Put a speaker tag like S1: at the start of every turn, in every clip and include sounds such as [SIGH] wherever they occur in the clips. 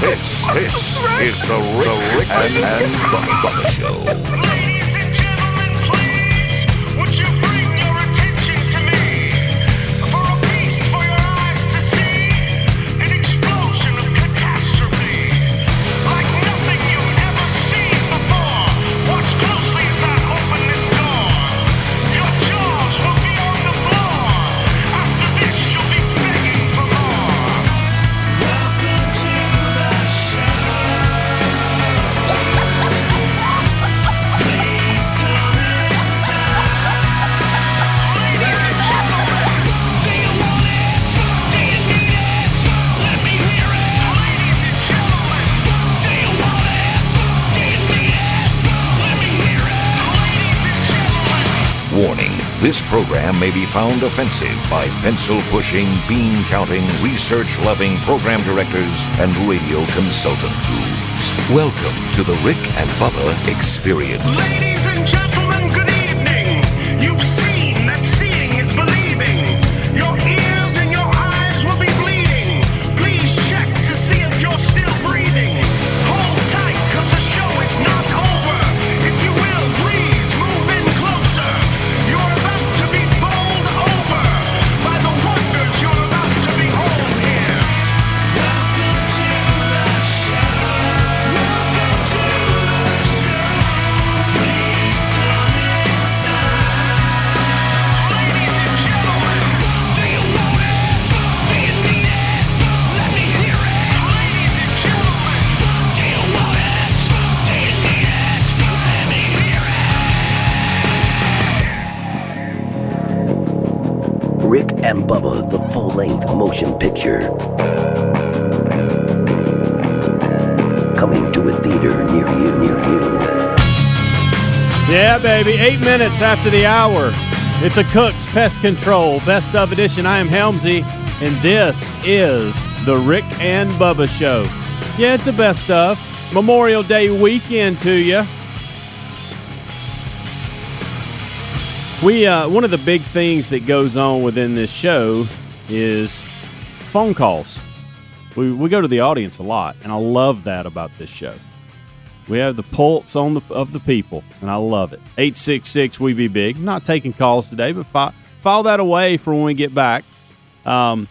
S1: This, this is the Rick, the Rick and, and Bubba, Bubba Show.
S2: Ladies and gentlemen, please, would you bring your attention to me? For a feast for your eyes to see, an explosion of catastrophe, like nothing you've ever seen before. Watch closely as I open this door. Your jaws will be on the floor. After this, you'll be begging for more. Welcome to the show. Please come inside. Ladies and gentlemen, do you want it? Do you need it? Let me hear it. Ladies and gentlemen, do you want it? Do you need it? Let me hear it. Ladies and gentlemen.
S1: Warning this program may be found offensive by pencil pushing, bean counting, research loving program directors and radio consultant gurus. Welcome to the Rick and Bubba Experience.
S2: Ladies and gentlemen, good evening. You've seen that seeing is believing. Your ears and your eyes will be bleeding. Please check to see if you're still breathing. Hold tight, cause the show is not over. If you will, please move in closer. You're about to be bowled over by the wonders you're about to behold here. Welcome to the show. Welcome to the show. Please come inside. Ladies and gentlemen, do you want it? Do you need it? Let me hear it. Ladies and gentlemen, do you want it? Do you need it? Let me hear
S3: Rick and Bubba, the full length motion picture. Coming to a theater near you, near you.
S4: Yeah, baby. Eight minutes after the hour. It's a Cook's Pest Control Best of Edition. I am Helmsy, and this is the Rick and Bubba Show. Yeah, it's a best of. Memorial Day weekend to you. We uh, one of the big things that goes on within this show is phone calls. We we go to the audience a lot, and I love that about this show. We have the pulse on the of the people, and I love it. Eight six six, we be big. Not taking calls today, but fi- file that away for when we get back. Um,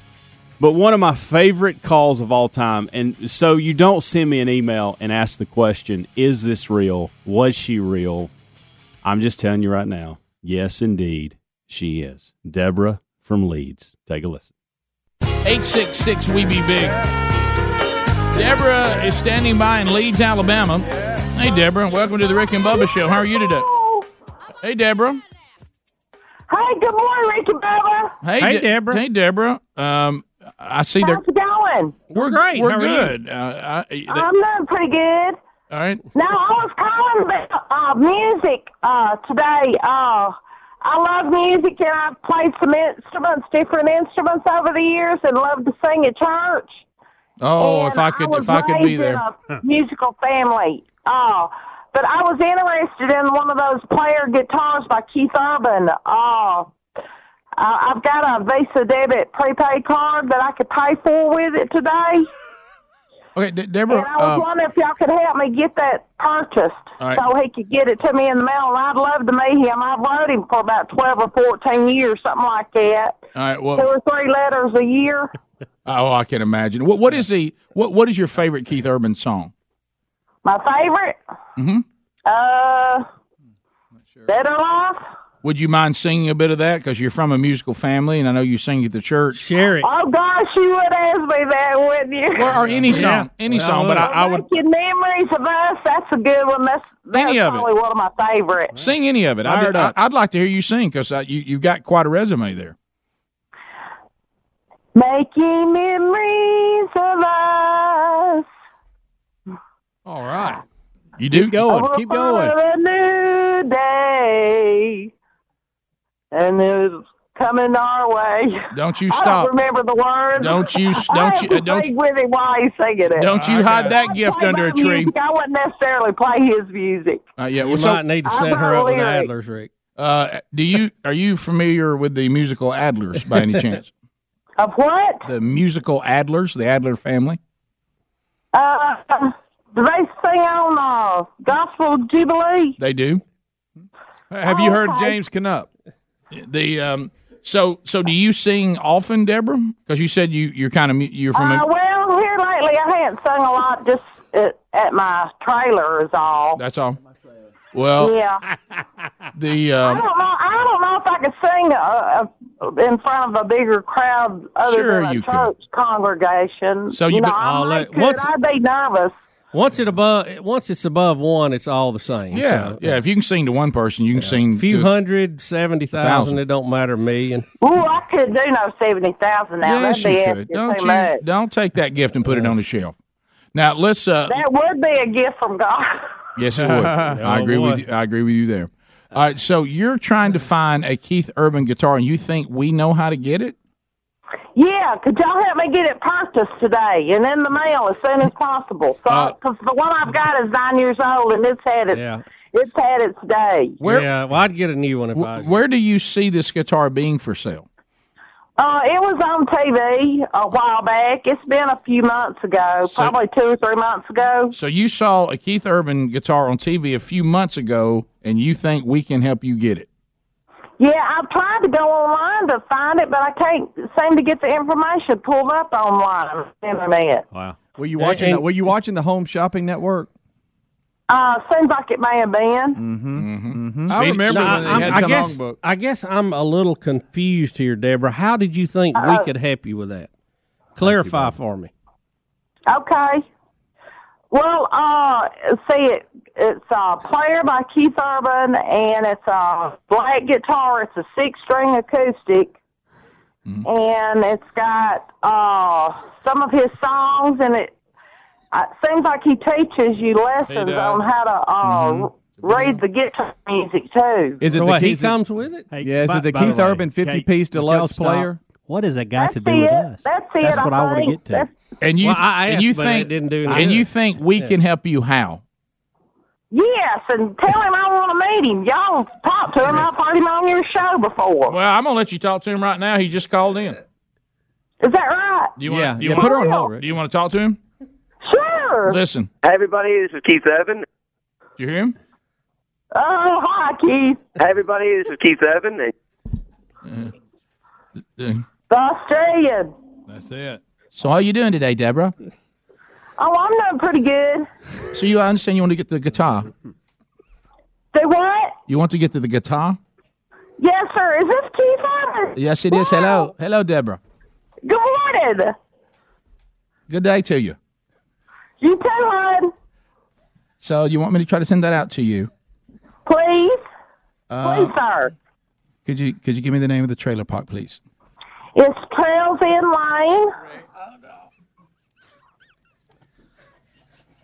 S4: but one of my favorite calls of all time, and so you don't send me an email and ask the question: Is this real? Was she real? I'm just telling you right now. Yes, indeed, she is. Deborah from Leeds. Take a listen.
S5: 866 We Be Big. Deborah is standing by in Leeds, Alabama. Hey, Deborah, welcome to the Rick and Bubba Show. How are you today? Hey, Deborah.
S6: Hey, good morning, Rachel Bella.
S5: Hey,
S7: Hey,
S5: De-
S7: Deborah.
S5: Hey, Deborah. Um, I see they're.
S6: How's it going?
S5: We're
S7: great.
S5: We're
S7: How are you?
S5: good. Uh, I, they-
S6: I'm doing pretty good.
S5: all right.
S6: Now, I was calling about uh, music uh, today. Uh, I love music, and I've played some instruments, different instruments over the years, and love to sing at church.
S5: Oh, if
S6: And
S5: I could,
S6: was
S5: if I could be
S6: raised
S5: there.
S6: In a musical family. Oh, but I was interested in one of those player guitars by Keith Urban. Oh, I- I've got a Visa debit prepaid card that I could pay for with it today.
S5: Okay, De- Deborah.
S6: And I was
S5: Uh,
S6: wondering if y'all could help me get that purchased
S5: All right.
S6: so he could get it to me in the mail. And I'd love to meet him. I've rode him for about 12 or 14 years, something like that.
S5: all right.
S6: Two
S5: Well,
S6: or three letters a
S5: [LAUGHS]
S6: year.
S5: oh, I can imagine. What What is the what What is your favorite Keith Urban song?
S6: My favorite?
S5: Mhm.
S6: Uh, Better Life?
S5: Would you mind singing a bit of that? Because you're from a musical family, and I know you sing at the church.
S7: Share it.
S6: Oh, gosh, you would ask me that, wouldn't you?
S5: Or, or any song,
S7: Yeah.
S5: any
S7: Well,
S5: song. But I, I would
S6: Making memories of us. That's a good one. That's, that's
S5: Any of it.
S6: probably one of my favorites.
S5: Sing any of it. I
S4: Fired
S5: did, I,
S4: up.
S5: I'd like to hear you sing because you you've got quite a resume there.
S6: Making memories of us.
S5: All right, you do go.
S4: Going, keep going.
S6: A new day, and it's coming our way.
S5: Don't you
S6: I don't
S5: stop.
S6: remember the words.
S5: Don't you
S6: [LAUGHS]
S5: s-
S6: I
S5: don't
S6: have
S5: you-
S6: to
S5: uh, don't
S6: sing with him while he's singing it.
S5: Don't you hide that gift
S6: Play
S5: under
S6: my
S5: a tree.
S6: music. I wouldn't necessarily play his music.
S5: Uh, yeah.
S7: You
S5: Well, so,
S7: might need to
S6: I'm
S7: set her
S6: not
S7: up with
S6: lyric.
S7: Adler's, Rick.
S5: uh, do you are you familiar with the musical
S7: [LAUGHS]
S5: Adlers by any chance?
S6: Uh, Of what?
S5: The musical Adlers, the Adler family.
S6: Uh, do they sing on uh, Gospel Jubilee?
S5: They do. Have you
S6: Oh,
S5: heard of
S6: okay.
S5: James Canup? The um, so so do you sing often, Deborah? Because you said you you're kind of you're from.
S6: Uh,
S5: a,
S6: well, here lately I haven't sung a lot. Just at, at my trailer is all.
S5: that's all. Well,
S6: Yeah,
S5: the
S6: I
S5: um,
S6: don't know. I don't know if I could sing uh, uh, in front of a bigger crowd other
S5: Sure
S6: than a
S5: you could.
S6: church congregation.
S5: So you
S6: know,
S5: be-
S6: I
S7: Oh,
S6: might
S7: look,
S6: could.
S7: what's-
S6: I'd be nervous.
S7: Once it above, once it's above one, it's all the same.
S5: yeah
S7: So,
S5: yeah. If you can sing to one person, you can sing.
S7: a few
S5: to,
S7: hundred, seventy thousand.
S5: Thousand.
S7: It don't matter a million.
S6: Ooh, I could do no seventy thousand now.
S5: Yes,
S6: That'd
S5: you
S6: be
S5: could.
S6: asking
S5: Don't
S6: too
S5: you?
S6: much.
S5: Don't take that gift and put it on the shelf. Now let's. Uh,
S6: That would be a gift from God. [LAUGHS]
S5: yes, it
S7: [LAUGHS]
S5: would. I agree with you. I agree with you there. All right, so you're trying to find a Keith Urban guitar, and you think we know how to get it?
S6: yeah, could y'all help me get it purchased today and in the mail as soon as possible?
S5: Uh,
S6: So, because the one I've got is nine years old and it's had its
S7: Yeah.
S6: it's had its day.
S5: Where
S7: yeah. Well, I'd get a new one if I.
S5: wh- where do you see this guitar being for sale?
S6: Uh, it was on TV a while back. It's been a few months ago,
S5: So-
S6: probably two or three months ago.
S5: So you saw a Keith Urban guitar on TV a few months ago, and you think we can help you get it?
S6: Yeah, I tried to go online to find it, but I can't seem to get the information pulled up online on the internet.
S8: Wow.
S9: Were you watching?
S7: and-
S9: the, were you watching the Home Shopping Network?
S6: Uh, seems like it may have been.
S9: Mm-hmm.
S5: I remember
S7: No, I, I'm- I
S9: the
S7: guess
S9: songbook.
S7: I guess I'm a little confused here, Deborah. How did you think we could help you with that? Clarify for me.
S6: Okay. Well, uh, see, it, it's a player by Keith Urban, and it's a black guitar. It's a six-string acoustic,
S9: Mm-hmm.
S6: and it's got uh, some of his songs, and it, uh, seems like he teaches you lessons on how to uh, read the guitar music too.
S9: Mm-hmm. Is it
S7: So
S9: the
S7: what he
S9: Keith?
S7: comes with it?
S4: Hey,
S9: Yeah, is
S4: by-
S9: it the
S4: by
S9: Keith
S4: way,
S9: Urban 50-piece
S4: could y'all
S9: deluxe
S4: stop?
S9: player?
S4: What has that
S6: That's
S4: got to do with
S6: it.
S4: us?
S6: That's it, I
S4: what I want to
S6: think.
S4: get to.
S6: That's-
S5: And you
S7: Well, I
S5: and you
S7: asked, but it
S5: think
S7: didn't do
S5: and
S7: nothing.
S5: you think we can help you how?
S6: Yes, and tell him I want to meet him. Y'all talk to him. I've heard him on your show before.
S5: Well, I'm gonna let you talk to him right now. He just called in.
S6: Is that right?
S5: Do you
S9: Yeah,
S5: want? Do you
S9: yeah,
S5: want
S9: put her on hold, Rick.
S5: Do you want to talk to him?
S6: Sure.
S5: Listen,
S10: Hey, everybody, this is Keith Urban.
S5: do you hear him?
S6: Oh, hi, Keith.
S10: Hey, everybody, this is Keith Urban. And
S5: Yeah.
S6: The Australian.
S5: That's it. So how you doing today, Deborah?
S6: Oh, I'm doing pretty good.
S5: So you I understand you want to get the guitar.
S6: Say what?
S5: You want to get to the guitar?
S6: Yes, sir. Is this Keith Urban?
S5: Yes, it is. Hello, hello, Deborah.
S6: Good morning.
S5: Good day to you.
S6: You too, hon.
S5: So you want me to try to send that out to you? Uh,
S6: Please. Please, sir.
S5: Could you could you give me the name of the trailer park, please?
S6: It's Trails in Lane.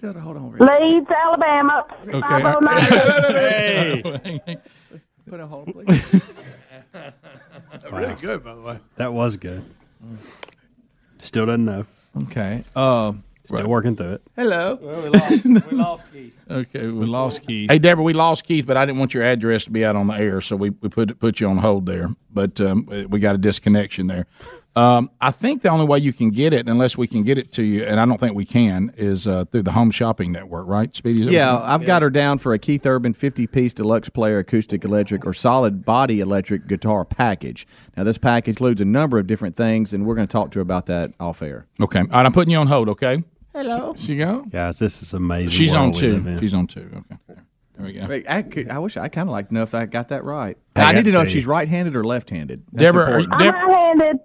S6: Leeds, Alabama. oh Okay. [LAUGHS]
S2: [LAUGHS]
S4: That was good. Still doesn't know.
S5: Okay. Um.
S4: Still working through it.
S5: Hello.
S7: We lost Keith.
S5: Okay, we lost Keith. Hey, Deborah, we lost Keith, but I didn't want your address to be out on the air, so we, we put put you on hold there. But um, we got a disconnection there. Um, I think the only way you can get it, unless we can get it to you, and I don't think we can, is uh, through the Home Shopping Network, right? Speedy. is that what
S9: Yeah,
S5: you-
S9: I've got her down for a Keith Urban 50 piece deluxe player acoustic electric or solid body electric guitar package. Now, this package includes a number of different things, and we're going to talk to her about that off air.
S5: Okay. All right, I'm putting you on hold. Okay. Hello. She, she go.
S4: Guys, this is amazing.
S5: She's
S4: world
S5: on
S4: we
S5: two.
S4: live in.
S5: She's on two. Okay. There we go.
S9: Wait, I, could, I wish I kind of like to know if I got that right.
S4: I
S9: I, need
S4: got
S9: to know if
S4: to.
S9: she's right handed or left handed.
S5: Deborah, are-
S6: I'm
S5: Deb-
S6: right-handed.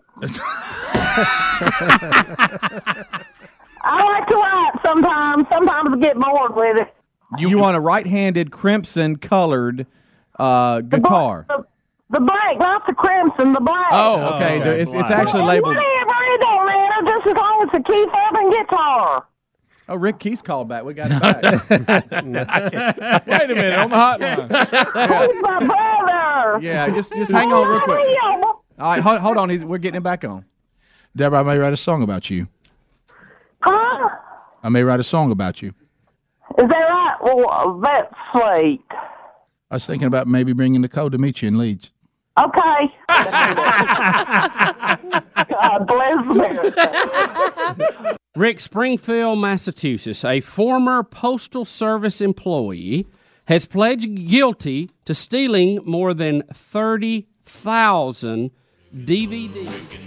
S6: I like to write sometimes. Sometimes I get bored with it.
S9: you, want a right handed crimson colored uh, guitar.
S6: The, the black, not the crimson, the black.
S9: Oh, okay.
S4: okay.
S9: there- It's, it's
S4: Black.
S9: actually
S6: And
S9: labeled.
S6: Whatever, it don't matter. Just as long as it's a Keith Urban guitar.
S9: Oh, Rick Keith's called back. We got [LAUGHS] him back.
S5: Wait a minute on
S10: [LAUGHS]
S5: the hotline.
S6: He's my brother.
S9: yeah, just just hang on real quick.
S6: Liam,
S9: All right, hold, hold on. He's, we're getting him back on.
S5: Deborah, I may write a song about you.
S6: Huh?
S5: I may write a song about you.
S6: Is that right? Well, that's sweet.
S5: I was thinking about maybe bringing Nicole to meet you in Leeds.
S9: [LAUGHS]
S6: Okay. God bless America.
S7: Rick, Springfield, Massachusetts, a former Postal Service employee has pledged guilty to stealing more than 30,000 DVDs.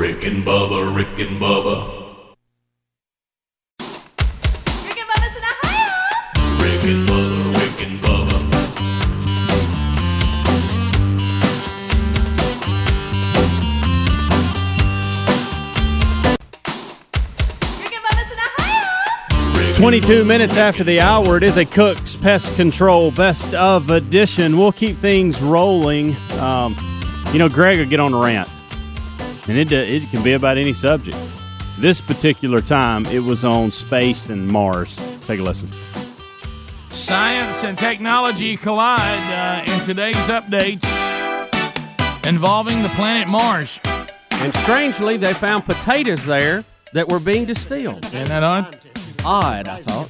S11: Rick and Bubba, Rick and Bubba.
S4: Twenty-two minutes after the hour, it is a Cook's Pest Control Best of Edition. We'll keep things rolling. Um, you know, Greg will get on a rant, and it uh, it can be about any subject. This particular time, it was on space and Mars. Take a listen.
S5: Science and technology collide uh, in today's updates involving the planet Mars.
S7: And strangely, they found potatoes there that were being distilled.
S5: Isn't that odd?
S7: Odd, I thought.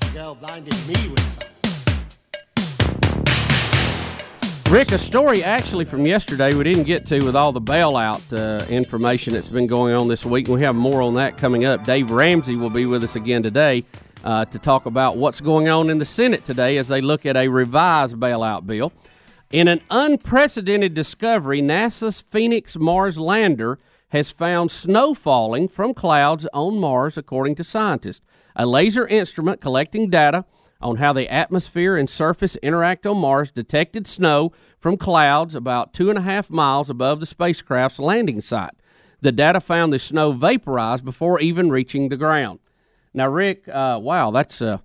S7: Rick, a story actually from yesterday we didn't get to with all the bailout uh, information that's been going on this week. and We have more on that coming up. Dave Ramsey will be with us again today uh, to talk about what's going on in the Senate today as they look at a revised bailout bill. In an unprecedented discovery, NASA's Phoenix Mars lander has found snow falling from clouds on Mars, according to scientists. A laser instrument collecting data on how the atmosphere and surface interact on Mars detected snow from clouds about two and a half miles above the spacecraft's landing site. The data found the snow vaporized before even reaching the ground. Now, Rick, uh, wow, that's uh,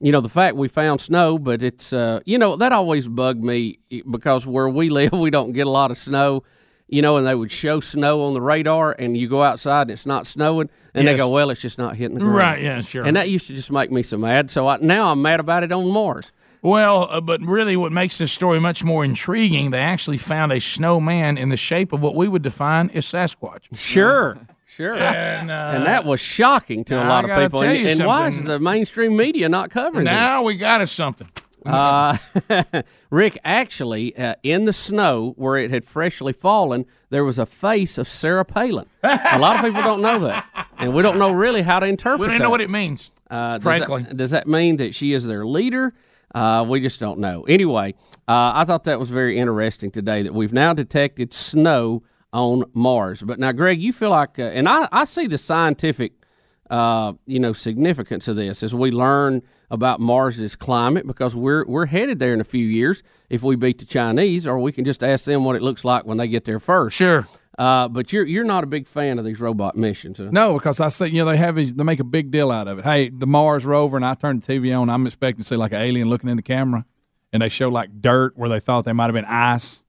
S7: you know the fact we found snow, but it's uh, you know that always bugged me eh, because where we [LAUGHS] live, we don't get a lot of snow. You know, and they would show snow on the radar, and you go outside and it's not snowing, and they
S5: Yes.
S7: go, "Well, it's just not hitting the ground."
S5: Right, yeah, sure.
S7: And that used to just make me so mad. So I, now I'm mad about it on Mars.
S5: Well, uh, but really, what makes this story much more intriguing, they actually found a snowman in the shape of what we would define as Sasquatch.
S7: Sure, sure.
S5: And, uh,
S7: and that was shocking to a
S5: I
S7: lot of
S5: gotta
S7: people.
S5: tell
S7: And,
S5: you
S7: and why is
S5: something.
S7: the
S5: [LAUGHS]
S7: mainstream media not covering this?
S5: Now we got us something.
S7: Uh, [LAUGHS] Rick, actually, uh, in the snow where it had freshly fallen, there was a face of Sarah Palin. a lot of people don't know that, and we don't know really how to interpret.
S5: [LAUGHS] We don't
S7: that.
S5: even know what it means.
S7: Uh, does
S5: frankly.
S7: that, does that mean that she is their leader? Uh, we just don't know. Anyway, uh, I thought that was very interesting today that we've now detected snow on Mars. But now, Greg, you feel like, uh, and I, I see the scientific, uh, you know, significance of this as we learn about Mars's climate because we're we're headed there in a few years if we beat the Chinese, or we can just ask them what it looks like when they get there first.
S5: Sure.
S7: Uh, but you're you're not a big fan of these robot missions. Huh?
S12: No, because I see, you know, they have these- they make a big deal out of it. Hey, the Mars rover, and I turn the TV on. I'm expecting to see like an alien looking in the camera, and they show like dirt where they thought they might have been ice.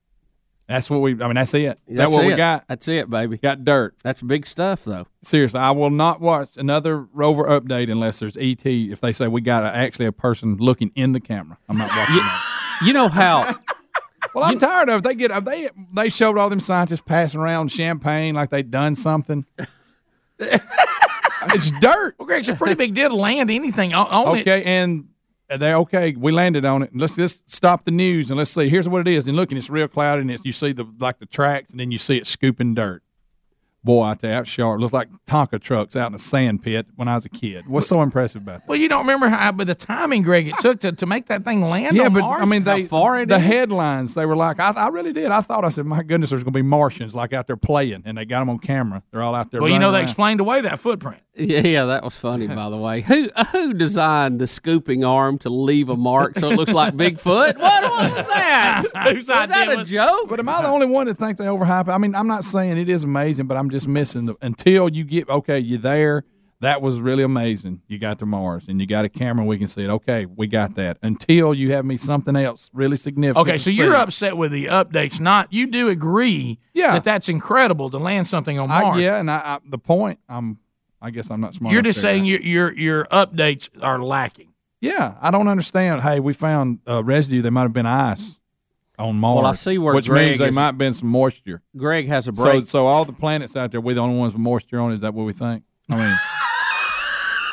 S12: That's what we. I mean, that's it. That's,
S7: That's
S12: what we
S7: it.
S12: got.
S7: That's it, baby.
S12: Got dirt.
S7: That's big stuff, though.
S12: Seriously, I will not watch another rover update unless there's ET. If they say we got a, actually a person looking in the camera, I'm not watching. that.
S7: You know how?
S12: [LAUGHS] well, I'm tired of it. They get if they they showed all them scientists passing around champagne like they'd done something. [LAUGHS] it's dirt.
S5: Well, Greg, it's a pretty big deal to land anything on, on it.
S12: okay, and they okay. We landed on it. Let's just stop the news and let's see. Here's what it is. And look, and it's real cloudy, and it's, you see the like the tracks, and then you see it scooping dirt. Boy, I tell you, that's sharp. Looks like Tonka trucks out in a sand pit when I was a kid. What's so impressive about that?
S5: Well, you don't remember how, but the timing, Greg, it took to, to make that thing land.
S12: yeah,
S5: on
S12: but
S5: Mars?
S12: I mean, they the
S5: is?
S12: headlines they were like, I, I really did. I thought I said, my goodness, there's going to be Martians like out there playing, and they got them on camera. They're all out there.
S5: Well, you know,
S12: running
S5: they
S12: around.
S5: explained away that footprint.
S7: Yeah, yeah, that was funny, by the way. Who uh, who designed the scooping arm to leave a mark so it looks like
S12: [LAUGHS]
S7: Bigfoot? What, what was that? was that a joke?
S12: But am I the only one that thinks they overhype it? I mean, I'm not saying it is amazing, but I'm just missing the until you get okay, you're there. That was really amazing. You got to Mars and you got a camera. We can see it. Okay, we got that. Until you have me something else really significant.
S5: Okay,
S12: to
S5: so
S12: see.
S5: you're upset with the updates, not you do agree
S12: Yeah.
S5: that that's incredible to land something on
S12: I-
S5: Mars.
S12: yeah, and I, I, the point. I'm. I guess I'm not smart.
S5: You're
S12: enough
S5: just
S12: to figure
S5: saying
S12: it out.
S5: your your your updates are lacking.
S12: Yeah, I don't understand. Hey, we found uh, residue. They might have been ice. on Mars.
S7: Well, I see where
S12: which
S7: Greg
S12: means there
S7: is-
S12: might have been some moisture.
S7: Greg has a
S12: So,
S7: break.
S12: so all the planets out there, we're the only ones with moisture on. it. Is that what we think? I mean,
S7: [LAUGHS]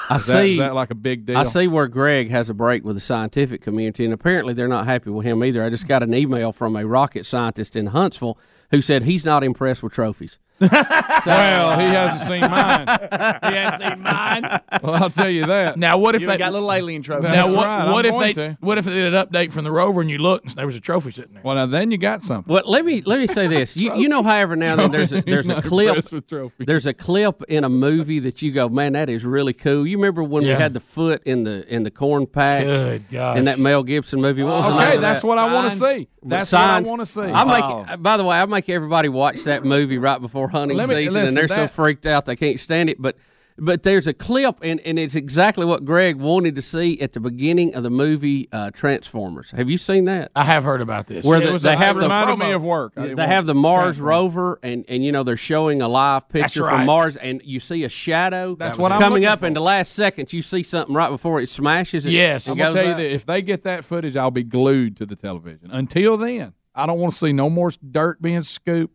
S7: I
S12: is
S7: see.
S12: that- is that like a big deal?
S7: I see where Greg has a break with the scientific community, and apparently they're not happy with him either. I just got an email from a rocket scientist in Huntsville who said he's not impressed with
S12: [LAUGHS]
S7: trophies.
S12: well, Oh,
S7: Uh,
S12: he hasn't seen mine.
S7: [LAUGHS]
S9: he hasn't seen mine.
S12: Well, I'll tell you that.
S5: [LAUGHS] Now, what if
S9: You
S5: they
S9: ain't got little alien trophies.
S5: Now,
S9: That's
S5: what,
S9: right,
S5: what
S9: I'm
S5: if they
S9: going to.
S5: what if they did an update from the rover and you looked and there was a trophy sitting there?
S12: Well, now then you got something.
S7: Well, let me let me say this. You you know, however now and then there's a,
S12: Trophies.
S7: there's a
S12: He's [LAUGHS] not
S7: clip
S12: impressed with trophies.
S7: there's a clip in a movie that you go, man, that is really cool. You remember when
S12: Yeah.
S7: we had the foot in the in the corn patch?
S12: Good gosh.
S7: In that Mel Gibson movie. What was the name
S12: Okay,
S7: of
S12: that's
S7: that?
S12: what I want to see.
S7: With
S12: That's
S7: signs.
S12: what I want to see.
S7: I make. By the way, I make everybody watch that movie right before hunting
S12: Let me-
S7: season,
S12: listen,
S7: and they're so
S12: that-
S7: freaked out they can't stand it. But but there's a clip, and, and it's exactly what Greg wanted to see at the beginning of the movie uh, Transformers. Have you seen that?
S5: I have heard about this.
S7: Where
S5: It
S7: the-
S5: was
S7: they
S5: a-
S7: have
S5: it
S7: the
S5: reminded me
S7: promo.
S5: of work. I
S7: They
S5: didn't
S7: have
S5: watch
S7: the Mars
S5: Transformers.
S7: rover, and and you know they're showing a live picture
S5: That's right.
S7: from Mars, and you see a shadow.
S12: That's what I'm
S7: coming
S12: looking
S7: up, and the last second you see something right before it smashes. It, it
S12: I'm gonna
S7: goes
S12: tell you
S7: out.
S12: that if they get that footage, I'll be glued to the television. Until then, I don't want to see no more dirt being scooped.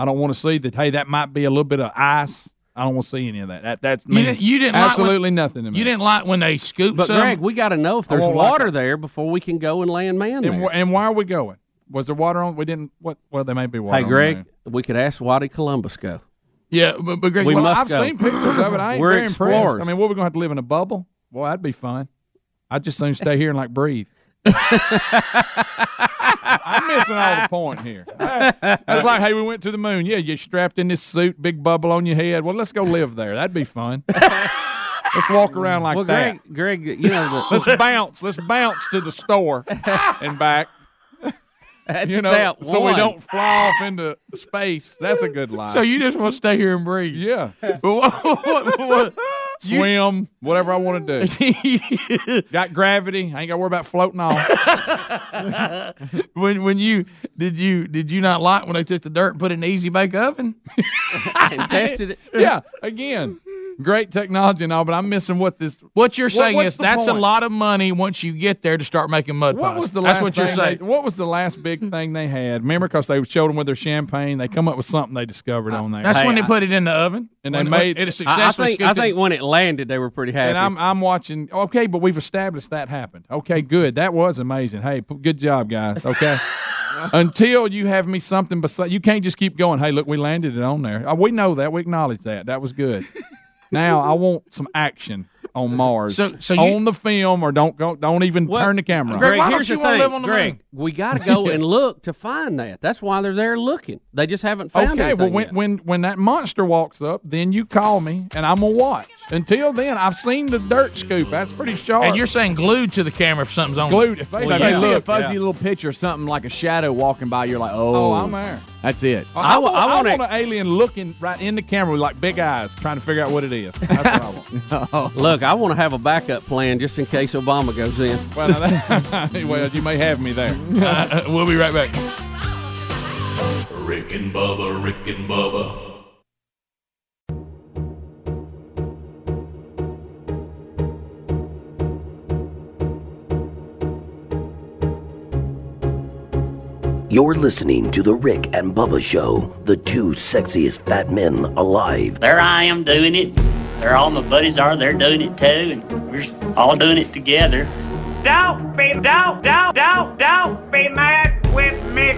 S12: I don't want to see that. Hey, that might be a little bit of ice. I don't want to see any of that. That that's
S5: You didn't- you didn't like when-
S12: absolutely nothing to me.
S5: You didn't like when they scooped
S7: But
S5: some.
S7: Greg, we got to know if
S12: um, I
S7: there's
S12: won't like
S7: water there before we can go and land man
S12: and,
S7: there.
S12: wh- and why are we going? Was there water on? We didn't. What? Well, there may be water.
S7: Hey,
S12: on
S7: Greg,
S12: there.
S7: we could ask why did Columbus go?
S5: Yeah, but, but Greg,
S7: we
S12: well,
S7: must
S12: I've
S7: go.
S12: seen pictures of
S7: [CLEARS THROAT]
S12: it. I ain't
S7: We're
S12: very impressed.
S7: explorers.
S12: I mean, what we gonna have to live in a bubble? Boy, that'd be fun. I'd just soon stay here and like breathe. I'm missing all the point here. [LAUGHS] That's like, hey, we went to the moon. Yeah, you strapped in this suit, big bubble on your head. Well, let's go live there. That'd
S7: [LAUGHS]
S12: be fun. let's walk around like
S7: well,
S12: that.
S7: Greg, Greg, you know the [LAUGHS]
S12: Let's bounce. Let's bounce to the store and back.
S7: That's
S12: you know,
S7: step
S12: so we
S7: one.
S12: don't fly off into space. That's a good life.
S5: So you just want to stay here and breathe?
S12: Yeah.
S5: [LAUGHS] But what, what, what, you-
S12: swim, whatever I want to [LAUGHS] do. Got gravity. I ain't got to worry about floating off.
S5: when when you did you did you not like when they took the dirt and put it in the easy bake oven?
S7: and tested it.
S12: [LAUGHS] yeah. Again, great technology and all, but I'm missing what this.
S5: What you're saying
S12: what's
S5: is
S12: the
S5: that's a
S12: point?
S5: lot of money once you get there to start making mud
S12: What
S5: pies.
S12: was the
S5: that's
S12: last
S5: what you're
S12: thing
S5: saying.
S12: They, what was the last big thing they had? Remember, because they showed them with their champagne, they come up with something they discovered on there.
S5: That's
S7: Hey,
S5: when they
S7: I-
S5: put it in the oven
S12: And they
S5: When-
S12: made-
S5: when it.
S12: I- I
S7: I, I
S5: Successfully
S7: think I think when it landed, they were pretty happy.
S12: And I'm I'm watching. Okay, but we've established that happened. Okay, good. That was amazing. Hey, p- good job, guys. Okay.
S5: [LAUGHS]
S12: Until you have me something beside, you can't just keep going. Hey, look, we landed it on there. Uh, we know that. We acknowledge that. That was
S5: [LAUGHS]
S12: good. now I want some action on Mars.
S5: So- so you-
S12: on the film, or don't go. Don't even
S7: Well,
S12: turn the camera. on.
S7: Greg,
S5: Greg, why
S7: here's
S5: don't
S7: the
S5: you wanna
S7: thing,
S5: live on the
S7: Greg, we got to go
S12: [LAUGHS]
S7: and look to find that. That's why they're there looking. They just haven't found
S12: okay,
S7: anything
S12: well, when,
S7: yet.
S12: when when that monster walks up, then you call me and I'm gonna watch. Until then, I've seen the dirt scoop. That's pretty sharp.
S5: and you're saying glued to the camera if something's on.
S12: glued. If they
S13: Well,
S12: say,
S13: you see a
S12: look,
S13: fuzzy
S12: yeah.
S13: little picture, or something like a shadow walking by. You're like, oh,
S12: Oh, I'm there.
S13: That's it.
S9: Oh,
S12: I,
S7: wa-
S12: want, I,
S7: I
S12: want,
S7: wanna-
S12: an alien looking right in the camera with like big eyes, trying to figure out what it is. That's what I want.
S7: [LAUGHS] Look, I want to have a backup plan just in case Obama goes in.
S12: Well, now that, [LAUGHS] well, you may have
S7: [LAUGHS]
S12: me there.
S5: Uh, we'll be right back.
S11: Rick and Bubba, Rick and Bubba.
S3: You're listening to The Rick and Bubba Show, the two sexiest fat men alive.
S14: There I am doing it. There all my buddies are. They're doing it too, and we're all doing it together.
S10: Don't be, don't, don't, don't, don't be mad with me.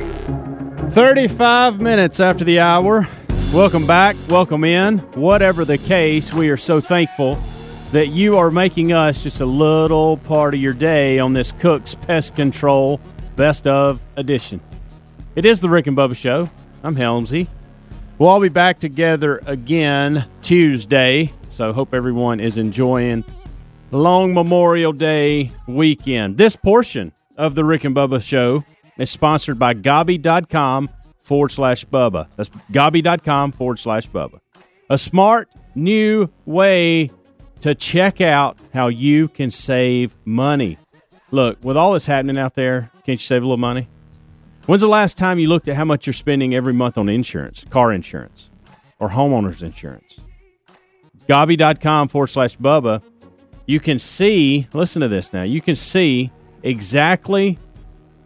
S4: 35 minutes after the hour. Welcome back. Welcome in. Whatever the case, we are so thankful that you are making us just a little part of your day on this Cook's Pest Control Best of Edition. It is the Rick and Bubba Show. I'm Helmsy. We'll all be back together again Tuesday. So hope everyone is enjoying the long Memorial Day weekend. This portion of the Rick and Bubba Show is sponsored by Gabi.com forward slash Bubba. That's Gabi.com forward slash Bubba. A smart new way to check out how you can save money. Look, with all that's happening out there, can't you save a little money? When's the last time you looked at how much you're spending every month on insurance, car insurance, or homeowners insurance? Gabi.com forward slash Bubba. You can see, listen to this now, you can see exactly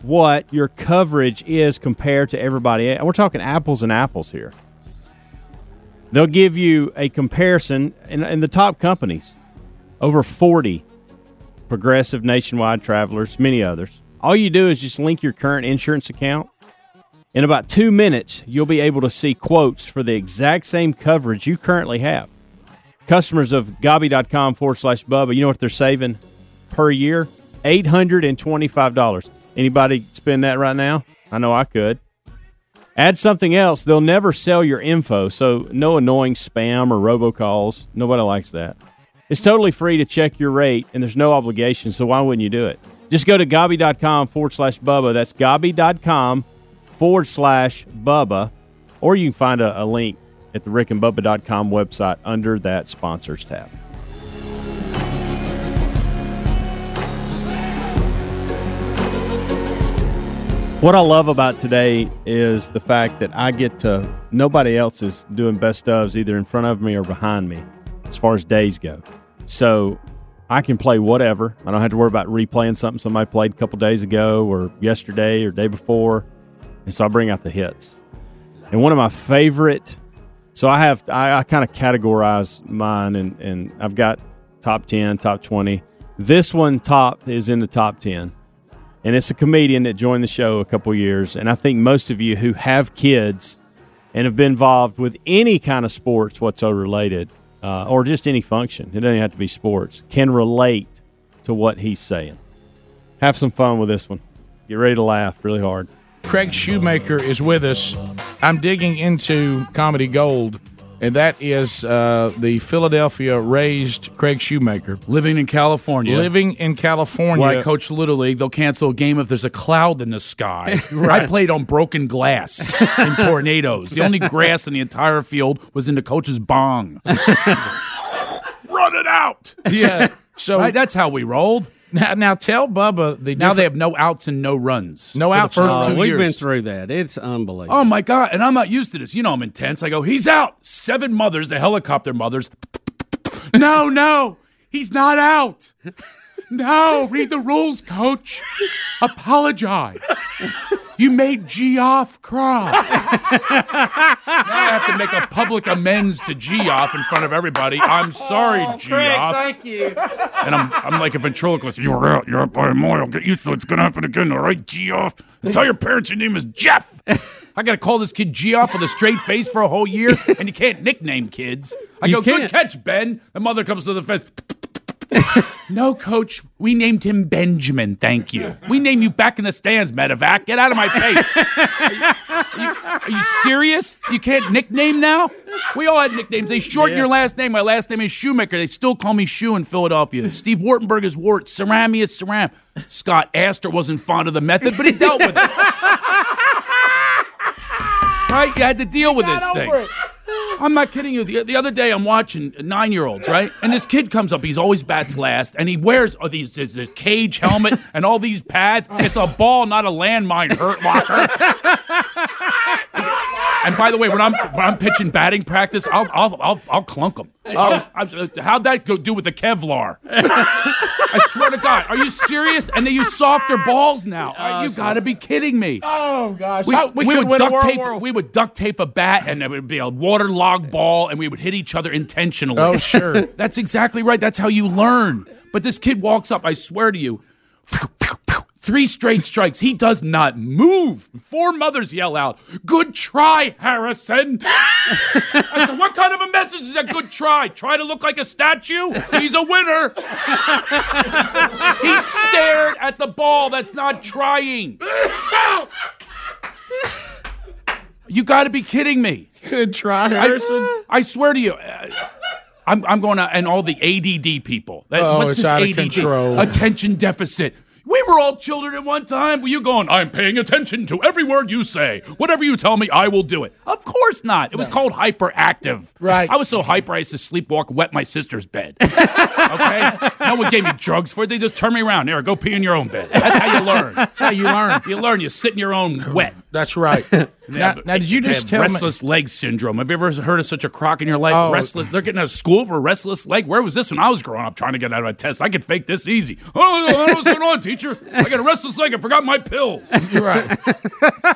S4: what your coverage is compared to everybody. And We're talking apples and apples here. They'll give you a comparison, and, and the top companies, over 40 progressive nationwide travelers, many others. All you do is just link your current insurance account. In about two minutes, you'll be able to see quotes for the exact same coverage you currently have. Customers of Gabi.com forward slash Bubba, you know what they're saving per year? $825. Anybody spend that right now? I know I could. Add something else, they'll never sell your info, so no annoying spam or robocalls. Nobody likes that. It's totally free to check your rate, and there's no obligation, so why wouldn't you do it? Just go to gobby.com forward slash Bubba. That's gobby.com forward slash Bubba, or you can find a, a link at the rickandbubba.com website under that sponsors tab. What I love about today is the fact that I get to nobody else is doing best ofs either in front of me or behind me as far as days go. So I can play whatever. I don't have to worry about replaying something somebody played a couple days ago or yesterday or day before. And so I bring out the hits. And one of my favorite so I have I, I kind of categorize mine and and I've got top ten, top twenty. This one top is in the top ten and it's a comedian that joined the show a couple years. And I think most of you who have kids and have been involved with any kind of sports whatsoever related, uh, or just any function, it doesn't have to be sports, can relate to what he's saying. Have some fun with this one. Get ready to laugh really hard.
S5: Craig Shoemaker is with us. I'm digging into comedy gold, and that is uh, the Philadelphia raised Craig Shoemaker
S15: living in California.
S5: Living in California,
S15: Where I
S5: [LAUGHS]
S15: coach Little League, they'll cancel a game if there's a cloud in the [LAUGHS] sky. I played on broken glass in tornadoes. The only grass in the entire field was in the coach's [LAUGHS] bong.
S5: run it out. Yeah. So
S15: Right, that's how we rolled.
S5: Now, now tell Bubba the
S15: Now they
S5: different-
S15: have no outs and no runs.
S5: No
S15: for the
S5: outs and
S15: First
S5: no
S15: two
S5: runs.
S6: We've
S15: years.
S6: been through that. It's unbelievable.
S15: Oh my god! And I'm not used to this. You know, I'm intense. I go, he's out. Seven mothers, the helicopter mothers. no, no, he's not out. No, read the rules, coach. Apologize. You made Geoff cry. now I have to make a public amends to Geoff in front of everybody. I'm sorry, Geoff.
S16: you.
S15: And I'm, I'm like a ventriloquist. You're out. You're out by a mile. Get used to it. It's going to happen again. All right, Geoff. Tell your parents your name is Jeff. I got to call this kid Geoff with a straight face for a whole year, and you can't nickname kids. I
S16: You
S15: go,
S16: can't.
S15: good catch, Ben. The mother comes to the fence. no, coach. We named him Benjamin. Thank you. We named you back in the stands, Medevac. Get out of my face. Are you serious? You can't nickname now? We all had nicknames. They shorten your last name. My last name is Shoemaker. They still call me Shoe in Philadelphia. Steve Wartenberg is Wart. Cerami is Ceram. Scott Astor wasn't fond of the method, but he dealt with it. [LAUGHS] right? You had to deal with this thing. I'm not kidding you. The, the other day, I'm watching nine year olds, right? And this kid comes up. He's always bats last, and he wears all these this, this cage helmet and all these pads. It's a ball, not a landmine. Hurt locker. And by the way, when I'm when I'm pitching batting practice, I'll I'll I'll, I'll clunk them. how'd that go do with the Kevlar? I swear to God, are you serious? And they use softer balls now. you got to be kidding me.
S5: Oh gosh,
S15: We,
S5: Oh, we,
S15: we
S5: could
S15: would
S5: win a
S15: duct
S5: world
S15: tape,
S5: war.
S15: we would duct tape a bat, and it would be a waterlogged ball, and we would hit each other intentionally.
S5: Oh, sure.
S15: [LAUGHS] that's exactly right. That's how you learn. But this kid walks up. I swear to you, three straight strikes. He does not move. Four mothers yell out, "Good try, Harrison!" I said, "What kind of a message is that? Good try. Try to look like a statue. He's a winner." he stared at the ball. That's not trying. You got to be kidding me.
S5: Good try, Harrison.
S15: I, I swear to you. uh, I'm, I'm going to, and all the ADD people. That-
S5: Oh,
S15: what's
S5: it's
S15: this
S5: out of
S15: ADD?
S5: control.
S15: Attention deficit. We were all children at one time. Were you going, I'm paying attention to every word you say. Whatever you tell me, I will do it. Of course not. It was called hyperactive. Right. I was so hyper, I used to sleepwalk, wet my sister's bed. [LAUGHS] okay? No one gave me drugs for it. They just turned me around. There, go pee in your own bed. That's how you learn. That's
S5: how you learn.
S15: You learn. You sit in your own wet.
S5: [LAUGHS] That's right.
S15: They
S5: Now-
S15: have-
S5: now, did you
S15: they
S5: just
S15: have
S5: tell me-
S15: restless leg syndrome? Have you ever heard of such a crock in your life?
S5: Oh.
S15: Restless. They're getting a school for restless leg. Where was this when I was growing up? Trying to get out of a test. I could fake this easy. Oh, I don't know what's going on, teacher. I got a restless leg. I forgot my pills. You're right.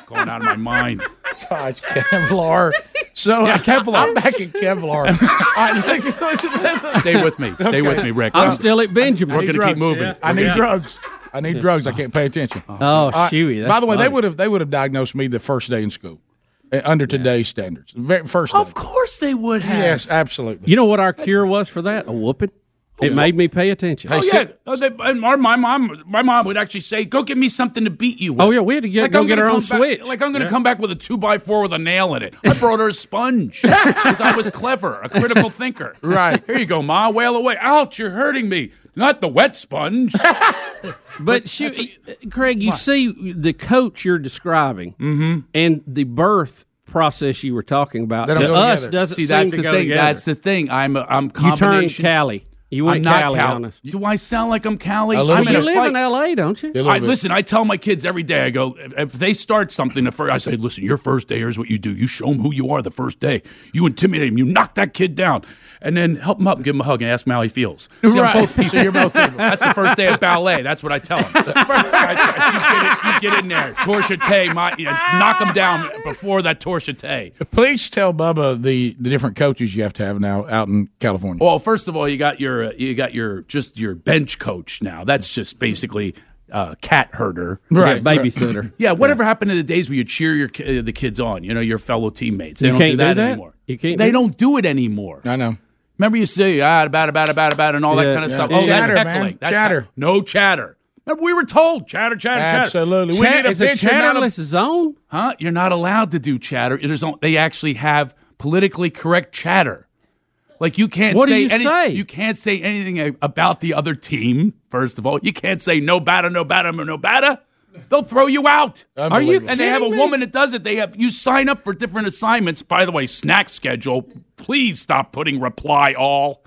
S15: going out of my
S5: [LAUGHS]
S15: mind.
S5: Gosh, Kevlar. So uh,
S15: Yeah, Kevlar.
S5: I'm
S15: [LAUGHS]
S5: back at Kevlar.
S15: [LAUGHS] Stay with me. Stay with me, Rick.
S5: I'm
S7: still at Benjamin.
S15: We're
S5: I need
S15: going to keep
S5: drugs,
S15: moving.
S5: yeah. I need drugs. I need drugs. I can't pay attention.
S7: Oh,
S5: All right.
S7: Shuey, that's
S5: By the way, they
S7: funny.
S5: would have they would have diagnosed me the first day in school, uh, under today's standards. Very first. Of
S15: course they would
S7: have.
S5: Yes, uh, absolutely.
S7: You know what our cure was for that? A whooping. It made me pay attention.
S15: oh yeah, Oh, they- and our- my mom, my mom would actually say, "Go get me something to beat you." with.
S7: Oh, yeah, we had to get- go
S15: I'm
S7: get
S15: gonna
S7: our own
S15: come
S7: switch.
S15: Back, like I'm going to
S7: Yeah.
S15: come back with a two by four with a nail in it. I brought her
S7: [LAUGHS]
S15: a sponge because I was clever, a critical thinker.
S5: Right.
S15: here you go, ma. Wail away. Ouch! You're hurting me. Not the wet
S9: [LAUGHS]
S15: sponge.
S7: But shoot, Craig, you
S15: What? Mm-hmm.
S7: see the coach you're describing and the birth process you were talking about
S15: They don't
S7: to
S15: go
S7: us
S15: together.
S7: doesn't
S15: See,
S7: seem
S15: that's
S7: to
S15: the
S7: go
S15: thing.
S7: together.
S15: That's the thing. I'm a, I'm
S7: you turned
S15: combination.
S7: Cali. You
S15: I'm
S7: went
S15: not
S7: Cali
S15: Cal-
S7: on us.
S15: Do I sound like I'm Cali?
S7: A little
S15: I'm
S7: bit. You live in
S15: LA,
S7: don't you? A little
S15: I,
S7: bit.
S15: listen, I tell my kids every day. I go if if they start something, the first I say, listen, your first day here's what you do. You show them who you are the first day. You intimidate them. You knock that kid down, and then help him up, give him a hug, and ask him how he feels. See, I'm
S5: [LAUGHS] Right.
S15: both people.
S5: So you're both people.
S15: That's the first day of ballet. That's what I
S5: [LAUGHS]
S15: tell them. you, get it, you get in there, torchete, my, you know, knock them down before that torchete.
S5: Please tell Bubba the the different coaches you have to have now out in California.
S15: Well, first of all, you got your uh, you got your just your bench coach now. That's just basically uh, cat herder,
S7: Right. Yeah, babysitter.
S15: [LAUGHS] yeah, whatever happened to the days where you cheer your ki- uh, the kids on? You know, your fellow teammates. They
S7: You
S15: don't
S7: can't
S15: do that,
S7: do that?
S15: anymore.
S7: You can't
S15: They
S7: do-
S15: don't do it anymore. I
S5: know.
S15: Remember you say ah, about about about about and all
S5: Yeah,
S15: that kind of
S5: yeah.
S15: stuff.
S5: Yeah.
S15: Oh, that's
S5: Chatter, man.
S15: heckling. That's
S5: Chatter.
S15: heck- no chatter. Remember we were told chatter, chatter, chatter.
S5: Absolutely. We
S15: Chat-
S5: need a
S15: it's a
S5: picture, not a-
S15: chatterless
S7: zone.
S15: Huh? You're not allowed to do chatter. There's on- they actually have politically correct chatter. Like you can't
S7: What do
S15: say,
S7: you
S15: any-
S7: say?
S15: you can't say anything a- about the other team. First of all, you can't say no batter, no batter, no batter. They'll throw you out.
S7: Are you
S15: And they have a
S7: kidding me?
S15: woman that does it. They have you sign up for different assignments. By the way, snack schedule. Please stop putting reply all.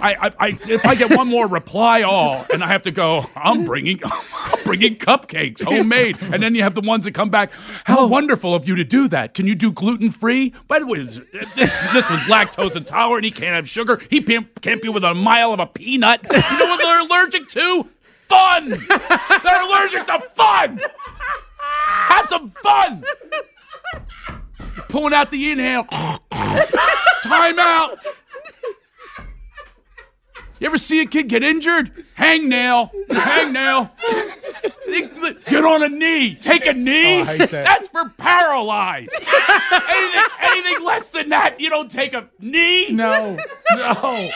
S15: I, I, I, if I get one more reply all, and I have to go, I'm bringing, I'm bringing cupcakes, homemade, and then you have the ones that come back. How wonderful of you to do that! Can you do gluten free? By the way, this, this was lactose intolerant. He can't have sugar. He pe- can't be within a mile of a peanut. You know what they're allergic to? Fun. They're allergic to fun. Have some fun. Pulling out the inhale. Time out. You ever see a kid get injured? Hangnail. Hangnail. get on a knee. Take a knee.
S5: Oh, I hate that.
S15: That's for paralyzed. anything, anything less than that, you don't take a knee.
S5: No.
S15: [LAUGHS]
S5: No.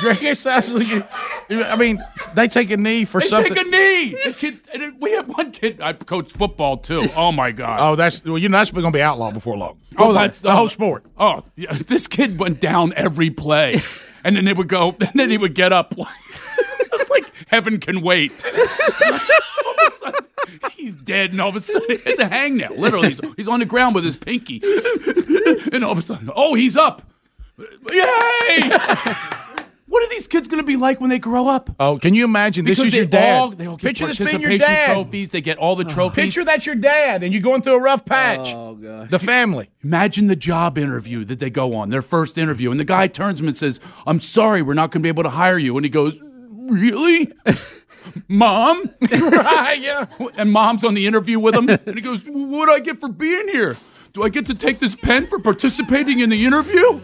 S5: Greg, it's absolutely. I mean, they take a knee for
S15: They
S5: something.
S15: take a knee. The kids, and it- we have one kid. I coached football too. Oh my god.
S5: Oh, that's well. You know that's going to be outlawed before long.
S15: Oh,
S5: Oh,
S15: that's-
S5: that's the whole sport.
S15: Oh, yeah, [LAUGHS] this kid went down every play, and then it would go, [LAUGHS] and then he would get up. Like, [LAUGHS] it's like heaven can wait. [LAUGHS] all of a sudden, he's dead, and all of a sudden, it's a hangnail. Literally, he's, he's on the ground with his pinky, [LAUGHS] and all of a sudden, oh, he's up. Yay! [LAUGHS] what are these kids going to be like when they grow up?
S5: Oh, can you imagine? This
S15: Because
S5: is your
S15: they
S5: dad.
S15: All, they all get
S5: Picture this being
S15: participation
S5: your dad. Uh-huh.
S15: trophies. They get all the trophies.
S5: Picture that's your dad, and you're going through a rough patch.
S15: Oh, God.
S5: The family.
S15: Imagine the job interview that they go on, their first interview, and the guy turns to him and says, I'm sorry, we're not going to be able to hire you. And he goes, Really? [LAUGHS] Mom? [LAUGHS] Right, yeah. And mom's on the interview with him, and he goes, What do I get for being here? Do I get to take this pen for participating in the interview?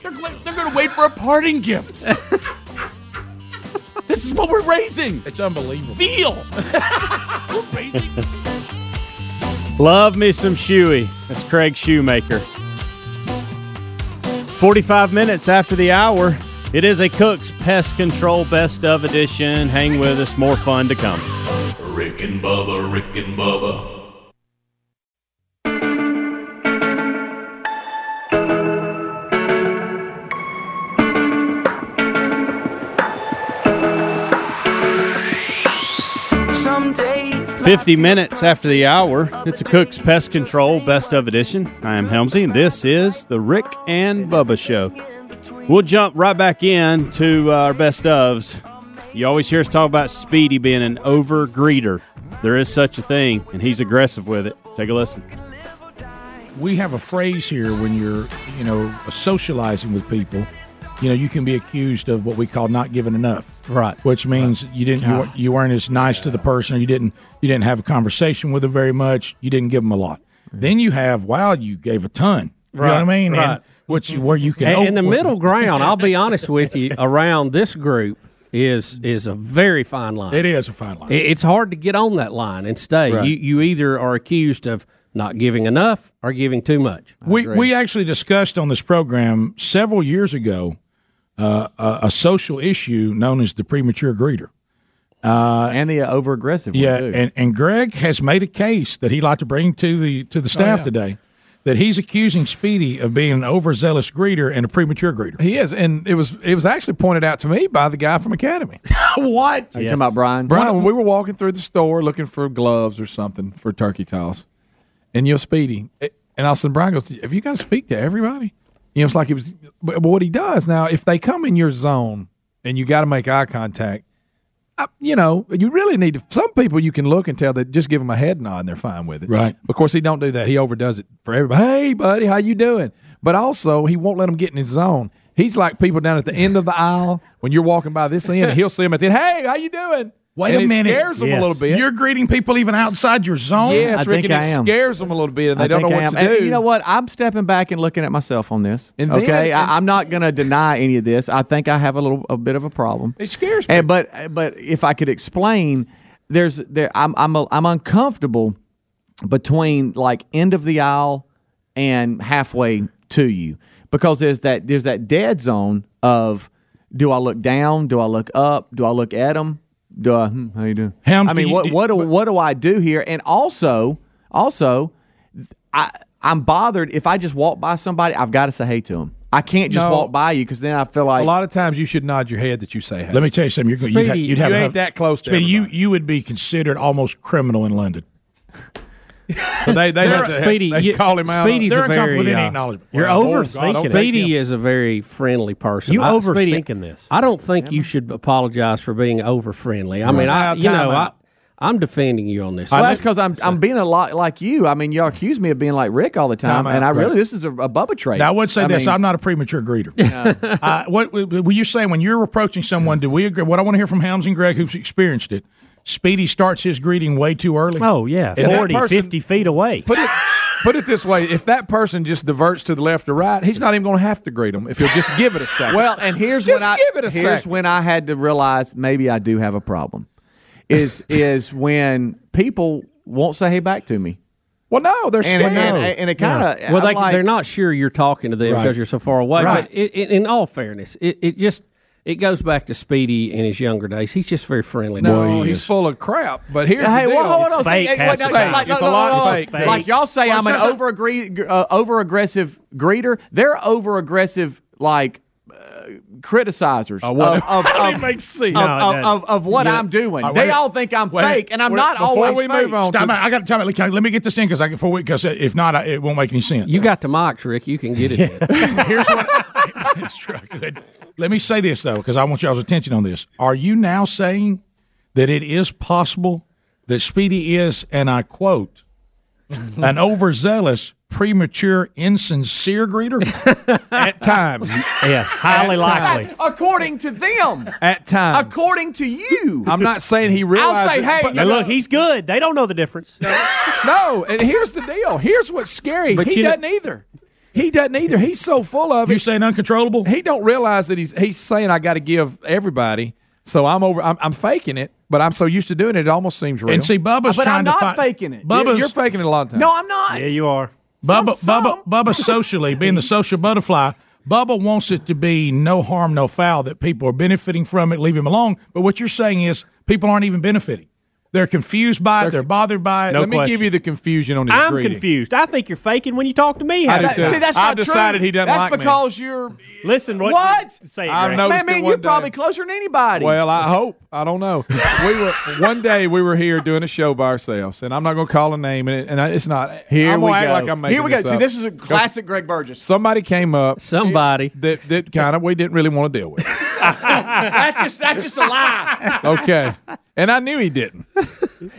S15: They're, gla- they're going to wait for a parting gift. [LAUGHS] this is what we're raising.
S5: It's unbelievable.
S15: Feel.
S4: Love me some Shoey. That's Craig Shoemaker. 45 minutes after the hour, it is a Cook's Pest Control Best of Edition. Hang with us, more fun to come.
S11: Rick and Bubba, Rick and Bubba,
S5: [LAUGHS]
S17: Some days
S4: 50 minutes after the hour, it's a Cook's Pest Control Best of Edition. I am Helmsy, and this is the Rick and Bubba Show. We'll jump right back in to uh, our best ofs. You always hear us talk about Speedy being an over greeter. There is such a thing, and he's aggressive with it. Take a listen.
S5: we have a phrase here when you're, you know, socializing with people. You know, you can be accused of what we call not giving enough,
S6: right?
S5: Which means you didn't, you, weren't- you weren't as nice to the person, or you didn't, you didn't have a conversation with them very much. You didn't give them a lot. Then you have, wow, you gave a ton. You know what I
S7: Mm-hmm. Right,
S5: mean?
S7: right.
S5: And which you, where you can
S7: And, and the
S5: oh,
S15: [LAUGHS]
S7: middle
S5: [LAUGHS]
S7: ground, I'll be honest with you, around this group is is a very fine line.
S5: It is a fine line.
S7: It- it's hard to get on that line and stay.
S5: Right.
S7: You you either are accused of not giving enough or giving too much.
S5: We we actually discussed on this program several years ago uh, a, a social issue known as the premature greeter. Uh,
S9: and the over aggressive
S5: yeah,
S9: one too.
S5: and and Greg has made a case that he'd like to bring to the to the
S9: Oh,
S5: staff
S9: yeah.
S5: today that he's accusing Speedy of being an overzealous greeter and a premature greeter.
S12: He is, and it was it was actually pointed out to me by the guy from Academy. [LAUGHS]
S9: [LAUGHS]
S5: what?
S9: Are you talking about Brian?
S12: Brian, when we were walking through the store looking for gloves or something for turkey toss, and you're Speedy, eh, and all of a sudden Brian goes, "Have you got to speak to everybody?" You know, it's like it was. But but what he does now, if they come in your zone and you got to make eye contact, I, you know, Oh, you really need to. Some people you can look and tell that just give them a head nod and they're fine with it,
S5: Right.
S12: Of course, he don't do that. He overdoes it for everybody. Hey, buddy, how you doing? But also, he won't let them get in his zone. He's like people down at the end of the aisle when you're walking by this end. He'll see them at the end.
S9: [LAUGHS]
S12: Hey, how you doing?
S5: Wait
S12: And
S5: a
S12: it
S5: minute.
S12: Scares them a little bit.
S5: You're greeting people even outside your zone.
S12: yes, Rick, and it scares them a little bit, and they
S9: I
S12: don't know
S9: think
S12: what
S9: I am.
S12: to
S9: And
S12: do.
S9: you know what? I'm stepping back and looking at myself on this.
S12: And then-
S9: okay, I, I'm not going to deny any of this. I think I have a little, a bit of a problem.
S12: It scares
S9: me. And, but, but if I could explain, there's there. I'm, I'm, a, I'm uncomfortable between like end of the aisle and halfway to you because there's that there's that dead zone of do I look down? Do I look up? Do I look at them? Do I? hmm, How you doing?
S5: Helms,
S9: I
S5: do
S9: mean,
S5: you-
S9: what
S5: do-
S9: what do, what do I do here? And also, also, I I'm bothered if I just walk by somebody. I've got to say hey to them. I can't just
S12: No.
S9: walk by you because then I feel like
S12: a lot of times you should nod your head that you say hey.
S5: Let me tell you something. You're going. You'd, ha-
S12: Speedy,
S5: you'd have
S12: you
S5: enough-
S12: ain't that close to
S5: Speedy, you you would be considered almost criminal in London.
S12: So they they,
S5: They're-
S12: have to,
S5: Speedy,
S12: they
S5: you-
S12: call him out.
S5: Speedy's They're a uncomfortable very, with any uh, acknowledgement.
S7: You're
S5: Oh,
S7: overthinking.
S5: God,
S7: it.
S5: don't take
S7: Speedy is a very friendly person.
S18: You
S7: I-
S18: overthinking
S7: Speedy,
S18: this.
S7: I don't think you should apologize for being over friendly. I mean, I
S9: Right.
S7: you know I,
S9: Timeout.
S7: I'm defending you on this.
S9: Well, that's because I'm I'm being a lot like you. I mean, y'all accuse me of being like Rick all the time,
S5: Timeout.
S9: and I really
S5: Right.
S9: this is a, a Bubba trait.
S5: Now, I would say this:
S9: mean-
S5: I'm not a premature greeter. [LAUGHS] uh, what were you saying when you're approaching someone? Do we agree? What I want to hear from Helms and Greg, who's experienced it, Speedy starts his greeting way too early.
S12: Oh, yeah.
S5: And that
S12: 40,
S5: person-
S12: 50
S18: feet away.
S12: Put it, put it this way: if that person just diverts to the left or right, he's not even going to have to greet him if he'll just give it a second.
S9: Well, and here's
S12: just
S9: when I
S12: give it a
S9: here's
S12: second.
S9: when I had to realize maybe I do have a problem.
S5: [LAUGHS]
S9: Is is when people won't say hey back to me.
S12: Well, no,
S9: they're And- scared. and- and it kinda-
S7: Yeah. well,
S9: I'm
S7: they,
S9: like-
S7: they're not sure you're talking to them
S9: Right.
S7: because you're so far away.
S9: Right.
S7: But it, it, in all fairness, it, it just it goes back to Speedy in his younger days. He's just very friendly.
S12: No,
S7: now.
S12: he's full of crap. But here's
S9: hey,
S12: the deal:
S9: well, hold on, see, hey, wait,
S12: It's
S9: no,
S12: fake.
S9: like,
S12: It's
S9: no,
S12: a
S9: no,
S12: lot
S9: no,
S12: of
S9: no.
S12: fake.
S9: Like y'all say,
S12: Well, it's
S9: I'm an
S12: not-
S9: over uh, over aggressive greeter. They're over aggressive, like. Uh, criticizers
S12: Oh,
S9: of,
S12: what-
S9: of, of,
S12: That
S9: of,
S12: makes sense. No,
S9: of,
S12: that-
S9: of, of what
S12: Yeah.
S9: I'm doing.
S5: All right,
S9: they
S5: Uh, wait-
S9: all think I'm
S5: wait-
S9: fake, and I'm
S5: wait,
S9: not
S5: before
S9: always
S5: we
S9: fake.
S5: move on. Time out. I got time. out. Can I- Let me get this in because I can. Before because if not, I, it won't make any sense.
S7: You got the mics, Rick. You can get it. in.
S5: [LAUGHS] Here's what. That's right, good. Let me say this though, because I want y'all's attention on this. Are you now saying that it is possible that Speedy is, and I quote, [LAUGHS] an overzealous, premature,
S18: [LAUGHS]
S5: insincere greeter at times?
S18: Yeah, highly likely.
S9: [LAUGHS] According to them,
S12: at times.
S9: According to you,
S12: I'm not saying he realized.
S9: I'll say,
S12: it,
S9: hey,
S12: but-
S9: you know-
S18: he's good. They don't know the difference.
S12: No, and here's the deal. Here's what's scary.
S18: But
S12: he
S18: you know-
S12: doesn't either. He doesn't either. He's so full of it. You
S5: saying uncontrollable?
S12: He don't realize that he's he's saying I got to give everybody. So I'm over. I'm, I'm faking it, but I'm so used to doing it, it almost seems real.
S5: And see, Bubba's
S12: but
S5: trying
S12: I'm
S5: to
S12: not
S5: find-
S12: faking it.
S5: Bubba's-
S12: you're, you're faking it a lot of times.
S9: No, I'm not.
S18: Yeah, you are.
S5: Bubba, Bubba, Bubba, socially
S12: [LAUGHS]
S5: being the social butterfly. Bubba wants it to be no harm, no foul. That people are benefiting from it. Leave him alone. But what you're saying is people aren't even benefiting. They're confused by it. They're bothered by it.
S12: Let me give you the confusion on his
S18: I'm
S12: greeting.
S18: confused. I think you're faking when you talk to me.
S12: I
S18: Howard.
S12: do, too. See, that's I not true. decided he doesn't
S9: That's
S12: like me.
S9: because you're
S18: Listen, what?
S9: what?
S18: Say it,
S12: I've
S18: Greg.
S12: noticed
S9: Man, me
S12: it
S9: and
S12: one
S9: you
S12: day.
S9: probably closer than anybody.
S12: Well, I hope. I don't know. We were one day we were here doing a show by ourselves, and I'm not going to call a name, and, it, and I, it's not
S9: Here
S12: I'm
S9: we
S12: gonna act
S9: go.
S12: Like I'm making
S9: Here we go.
S12: This
S9: See,
S12: up.
S9: this is a
S12: 'Cause
S9: classic Greg Burgess.
S12: Somebody came up.
S7: Somebody
S12: that that kind of we didn't really want to deal with.
S9: [LAUGHS] [LAUGHS] that's just that's just a lie.
S12: Okay, and I knew he didn't.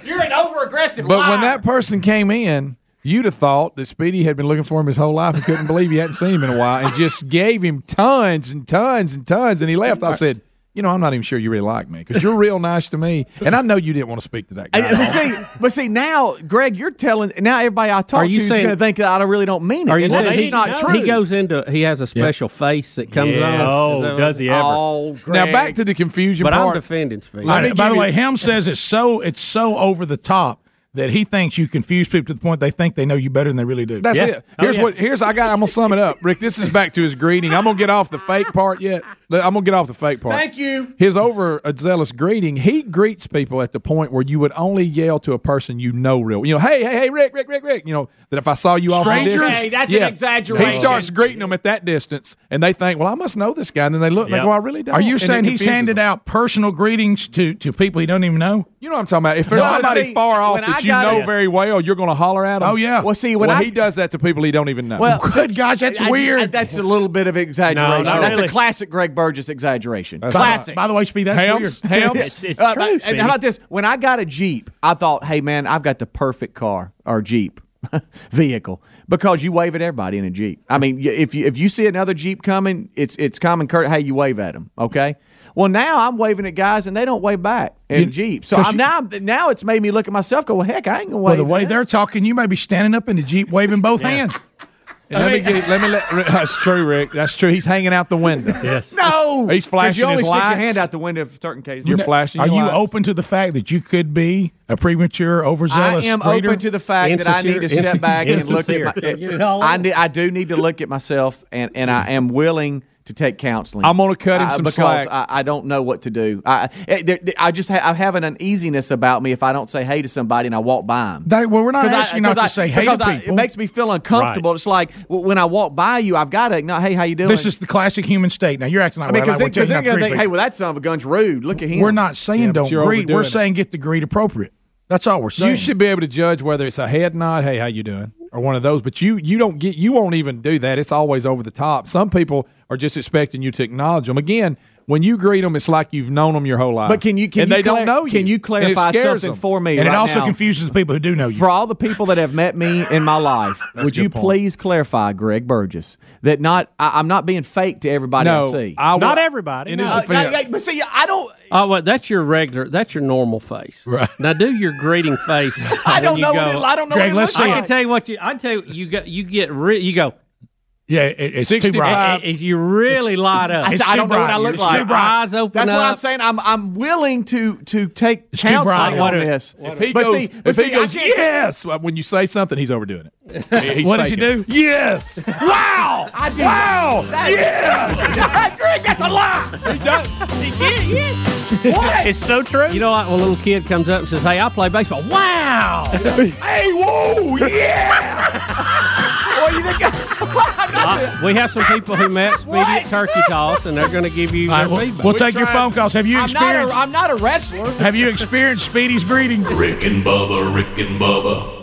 S9: You're an over aggressive
S12: But when that person came in,
S5: You'd have thought that Speedy had been looking for him his whole life and couldn't believe he hadn't seen him in a while and just gave him tons and tons and tons. And he left. I said, You know, I'm not even sure you really like me because you're real nice to me. And I know you didn't want to speak to that guy.
S9: And- But see, but see now, Greg, you're telling now everybody I talk
S7: Are you
S9: to is
S7: saying-
S9: going to think that I really don't mean it.
S7: Are you
S9: and
S7: saying
S9: that's just not true.
S7: He goes into he has a special face that comes
S5: Yes.
S7: on.
S5: Oh, does he ever?
S9: Oh,
S5: Now back to the confusion
S7: But I'm
S5: part.
S7: defending Speedy.
S5: Let
S7: I
S5: me
S7: think
S5: By the
S7: you-
S12: [LAUGHS]
S5: way, Helm says it's so it's so over the top that he thinks you confuse people to the point they think they know you better than they really do.
S12: That's it.
S5: Oh,
S12: Here's
S18: Oh,
S12: what. Here's I got. I'm gonna sum it up, Rick. This is back to his greeting. I'm gonna get off the fake part yet. Look, I'm gonna get off the fake part.
S5: Thank you.
S12: His over a zealous greeting. He greets people at the point where you would only yell to a person you know real. You know, hey, hey, hey, Rick, Rick, Rick, Rick. You know that if I saw you off in the
S5: Strangers?
S12: distance,
S5: Hey, that's an exaggeration.
S12: He starts greeting them at that distance, and they think, well, I must know this guy. And then they look, and they go, I really don't.
S5: Are you
S12: And it
S5: saying he's
S12: confuses
S5: handed
S12: them.
S5: out personal greetings to, to people he don't even know?
S12: You know what I'm talking about. If there's
S5: No, I
S12: somebody
S5: see,
S12: far off
S5: when I
S12: that you
S5: got
S12: know
S5: it-
S12: very well, you're going to holler at him.
S5: Oh, yeah.
S12: Well,
S9: see, when I-
S12: he does that to people he don't even know.
S9: Well,
S5: good [LAUGHS] gosh, that's
S9: I just-
S5: weird.
S9: I- that's a little bit of exaggeration.
S12: not
S9: that's
S12: really.
S9: a classic Greg Burgess exaggeration.
S12: That's
S9: classic.
S5: By the way, Speed, that's
S9: Hams,
S5: weird.
S9: Hams. Uh, but- and how about this? When I got a Jeep, I thought, hey, man, I've got the perfect car or Jeep [LAUGHS] vehicle because you wave at everybody in a Jeep. I mean, y- if you, if you see another Jeep coming, it's it's common courtesy. Hey, you wave at them, okay? Well, now I'm waving at guys and they don't wave back in Jeep. So
S5: 'cause
S9: I'm
S5: you-
S9: now now it's made me look at myself. Go, well, heck, I ain't gonna
S5: Well,
S9: wave.
S5: the way they're talking, you may be standing up in the Jeep waving both [LAUGHS] hands.
S12: And let me get, let me let. [LAUGHS] That's true, Rick. That's true. He's hanging out the
S5: [LAUGHS]
S12: window. yes.
S9: no,
S12: He's
S9: 'Cause you
S12: flashing
S9: only
S12: his
S9: stick your
S12: lights.
S9: hand out the window for certain cases.
S12: You're flashing.
S5: Are
S12: your
S5: you
S12: lights.
S5: open to the fact that you could be a premature, overzealous?
S9: I am
S5: breeder?
S9: open to the fact that I need to step back and look at my, I, need, I do need to look at myself, and, and I am willing to take counseling.
S12: I'm gonna cut him
S9: I-
S12: some
S9: because
S12: slack.
S9: I, I don't know what to do. I I, there- there- I just ha- I have an uneasiness about me if I don't say hey to somebody and I walk by them.
S5: They- well, we're not
S9: 'Cause I-
S5: asking you not
S9: 'cause
S5: to say
S9: I-
S5: hey to
S9: because I-
S5: people.
S9: It makes me feel uncomfortable. It's like w- when I walk by you, I've got to. No, hey, how you doing?
S5: This is the classic human state. Now you're acting
S9: I
S5: like
S9: mean,
S5: well,
S9: because
S5: we're
S9: they're
S5: taking
S9: going
S5: out
S9: to
S5: three
S9: think, hey,
S5: people.
S9: well, that son of a gun's rude. Look at him.
S5: We're not saying
S12: Yeah, but
S5: don't
S12: you're
S5: greet. We're
S12: overdoing it.
S5: saying get the greet appropriate. That's all we're saying.
S12: You should be able to judge whether it's a head nod, hey, how you doing, or one of those. But you you don't get you won't even do that. It's always over the top. Some people are just expecting you to acknowledge them. Again, when you greet them, it's like you've known them your whole
S5: Uh,
S12: life.
S9: But can you can
S12: and
S9: you
S12: they
S9: clar-
S12: don't know you?
S9: Can you
S12: And it
S9: clarify
S12: scares
S9: something
S12: them.
S9: for me?
S5: and it
S9: right
S5: also
S9: now?
S5: confuses the people who do know you.
S9: For all the people that have met me in my life,
S5: [LAUGHS] That's
S9: would
S5: a good
S9: you
S5: point.
S9: please clarify, Greg Burgess, that not I, I'm not being fake to everybody
S7: No,
S9: I see.
S7: I will- Not
S9: everybody.
S7: in his defense.
S9: but see, I don't.
S7: Oh, well, that's your regular. That's your normal face. Right now, do your greeting face.
S9: [LAUGHS] I
S7: when
S9: don't
S7: you
S9: know
S7: Go,
S9: what it- I don't know
S5: Greg, what it let's looks see
S7: I
S5: like.
S7: can tell you what you. I tell you, you go. You get. Re- you go.
S5: Yeah, it, it's too
S7: 65.
S5: bright.
S7: If you really light up,
S9: I, said, I don't know what I look like.
S7: Eyes open.
S9: That's what
S7: up.
S9: I'm saying. I'm I'm willing to to take
S5: It's too bright.
S9: counseling
S5: What
S9: on
S5: a-
S9: this.
S12: If he
S9: but
S12: goes,
S9: see, but
S12: if he
S9: see, I
S12: goes,
S9: can't-
S12: yes, when you say something, he's overdoing it.
S9: [LAUGHS]
S12: He's
S5: What did you
S12: faking.
S5: do? Yes. Wow.
S9: I do.
S5: Oh, Wow. Yes.
S9: That- [LAUGHS] Greg, that's a lie.
S12: He does.
S7: What? it's so true. You know, like when a little kid comes up and says, "Hey, I play baseball."
S9: [LAUGHS]
S7: Wow.
S5: [LAUGHS] Hey, whoa, yeah!
S9: what do you think? I'm
S7: Uh,
S9: not
S7: we have some people who met Speedy at Turkey Toss, and they're going to give you
S5: All right,
S7: their
S5: we'll,
S7: feedback.
S5: we'll take your phone calls. Have you
S9: I'm not, a,
S5: experienced?
S9: I'm not a wrestler.
S5: Have you experienced Speedy's greeting?
S11: Rick and Bubba, Rick and Bubba.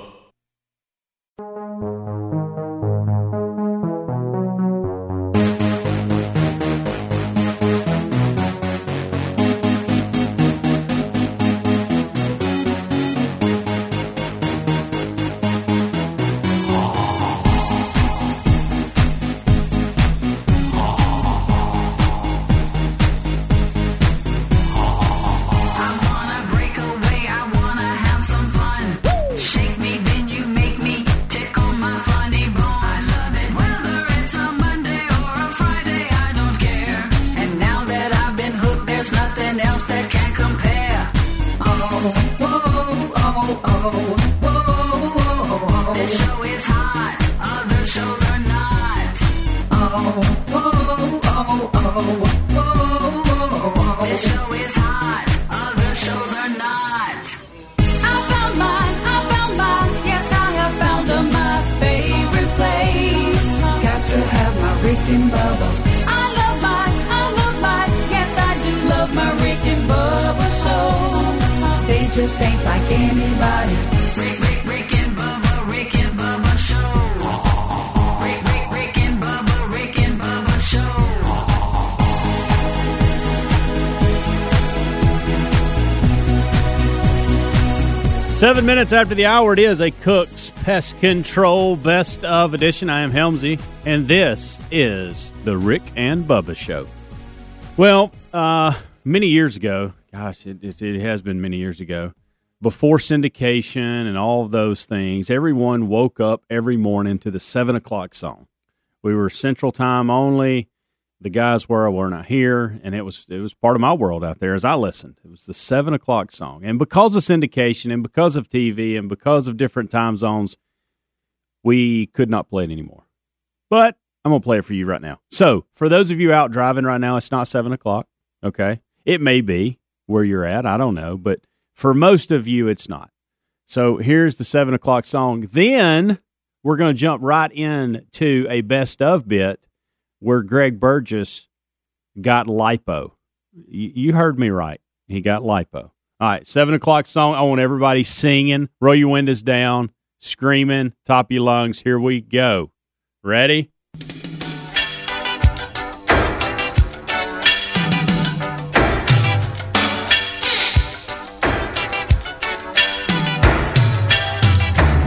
S2: Just ain't like anybody. Rick, Rick, Rick and Bubba, Rick and Bubba Show. Rick, Rick, Rick and Bubba, Rick and Bubba Show.
S4: Seven minutes after the hour, it is a Cook's Pest Control Best of Edition. I am Helmsy, and this is the Rick and Bubba Show. Well, uh, many years ago, gosh, it, it, it has been many years ago, before syndication and all of those things, everyone woke up every morning to the seven o'clock song. We were Central Time only. The guys were were not here, and it was it was part of my world out there as I listened. It was the seven o'clock song, and because of syndication, and because of TV, and because of different time zones, we could not play it anymore. But I'm gonna play it for you right now. So for those of you out driving right now, it's not seven o'clock. Okay, it may be where you're at. I don't know, but for most of you, it's not. So here's the seven o'clock song. Then we're going to jump right in to a best of bit where Greg Burgess got lipo. Y- You heard me right. He got lipo. All right, seven o'clock song. I want everybody singing. Roll your windows down, screaming, top of your lungs. Here we go. Ready?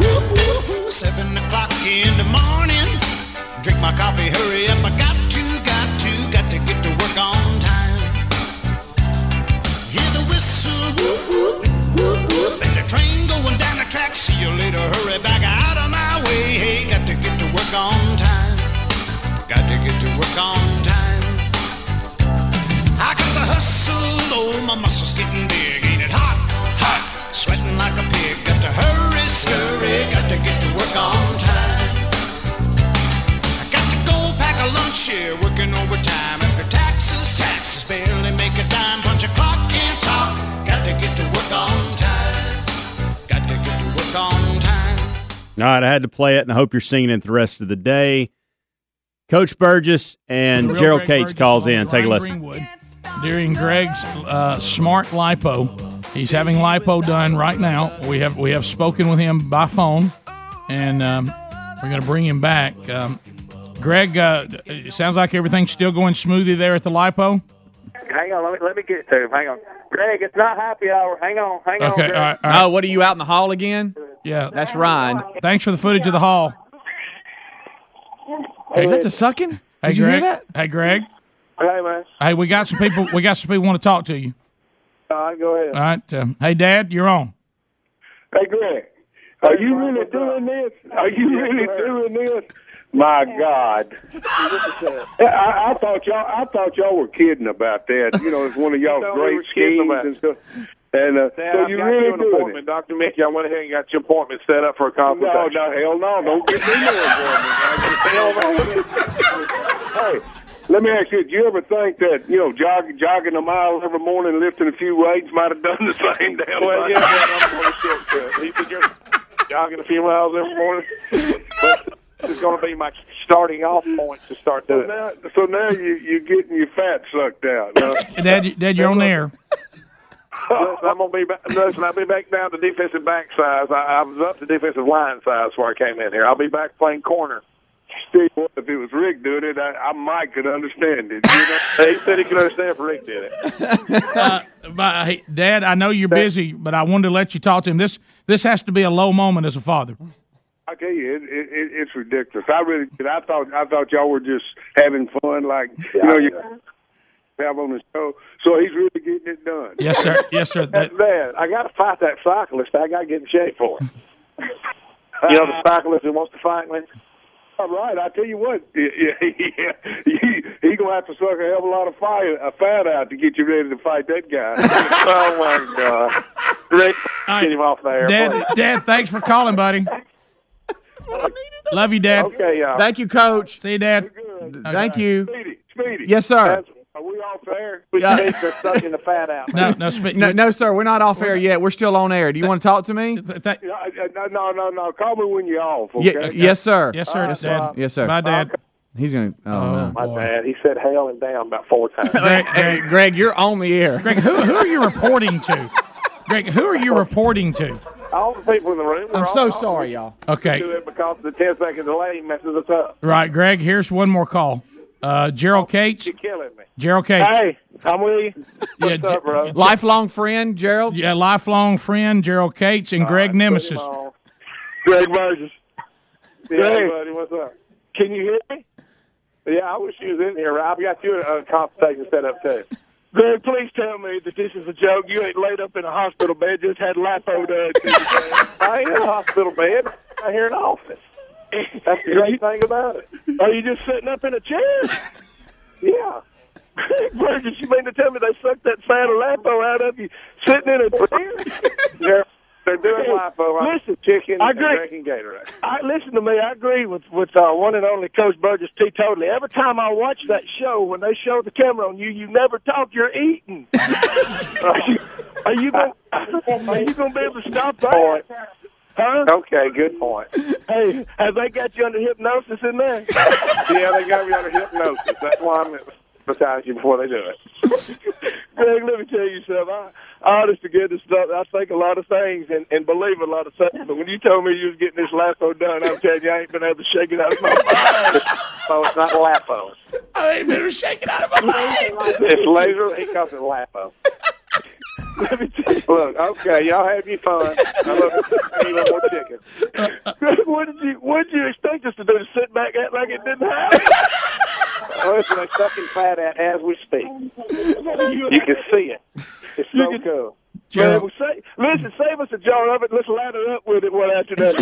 S19: Woo-hoo-hoo, Seven o'clock in the morning. Drink my coffee, hurry up. I got to, got to, got to get to work on time. Hear the whistle, whoop, whoop, whoop, whoop. And the train going down the track. See you later, hurry back out of my way. Hey, got to get to work on time. Got to get to work on time. I got to hustle, oh, my muscles getting big. Ain't it hot? Hot. Sweating like a pig. Got to hurry, scurry. Got to get to work on time. I got to go pack a lunch here, working overtime. After taxes, taxes barely make a dime. Punch a clock, can't talk. Got to get to work on time. Got to get to work on time.
S4: All right, I had to play it, and I hope you're singing it the rest of the day. Coach Burgess and
S5: Real
S4: Gerald
S5: Greg
S4: Cates
S5: Burgess
S4: calls
S5: on
S4: in. Take a
S5: Ryan
S4: listen.
S5: Greenwood. During Greg's uh, smart lipo, he's having lipo done right now. We have we have spoken with him by phone, and um, we're going to bring him back. Um, Greg, uh, it sounds like everything's still going smoothly there at the lipo.
S20: Hang on, let me let me get to him. Hang on, Greg. It's not happy hour. Hang on, hang on.
S5: Okay,
S20: Greg.
S5: all right,
S20: all
S9: Oh, what are you out in the hall again?
S5: Yeah,
S9: that's Ryan.
S5: Thanks for the footage of the hall.
S9: Is that the sucking?
S5: Hey,
S9: Did you
S5: Greg.
S9: hear that?
S5: Hey, Greg.
S20: right, man.
S5: Hey, we got some people. We got some people want to talk to you.
S20: All right, go ahead.
S5: All right. Um, hey, Dad, you're on.
S20: Hey, Greg, are you really doing this? Are you really doing this? My God!
S2: I, I thought y'all, I thought y'all were kidding about that. You know, it's one
S20: [LAUGHS]
S2: of y'all's
S20: thought we
S2: great
S20: were kidding
S2: schemes
S20: about
S2: and stuff. And uh,
S20: Dad,
S2: so
S20: I've
S2: you
S20: got
S2: really
S20: you an
S2: doing
S20: appointment.
S2: it?
S20: Dr. Mickey, I went ahead and got your appointment set up for a
S2: No, no,
S20: consultation.
S2: hell no, don't get
S20: [LAUGHS]
S2: me no appointment. hey, let me ask you: Do you ever think that you know jog, jogging a mile every morning, lifting a few weights, might have done the same damn
S20: Well,
S2: thing?
S20: yeah, I'm going to shortcut. You think you're jogging a few miles every morning? But this is going to be my starting off point to start
S2: So
S20: doing. it.
S2: now, so now you you're getting your fat sucked out. huh?
S5: Dad, Dad, you're on the air.
S20: Listen, I'm gonna be back, listen. I'll be back down to defensive back size. I, I was up to defensive line size before I came in here. I'll be back playing corner.
S2: Steve, what if it was Rick doing it, I, I might could understand it. You know? [LAUGHS]
S20: He said he could understand if Rick did it.
S5: Uh, But, hey, Dad, I know you're busy, but I wanted to let you talk to him. This this has to be a low moment as a father.
S2: I tell you, it, it, it, it's ridiculous. I really, did. I thought, I thought y'all were just having fun, like you know, you have on the show. So he's really getting it done.
S5: Yes, sir. Yes,
S9: [LAUGHS]
S5: sir. That-
S20: Man, I got to fight that cyclist. I got to get in shape for
S9: [LAUGHS]
S20: it. you know the cyclist who wants to fight me.
S2: All right, I tell you what, [LAUGHS] yeah, yeah, he, he gonna have to suck a hell of a lot of fire, a fat out to get you ready to fight
S20: [LAUGHS]
S2: that guy.
S20: oh my God, Rick, get him off there.
S5: Dad, Dad, thanks for calling, buddy. Love you, Dad.
S20: Okay, y'all.
S9: Thank you, Coach.
S5: See you, Dad.
S9: Thank you.
S2: Speedy, Speedy.
S9: Yes, sir.
S20: That's- Are we all fair?
S9: We Yeah.
S20: think they're sucking the fat out.
S5: No, no, spe-
S9: no, no, sir. We're not off air yet. We're still on air. Do you want to talk
S5: [LAUGHS]
S9: to me?
S2: No, no, no, no. Call me when you're off.
S9: Ye-
S2: Okay?
S9: yes, sir.
S5: Yes, sir.
S9: Yes, sir.
S5: Dad.
S9: Yes, sir.
S5: Bye, Dad. Uh,
S9: He's gonna. Oh, no.
S20: My bad. He said hell and damn about four
S9: [LAUGHS]
S20: times.
S9: Greg, Greg, you're on the air.
S5: Greg, who, who are you reporting to? Greg, who are you reporting to?
S20: all the people in the room.
S9: I'm so sorry, y'all.
S5: Okay.
S20: Do it because the 10 second delay messes us up.
S5: Right, Greg. Here's one more call. Uh,
S20: Oh,
S5: Gerald Cates. You're
S20: killing me.
S5: Gerald Cates.
S20: Hey, I'm with you.
S5: What's
S20: up, bro?
S5: Lifelong friend, Gerald? Yeah, lifelong friend, Gerald Cates, and Greg Nemesis.
S20: Uh, um, Greg Burgess.
S5: Hey.
S20: Yeah, buddy, what's up? Can you hear me? Yeah, I wish you was in here. I've got you a compensating set up too. Greg, please tell me that this is a joke. You ain't laid up in a hospital bed, just had lipo done. to you. [LAUGHS] I ain't in a hospital bed. I'm here in the office. That's the great thing about it. Are you just sitting up in a chair? Yeah. Greg Burgess, you mean to tell me they sucked that fat lipo out of you sitting in a chair? They're, they're doing lipo. I'm Listen, chicken I and agree. drinking Gatorade. I listen to me. I agree with with uh, one and only Coach Burgess teetotally. Every time I watch that show, when they show the camera on you, you never talk. You're [LAUGHS] eating. are you, are you gonna Are you gonna be able to stop that? Huh? Okay, good point. Hey, have they got you under hypnosis in there? [LAUGHS] Yeah, they got me under hypnosis. That's why I'm hypnotized you before they do it. Greg, let me tell you something. I, honest to goodness, stuff. I think a lot of things and, and believe a lot of things. But when you told me you was getting this lapo done, I'm telling you, I ain't been able to shake it out of my [LAUGHS] mind. so it's not lapo.
S2: I ain't been shaking out of my mind.
S20: It's laser. He calls it lapo. Let me tell you, look, okay, y'all have your fun. I love it. I need one more chicken. Greg, [LAUGHS] what did you what did you expect us to
S10: [LAUGHS]
S20: do? To sit back act like it didn't happen? Oh, it's like sucking fat at as we speak. You can see it. It's so cool. Man, Gerald- well, say, listen, save us a jar of it. Let's light it up with it one after [LAUGHS] that.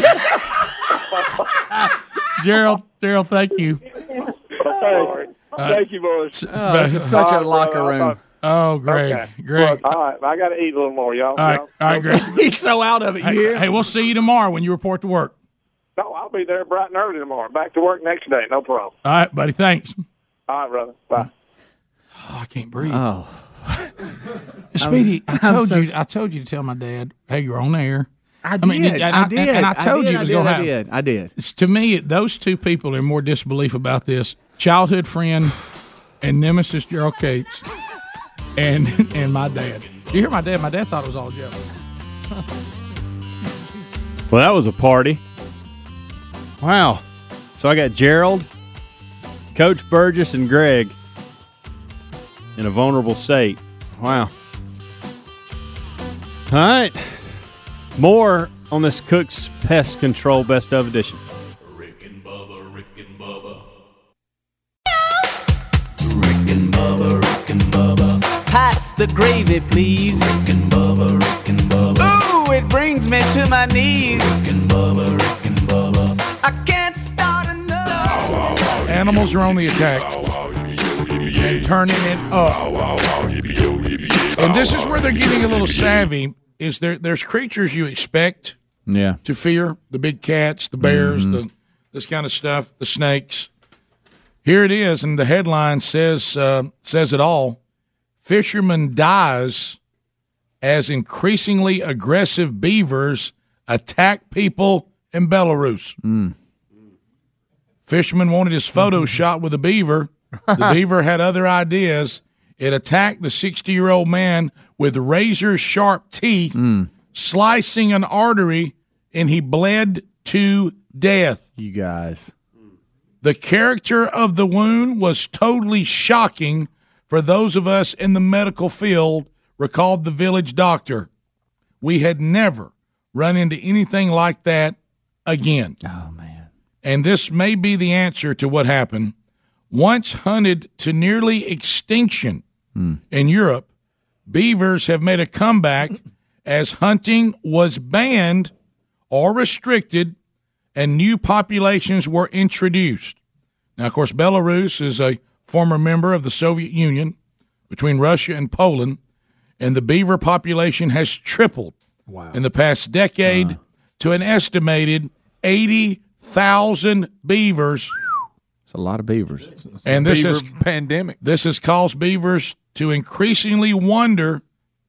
S5: Gerald, Gerald, thank you.
S20: Thank, thank you, boys.
S5: Oh, this is such a
S20: All right,
S5: locker
S20: brother, I
S5: room.
S20: thought-
S5: Oh, Greg.
S20: Okay.
S5: Greg.
S20: Look, all right, I got to eat a little more, y'all.
S5: All right, all right, Greg.
S20: [LAUGHS] He's so out of it.
S5: Hey, hey, we'll see you tomorrow when you report to work.
S20: No, I'll be there bright and early tomorrow. Back to work next day. No problem.
S5: All right, buddy. Thanks.
S20: All right, brother. Bye.
S5: I can't breathe. [LAUGHS]
S9: Oh.
S5: Speedy, I
S9: I'm
S5: told
S9: so-
S5: you, I told you to tell my dad, hey, you're on air.
S9: I did.
S5: mean, and
S9: I did.
S5: and, I
S9: I
S5: told
S9: did,
S5: you
S9: I
S5: it was
S9: did,
S5: going to
S9: I
S5: happen.
S9: did, I did.
S5: It's, to me, it- those two people are more disbelief about this: childhood friend and nemesis Gerald Cates, and [LAUGHS] and my dad. You hear my dad? My dad thought it was all a joke.
S4: Well, that was a party. Wow. So I got Gerald, Coach Burgess, and Greg in a vulnerable state. Wow. All right. More on this Cook's Pest Control Best of Edition.
S11: Rick and Bubba, Rick and Bubba.
S1: Pass the gravy, please. Rick and Bubba, Rick and Bubba. Ooh, it brings me to my knees. Rick and Bubba, Rick and Bubba. I can't start enough.
S5: Animals are on the attack and turning it up. And this is where they're getting a little savvy. Is there? There's creatures you expect
S9: Yeah.
S5: to fear: the big cats, the bears, the this kind of stuff, the snakes. Here it is, and the headline says uh, says it all. Fisherman dies as increasingly aggressive beavers attack people in Belarus.
S9: Hmm.
S5: Fisherman wanted his
S9: Mm-hmm.
S5: photo shot with a beaver.
S9: [LAUGHS]
S5: The beaver had other ideas. It attacked the 60 year old man with razor sharp teeth,
S9: Hmm.
S5: slicing an artery, and he bled to death.
S9: You guys.
S5: The character of the wound was totally shocking for those of us in the medical field, recalled the village doctor. We had never run into anything like that again. Oh, man. And this may be the answer to what happened. Once hunted to nearly extinction in Europe, beavers have made a comeback as hunting was banned or restricted and new populations were introduced. Now, of course, Belarus is a former member of the Soviet Union between Russia and Poland, and the beaver population has tripled in the past decade to an estimated 80,000 beavers.
S9: It's a lot of beavers.
S5: And this
S12: beaver
S5: is pandemic. This has caused beavers to increasingly wander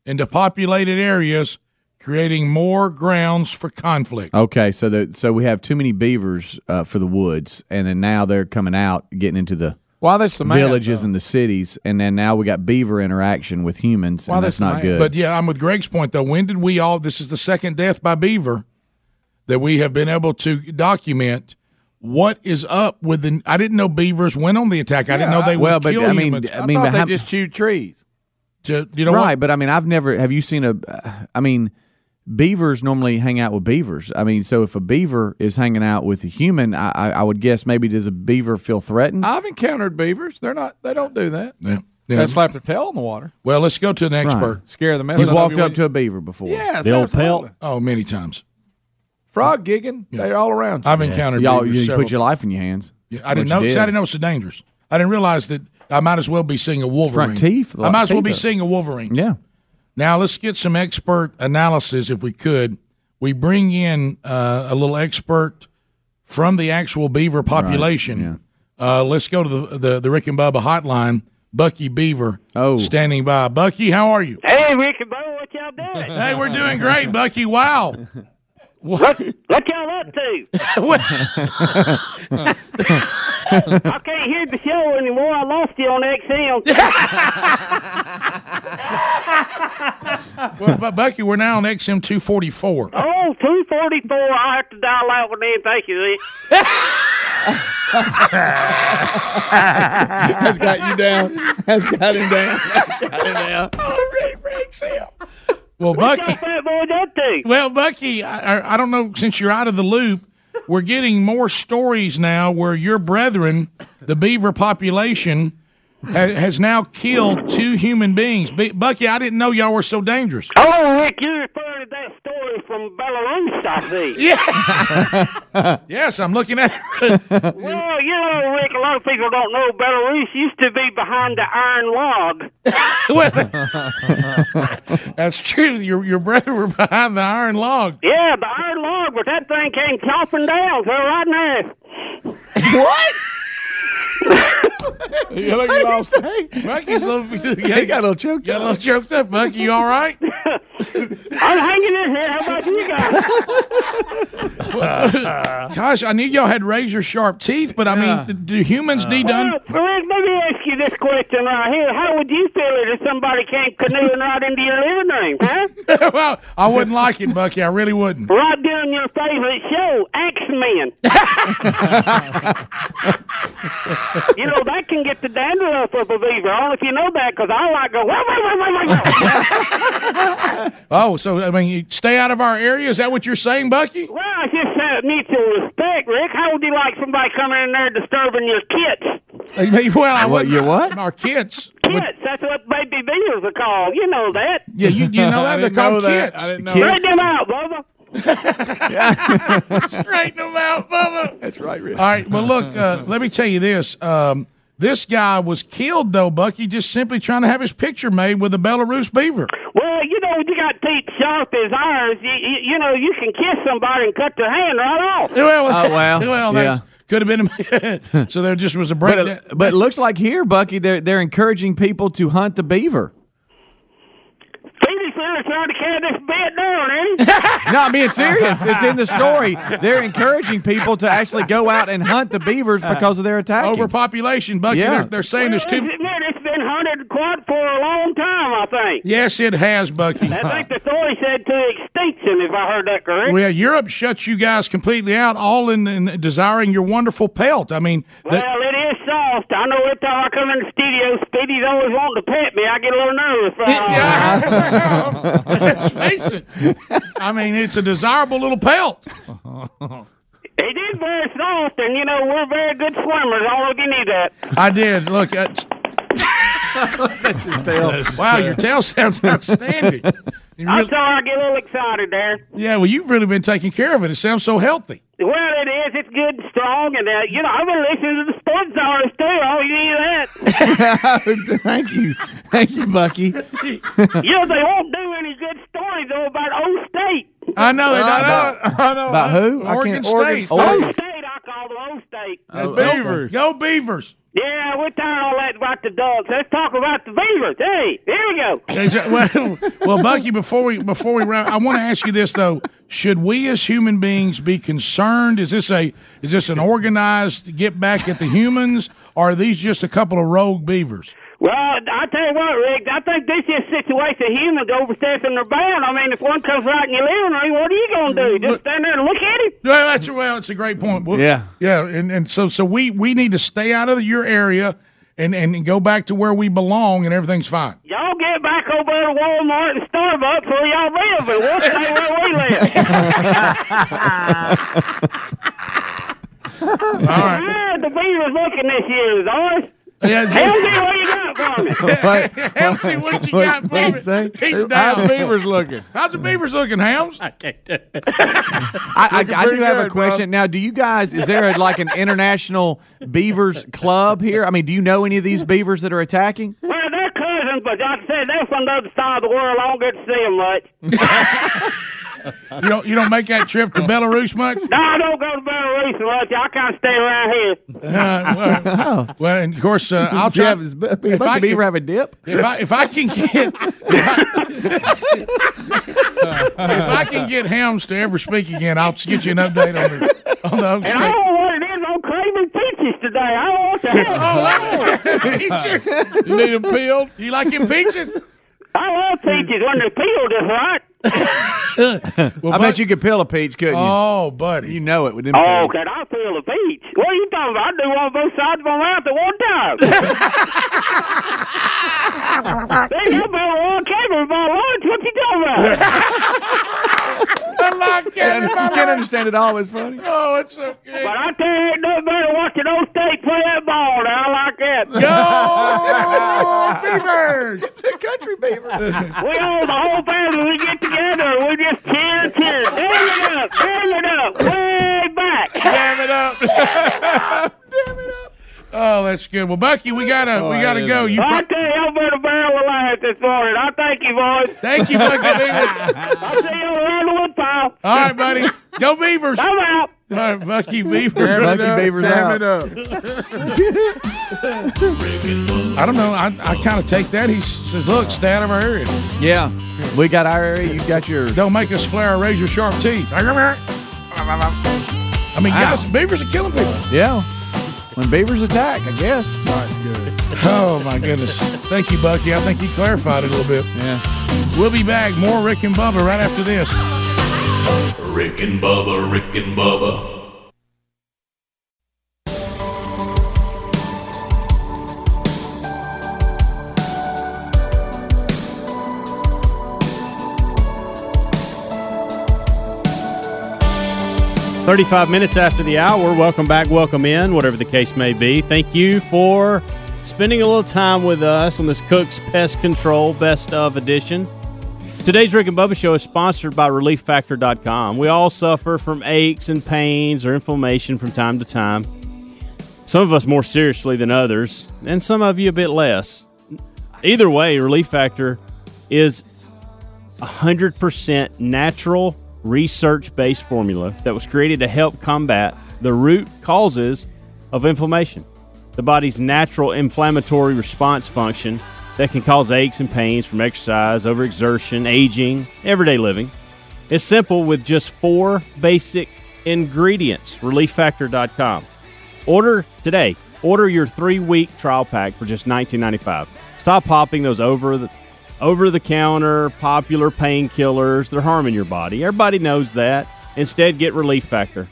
S5: into populated areas, creating more grounds for conflict.
S9: Okay, so the so we have too many beavers uh, for the woods, and then now they're coming out, getting into the
S12: Why they so mad,
S9: villages and the cities, and then now we got beaver interaction with humans, and that's not good.
S5: But yeah, I'm with Greg's point though. When did we all? This is the second death by beaver that we have been able to document. What is up with the? I didn't know beavers went on the attack. I didn't know they
S9: well,
S5: would
S9: but
S5: kill
S9: I mean,
S5: humans.
S9: I mean, but how-
S5: chewed trees. To you know
S9: right,
S5: what?
S9: but I mean, I've never. Have you seen a? I mean, beavers normally hang out with beavers. I mean, so if a beaver is hanging out with a human, I, I, I would guess maybe does a beaver feel threatened?
S12: I've encountered beavers. They're not. They don't do that.
S5: Yeah.
S12: They slap their tail in the water.
S5: Well, let's go to an expert.
S9: Right.
S12: Scare the mess
S9: You've
S12: out of
S9: walked
S12: you
S9: up
S12: when
S9: to a beaver before.
S12: Yes, The old absolutely. pelt.
S5: Oh, many times.
S12: Frog gigging. They're all around. you.
S5: I've encountered
S9: Y'all,
S5: beavers
S9: you
S5: several
S9: put your life in your hands.
S5: Yeah, I didn't
S9: What
S5: know.
S9: you
S5: see,
S9: did.
S5: I didn't know it's so dangerous. I didn't realize that I might as well be seeing a wolverine.
S9: Front teeth,
S5: I might as well
S9: teeth
S5: be
S9: up.
S5: seeing a wolverine.
S9: Yeah.
S5: Now let's get some expert analysis, if we could. We bring in uh, a little expert from the actual beaver population. uh, let's go to the, the the Rick and Bubba hotline. Bucky Beaver, oh, standing by. Bucky, how are you?
S10: Hey, Rick and Bo, what y'all doing?
S5: [LAUGHS] Hey, we're doing great, Bucky. Wow.
S10: What, what y'all up
S5: [LAUGHS]
S10: to? I can't hear the show anymore. I lost you on
S9: [LAUGHS]
S10: XM.
S5: well, Bu- Bucky, we're now on XM two forty four.
S10: oh, 244. I'll have to dial out with them. Thank you, Rick.
S12: [LAUGHS] That's got you down. That's got him down.
S5: [LAUGHS] Well, Bucky,
S10: boy up to?
S5: Well, Bucky, I, I- I don't know. Since you're out of the loop, we're getting more stories now where your brethren, the beaver population, ha- has now killed two human beings. B- Bucky, I didn't know y'all were
S10: [LAUGHS]
S5: so dangerous.
S10: Oh, Rick, you're referring to that story from Belarus, I
S12: [LAUGHS]
S10: see.
S5: yes, I'm looking at. it.
S10: Well, you know, Rick, a lot of people don't know Belarus used to be behind the iron log.
S12: [LAUGHS]
S5: [LAUGHS] That's true. Your your brethren were behind the iron log.
S10: Yeah, the iron log, but that thing came chopping down. So right now.
S12: What?
S5: You look
S12: What'd he
S5: lost. Bucky's a little, he got a little choked up. Got a little choked up, Bucky. You all right?
S10: [LAUGHS] I'm hanging in here. How about you
S5: [LAUGHS]
S10: guys?
S5: [LAUGHS] Gosh, I knew y'all had razor sharp teeth, but I mean, d- do humans need
S10: Uh,
S5: to? Un-
S10: Well, Rick, let me ask you this question right here. How would you feel if somebody came canoeing right into your living room, huh?
S5: [LAUGHS] well, I wouldn't like it, Bucky. I really wouldn't.
S10: Right down your favorite show,
S5: [LAUGHS]
S10: X-Men. you know, that can get the dandruff up a beaver. I don't know if you know that, because I like go, wah, wah, wah, wah, wah, wah.
S5: Oh, so I mean, you stay out of our area. Is that what you're saying, Bucky?
S10: Well, it's just uh, mutual respect, Rick. How would you like somebody coming in there disturbing your kits?
S5: I mean, well, I
S9: What,
S5: wouldn't-
S9: you what?
S5: Our kids.
S10: Kits, that's what baby beavers are called. You know that.
S5: Yeah, you, you [LAUGHS] know that they're called kids.
S10: Straighten them out, Bubba.
S5: [LAUGHS] Straighten them out, Bubba.
S12: That's right,
S5: [LAUGHS] All
S12: Rick.
S5: right. Well, look. Uh, let me tell you this. Um, this guy was killed though, Bucky, just simply trying to have his picture made with a Belarus beaver.
S10: Well, you know, you got teeth sharp as ours. You, you, you know, you can kiss somebody and cut their hand right off.
S5: Well,
S9: Oh,
S5: [LAUGHS]
S9: well,
S5: well,
S9: yeah.
S5: that could have been. so there just was a [LAUGHS]
S9: But
S5: breakdown.
S9: it, but it looks like here, Bucky, they're they're encouraging people to hunt the beaver.
S10: Phoenix there trying to carry this bed down, eh? ain't
S9: No, I'm being serious. It's in the story. They're encouraging people to actually go out and hunt the beavers because of their attack.
S5: Overpopulation, [LAUGHS] Bucky. They're, they're saying there's
S10: he?
S5: two.
S10: Man, it's been hunted quad for a long time, I think.
S5: [LAUGHS] Yes, it has, Bucky.
S10: I think the story said to extinction, if I heard that correct.
S5: Well, Europe shuts you guys completely out, all in, in desiring your wonderful pelt. I mean, the-
S10: Well, it is soft. I know every time I come in the studio, Speedy's always wanting to pet me. I get a little nervous. Uh,
S5: let's face it. I mean, it's a desirable little pelt.
S10: [LAUGHS] It is very soft, and you know we're very good swimmers. All of you need that.
S5: I did. Look, that's,
S10: That's his
S5: wow, your tail sounds [LAUGHS] outstanding. [LAUGHS] You
S10: I'm
S5: really-
S10: sorry, I get a little excited there.
S5: yeah, well, you've really been taking care of it. It sounds so healthy.
S10: Well, it is. It's good and strong, and uh, you know I've been listening to the sports hours too. Oh, you need that?
S5: [LAUGHS]
S9: Thank you. Thank you,
S5: [LAUGHS]
S9: Bucky.
S10: you know they won't do any good stories though about old state.
S5: I know they don't. [LAUGHS] I know.
S9: About who? I
S5: Oregon
S9: can't-
S5: State.
S10: Old
S9: Oregon State.
S10: state, I call the old state.
S5: Go Beavers. Go Beavers.
S10: Yeah, we're tired of all that about the dogs. Let's talk about the beavers. Hey, here we go.
S5: Okay, so- well, well, Bucky, before we before we wrap, I want to ask you this though: Should we as human beings be concerned? Is this a is this an organized get back at the humans, or are these just a couple of rogue beavers?
S10: Well, I tell you what, Rick, I think this is a situation humans overstepping their bound. I mean, if one comes right in your living room, what are you going to do? Just stand there and look at him?
S5: Well, that's well, it's a great point. Well,
S4: Yeah.
S5: yeah, and, and so so we we need to stay out of your area and and go back to where we belong, and everything's fine.
S10: Y'all get back over to Walmart and Starbucks where y'all live, and we'll stay where we live. All right. the beaver's looking this year, is ours.
S5: Yeah,
S10: Elsie, what you got from it?
S5: [LAUGHS] Elsie, what you got from it? He's down.
S12: How's the beavers
S5: [LAUGHS]
S12: looking?
S5: How's the beavers looking, Hams? I can't
S9: [LAUGHS]
S5: do it.
S9: I, I, I do
S5: pretty
S9: have a
S5: good,
S9: question now. Do you guys? Is there a, like an international beavers club here? I mean, do you know any of these beavers that are attacking?
S10: Well, they're cousins, but like I said, they're from the other side of the world. I don't get to see them much.
S5: [LAUGHS] You don't you don't make that trip to Belarus much?
S10: No, I don't go to Belarus much. I kind of stay around here.
S5: Uh, well, [LAUGHS] well, and of course, uh, I'll
S9: Does he
S5: try.
S9: Oh. have his- does the beaver have a dip?
S5: If I if I can
S9: [LAUGHS]
S5: get [LAUGHS] if I, if I can get Helms to ever speak again, I'll just get you an update on the on the
S10: And I don't know what it is. I'm craving peaches today. I don't want to have
S5: oh, [LAUGHS] peaches. You need them peeled. You like them peaches?
S10: [LAUGHS] I love peaches when they're peeled, is right.
S9: I bet you could peel a peach, couldn't you?
S5: Oh, buddy,
S9: you know it with them.
S10: Oh,
S9: two.
S10: can I peel a peach? What are you talking about? I do on both sides of my mouth at one time. There's no better one camera by lunch. What you talking about?
S5: I
S9: can't, you can't understand it all. It's funny.
S5: Oh, it's okay.
S10: But I tell you, ain't nothing better watching those state play that ball. Now I like that.
S5: Go beavers!
S9: It's a country beaver.
S10: [LAUGHS] We all, the whole family, we get together and we just cheer and cheer. Damn it up, damn it up, way back.
S5: Damn it up. Oh, that's good. Well, Bucky, we gotta we gotta go. You
S10: I
S5: pro-
S10: tell you, I'm better barrel of laughs this morning. I thank you, boys.
S5: Thank you, Bucky
S10: [LAUGHS]
S5: Beaver.
S10: I'll see you around the woodpile.
S5: All right, buddy. Go Beavers.
S10: I'm out.
S5: All right, Bucky Beaver.
S9: Damn it Bucky up, Beaver's damn out. it
S5: [LAUGHS] I don't know. I, I kind of take that. He s- says, "Look, stay out of our area.
S9: Yeah, we got our area. You got your.
S5: Don't make us flare our razor sharp teeth." I mean, guys, beavers are killing people.
S9: Yeah, when beavers attack, I guess.
S12: That's good.
S5: Oh my goodness! Thank you, Bucky. I think you clarified it a little bit.
S9: Yeah.
S5: We'll be back. More Rick and Bubba right after this.
S11: Rick and Bubba, Rick and Bubba,
S4: Thirty-five minutes after the hour. Welcome back. Welcome in. Whatever the case may be. Thank you for spending a little time with us on this Cook's Pest Control Best of Edition. Today's Rick and Bubba Show is sponsored by ReliefFactor.com. We all suffer from aches and pains or inflammation from time to time. Some of us more seriously than others, and some of you a bit less. Either way, Relief Factor is a 100% natural research based formula that was created to help combat the root causes of inflammation, the body's natural inflammatory response function that can cause aches and pains from exercise, overexertion, aging, everyday living. It's simple with just four basic ingredients. ReliefFactor.com. Order today. Order your three-week trial pack for just $19.95. Stop popping those over the over the counter popular painkillers. They're harming your body. Everybody knows that. Instead, get Relief Factor.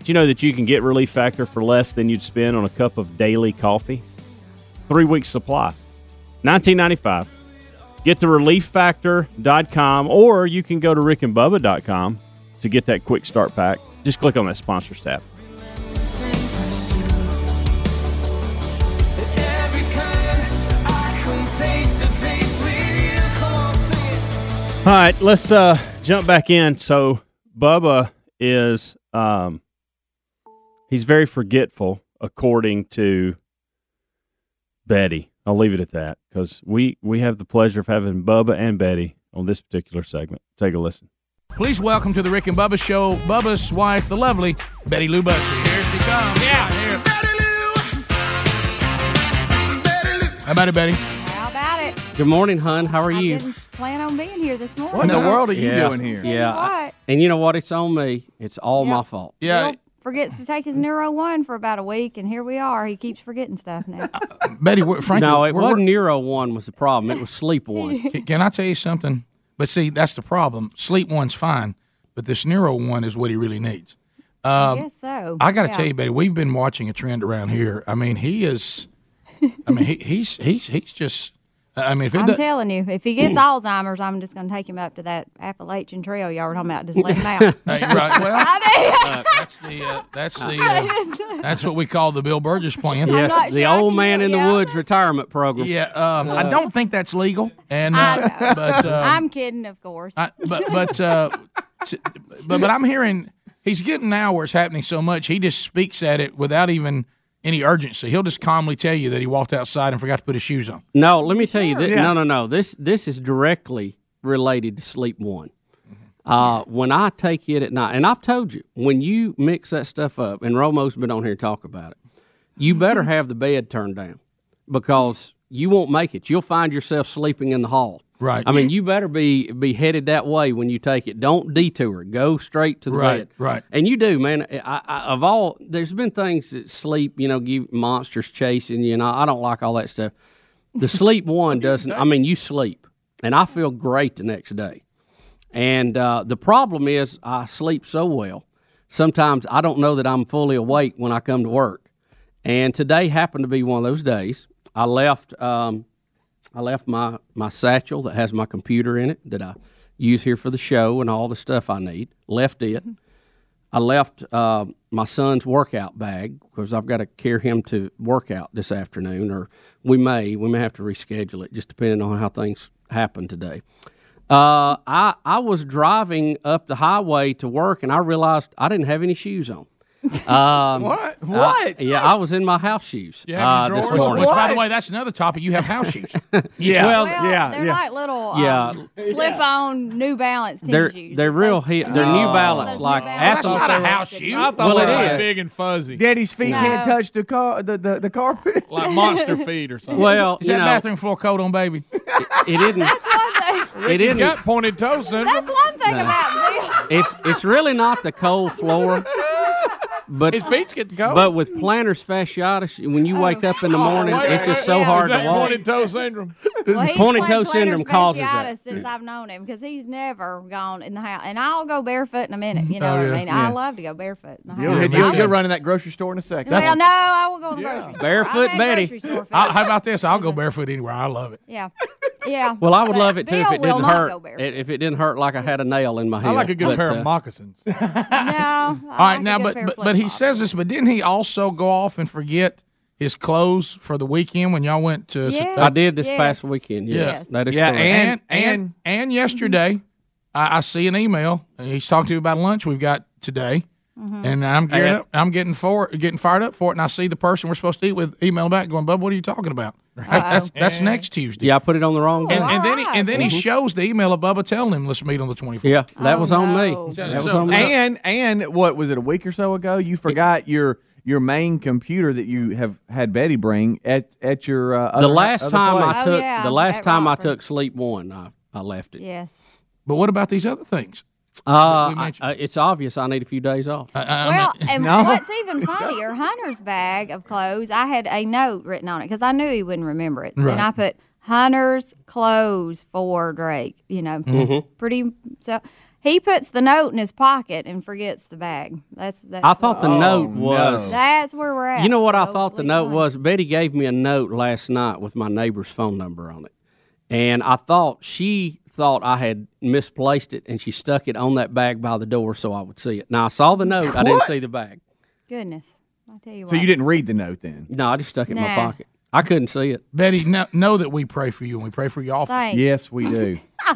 S4: Do you know that you can get Relief Factor for less than you'd spend on a cup of daily coffee? Three weeks supply. $19.95. Get to relieffactor.com or you can go to rickandbubba.com to get that quick start pack. Just click on that sponsors tab. All right, let's uh, jump back in. So Bubba is um, he's very forgetful, according to Betty. I'll leave it at that because we we have the pleasure of having Bubba and Betty on this particular segment. Take a listen.
S5: Please welcome to the Rick and Bubba Show, Bubba's wife, the lovely Betty Lou Bussey. Here she comes. Yeah. How about it, Betty?
S21: How about it?
S7: Good morning, hon. How are
S21: I
S7: you?
S21: didn't plan on being here this morning.
S7: Yeah. Yeah.
S21: Tell you
S7: Yeah.
S21: what,
S7: And you know what? It's on me. It's all
S21: Yeah.
S7: my fault.
S21: Yeah. Real,
S16: forgets to take his Neuro One for about a week, and here we are. He keeps forgetting stuff now.
S5: Uh, Betty, we're, frankly,
S7: no, it
S5: we're-
S7: wasn't Neuro one was the problem. It was Sleep
S16: [LAUGHS]
S7: one.
S5: Can, can I tell you something? But see, that's the problem. Sleep one's fine, but this neuro one is what he really needs. Um,
S16: I guess so.
S5: I got to
S16: Yeah.
S5: tell you, Betty, we've been watching a trend around here. I mean, he is. I mean, he, he's he's he's just. I mean, if it
S16: I'm
S5: does-
S16: telling you, if he gets Alzheimer's, I'm just going to take him up to that Appalachian Trail y'all were talking about. Just let him out.
S5: [LAUGHS] Hey, right, well,
S16: [LAUGHS] I
S5: uh, that's the
S16: [LAUGHS]
S5: uh, that's the uh, that's what we call the Bill Burgess plan.
S7: Yes, I'm not the sure I old can man do it, in the yeah. woods retirement program.
S5: Yeah, um, I
S7: Uh,
S5: don't think that's legal, and uh, but um,
S16: I'm kidding, of course.
S5: I, but but uh, t- but but I'm hearing he's getting now where it's happening so much. He just speaks at it without even any urgency. He'll just calmly tell you that he walked outside and forgot to put his shoes on.
S7: No, let me tell you. This,
S5: Yeah.
S7: No, no, no. This this is directly related to sleep one. Uh, when I take it at night, and I've told you, when you mix that stuff up, and Romo's been on here and talk about it, you better have the bed turned down because you won't make it. You'll find yourself sleeping in the hall.
S5: Right.
S7: I mean, you better be be headed that way when you take it. Don't detour. Go straight to the
S5: Right,
S7: bed.
S5: right.
S7: And you do, man. I, I, of all, there's been things that sleep, you know, give monsters chasing you, and I, I don't like all that stuff. The sleep one doesn't. I mean, you sleep, and I feel great the next day. And uh, the problem is, I sleep so well. Sometimes I don't know that I'm fully awake when I come to work. And today happened to be one of those days. I left. Um, I left my my satchel that has my computer in it that I use here for the show and all the stuff I need. Left it. I left uh, my son's workout bag because I've got to carry him to workout this afternoon, or we may we may have to reschedule it, just depending on how things happen today. Uh, I I was driving up the highway to work, and I realized I didn't have any shoes [LAUGHS] on. Um,
S5: What?
S7: I-
S5: What?
S7: yeah, I was in my house shoes uh, this morning.
S5: Which, by the way, that's another topic. You have house
S7: [LAUGHS]
S5: shoes.
S7: Yeah. Well,
S16: they're like little um,
S7: Yeah.
S16: slip-on New Balance team
S7: they're
S16: shoes.
S7: they're real he- they're New Balance like
S16: Balance.
S7: Apple-
S16: That's not a
S12: house shoe. I thought
S7: Well,
S12: they
S7: it
S12: were
S7: is.
S12: big
S9: [LAUGHS]
S12: and fuzzy.
S9: Daddy's feet
S12: No.
S9: can't touch the car, the, the, the carpet.
S12: Like
S9: [LAUGHS]
S12: monster feet or something.
S7: Well,
S5: Is that bathroom floor coat on, baby?
S7: It didn't.
S12: It
S7: It isn't-
S12: got pointed toes syndrome.
S16: That's one thing
S7: No.
S5: [LAUGHS]
S16: about Bill.
S7: It's it's really not the cold floor, but
S12: His feet get cold. Oh,
S7: But with plantar fasciitis, when
S16: Oh.
S7: you wake up
S5: Oh,
S7: in the morning,
S12: Wait,
S7: it's
S12: wait,
S7: just so
S12: wait.
S7: hard
S12: Is
S7: to
S12: that
S7: walk.
S12: Pointed toe
S22: [LAUGHS]
S12: syndrome.
S16: Well, he's
S7: Pointy
S16: played
S7: toe
S16: plantar
S7: syndrors causes that.
S16: fasciitis Since I've known him, because he's never gone in the house, and I'll go barefoot in a minute. You know
S9: Oh,
S16: what
S9: yeah.
S16: I mean?
S9: Yeah.
S16: I love to go barefoot. In the house.
S9: You'll, hit-
S5: me
S9: you'll,
S5: too.
S9: you'll run in that grocery store in a second.
S16: well, no, I will go to the grocery store.
S7: Barefoot
S16: I'm at a
S7: Betty.
S16: grocery store for
S5: I, how about this? I'll go barefoot anywhere. I love it.
S16: Yeah, yeah.
S7: Well, I would
S16: But
S7: love it too if
S16: Bill
S7: it
S16: will
S7: didn't
S16: not go
S7: hurt. If it didn't hurt like I had a nail in my head.
S12: I like a good
S7: but,
S12: pair
S7: uh,
S12: of moccasins.
S16: No.
S5: All right, now, but but, but he says this, but didn't he also go off and forget his clothes for the weekend when y'all went to?
S7: Yes, I did this yes. past weekend, yes. That is
S5: yeah,
S7: correct.
S5: and and and,
S7: And-
S5: yesterday, I, I see an email. and He's talking to you about lunch we've got today,
S7: Mm-hmm.
S5: and I'm geared
S7: And-
S5: up. I'm getting for getting fired up for it, and I see the person we're supposed to eat with email back going, "Bub, what are you talking about?" [LAUGHS] That's that's next Tuesday.
S7: Yeah, I put it on the
S16: Oh,
S7: wrong.
S5: And, and then he, and then he
S7: Mhm.
S5: shows the email of Bubba telling him, "Let's meet on the 24th.
S7: Yeah, that
S5: Oh,
S7: was on me. That was on me.
S9: and and what was it a week or so ago? You forgot your your main computer that you have had Betty bring at at your uh,
S7: the
S9: other-
S7: last
S9: other
S7: time
S9: place.
S7: I took the last time I took sleep one, I, I left it.
S16: Yes.
S5: But what about these other things?
S7: Uh, I, I, it's obvious I need a few days off. [LAUGHS]
S16: Well,
S5: [LAUGHS]
S16: and what's even funnier, Hunter's bag of clothes, I had a note written on it because I knew he wouldn't remember it.
S7: Right.
S16: And I put Hunter's clothes for Drake, you know,
S7: Mhm.
S16: pretty. So he puts the note in his pocket and forgets the bag. That's, that's
S7: I thought the
S16: what-
S7: note was.
S16: That's where we're at.
S7: You know what I
S16: folks.
S7: thought the
S16: We
S7: note
S16: won.
S7: was? Betty gave me a note last night with my neighbor's phone number on it. And I thought she thought I had misplaced it and she stuck it on that bag by the door so I would see it. Now I saw the note, I didn't
S9: What?
S7: see the bag.
S16: Goodness. I tell you what.
S9: So you didn't read the note then?
S7: No, I just stuck it in my
S16: Nah.
S7: pocket. I couldn't see it.
S5: Betty, know, know that we pray for you and we pray for you all.
S16: Thanks.
S9: Yes, we do.
S5: [LAUGHS]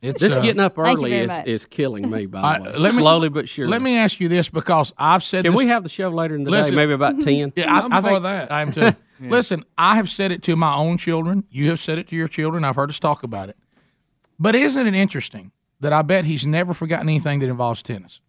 S5: It's,
S7: this
S5: uh,
S7: getting up
S5: Thank you
S7: early
S5: very
S7: is,
S5: much.
S7: is killing me, by
S5: I-
S7: the way.
S5: let me-
S7: Slowly but surely.
S5: Let me ask you this because I've said
S7: Can
S5: this.
S7: we have the show later in the
S5: Listen-
S7: day? Maybe
S5: [LAUGHS]
S7: about
S21: Mm-hmm.
S7: 10?
S5: Yeah, I,
S7: I'm
S5: I think
S7: for that.
S5: I am too. Listen, I have said it to my own children. You have said it to your children. I've heard us talk about it. But isn't it interesting that I bet he's never forgotten anything that involves tennis?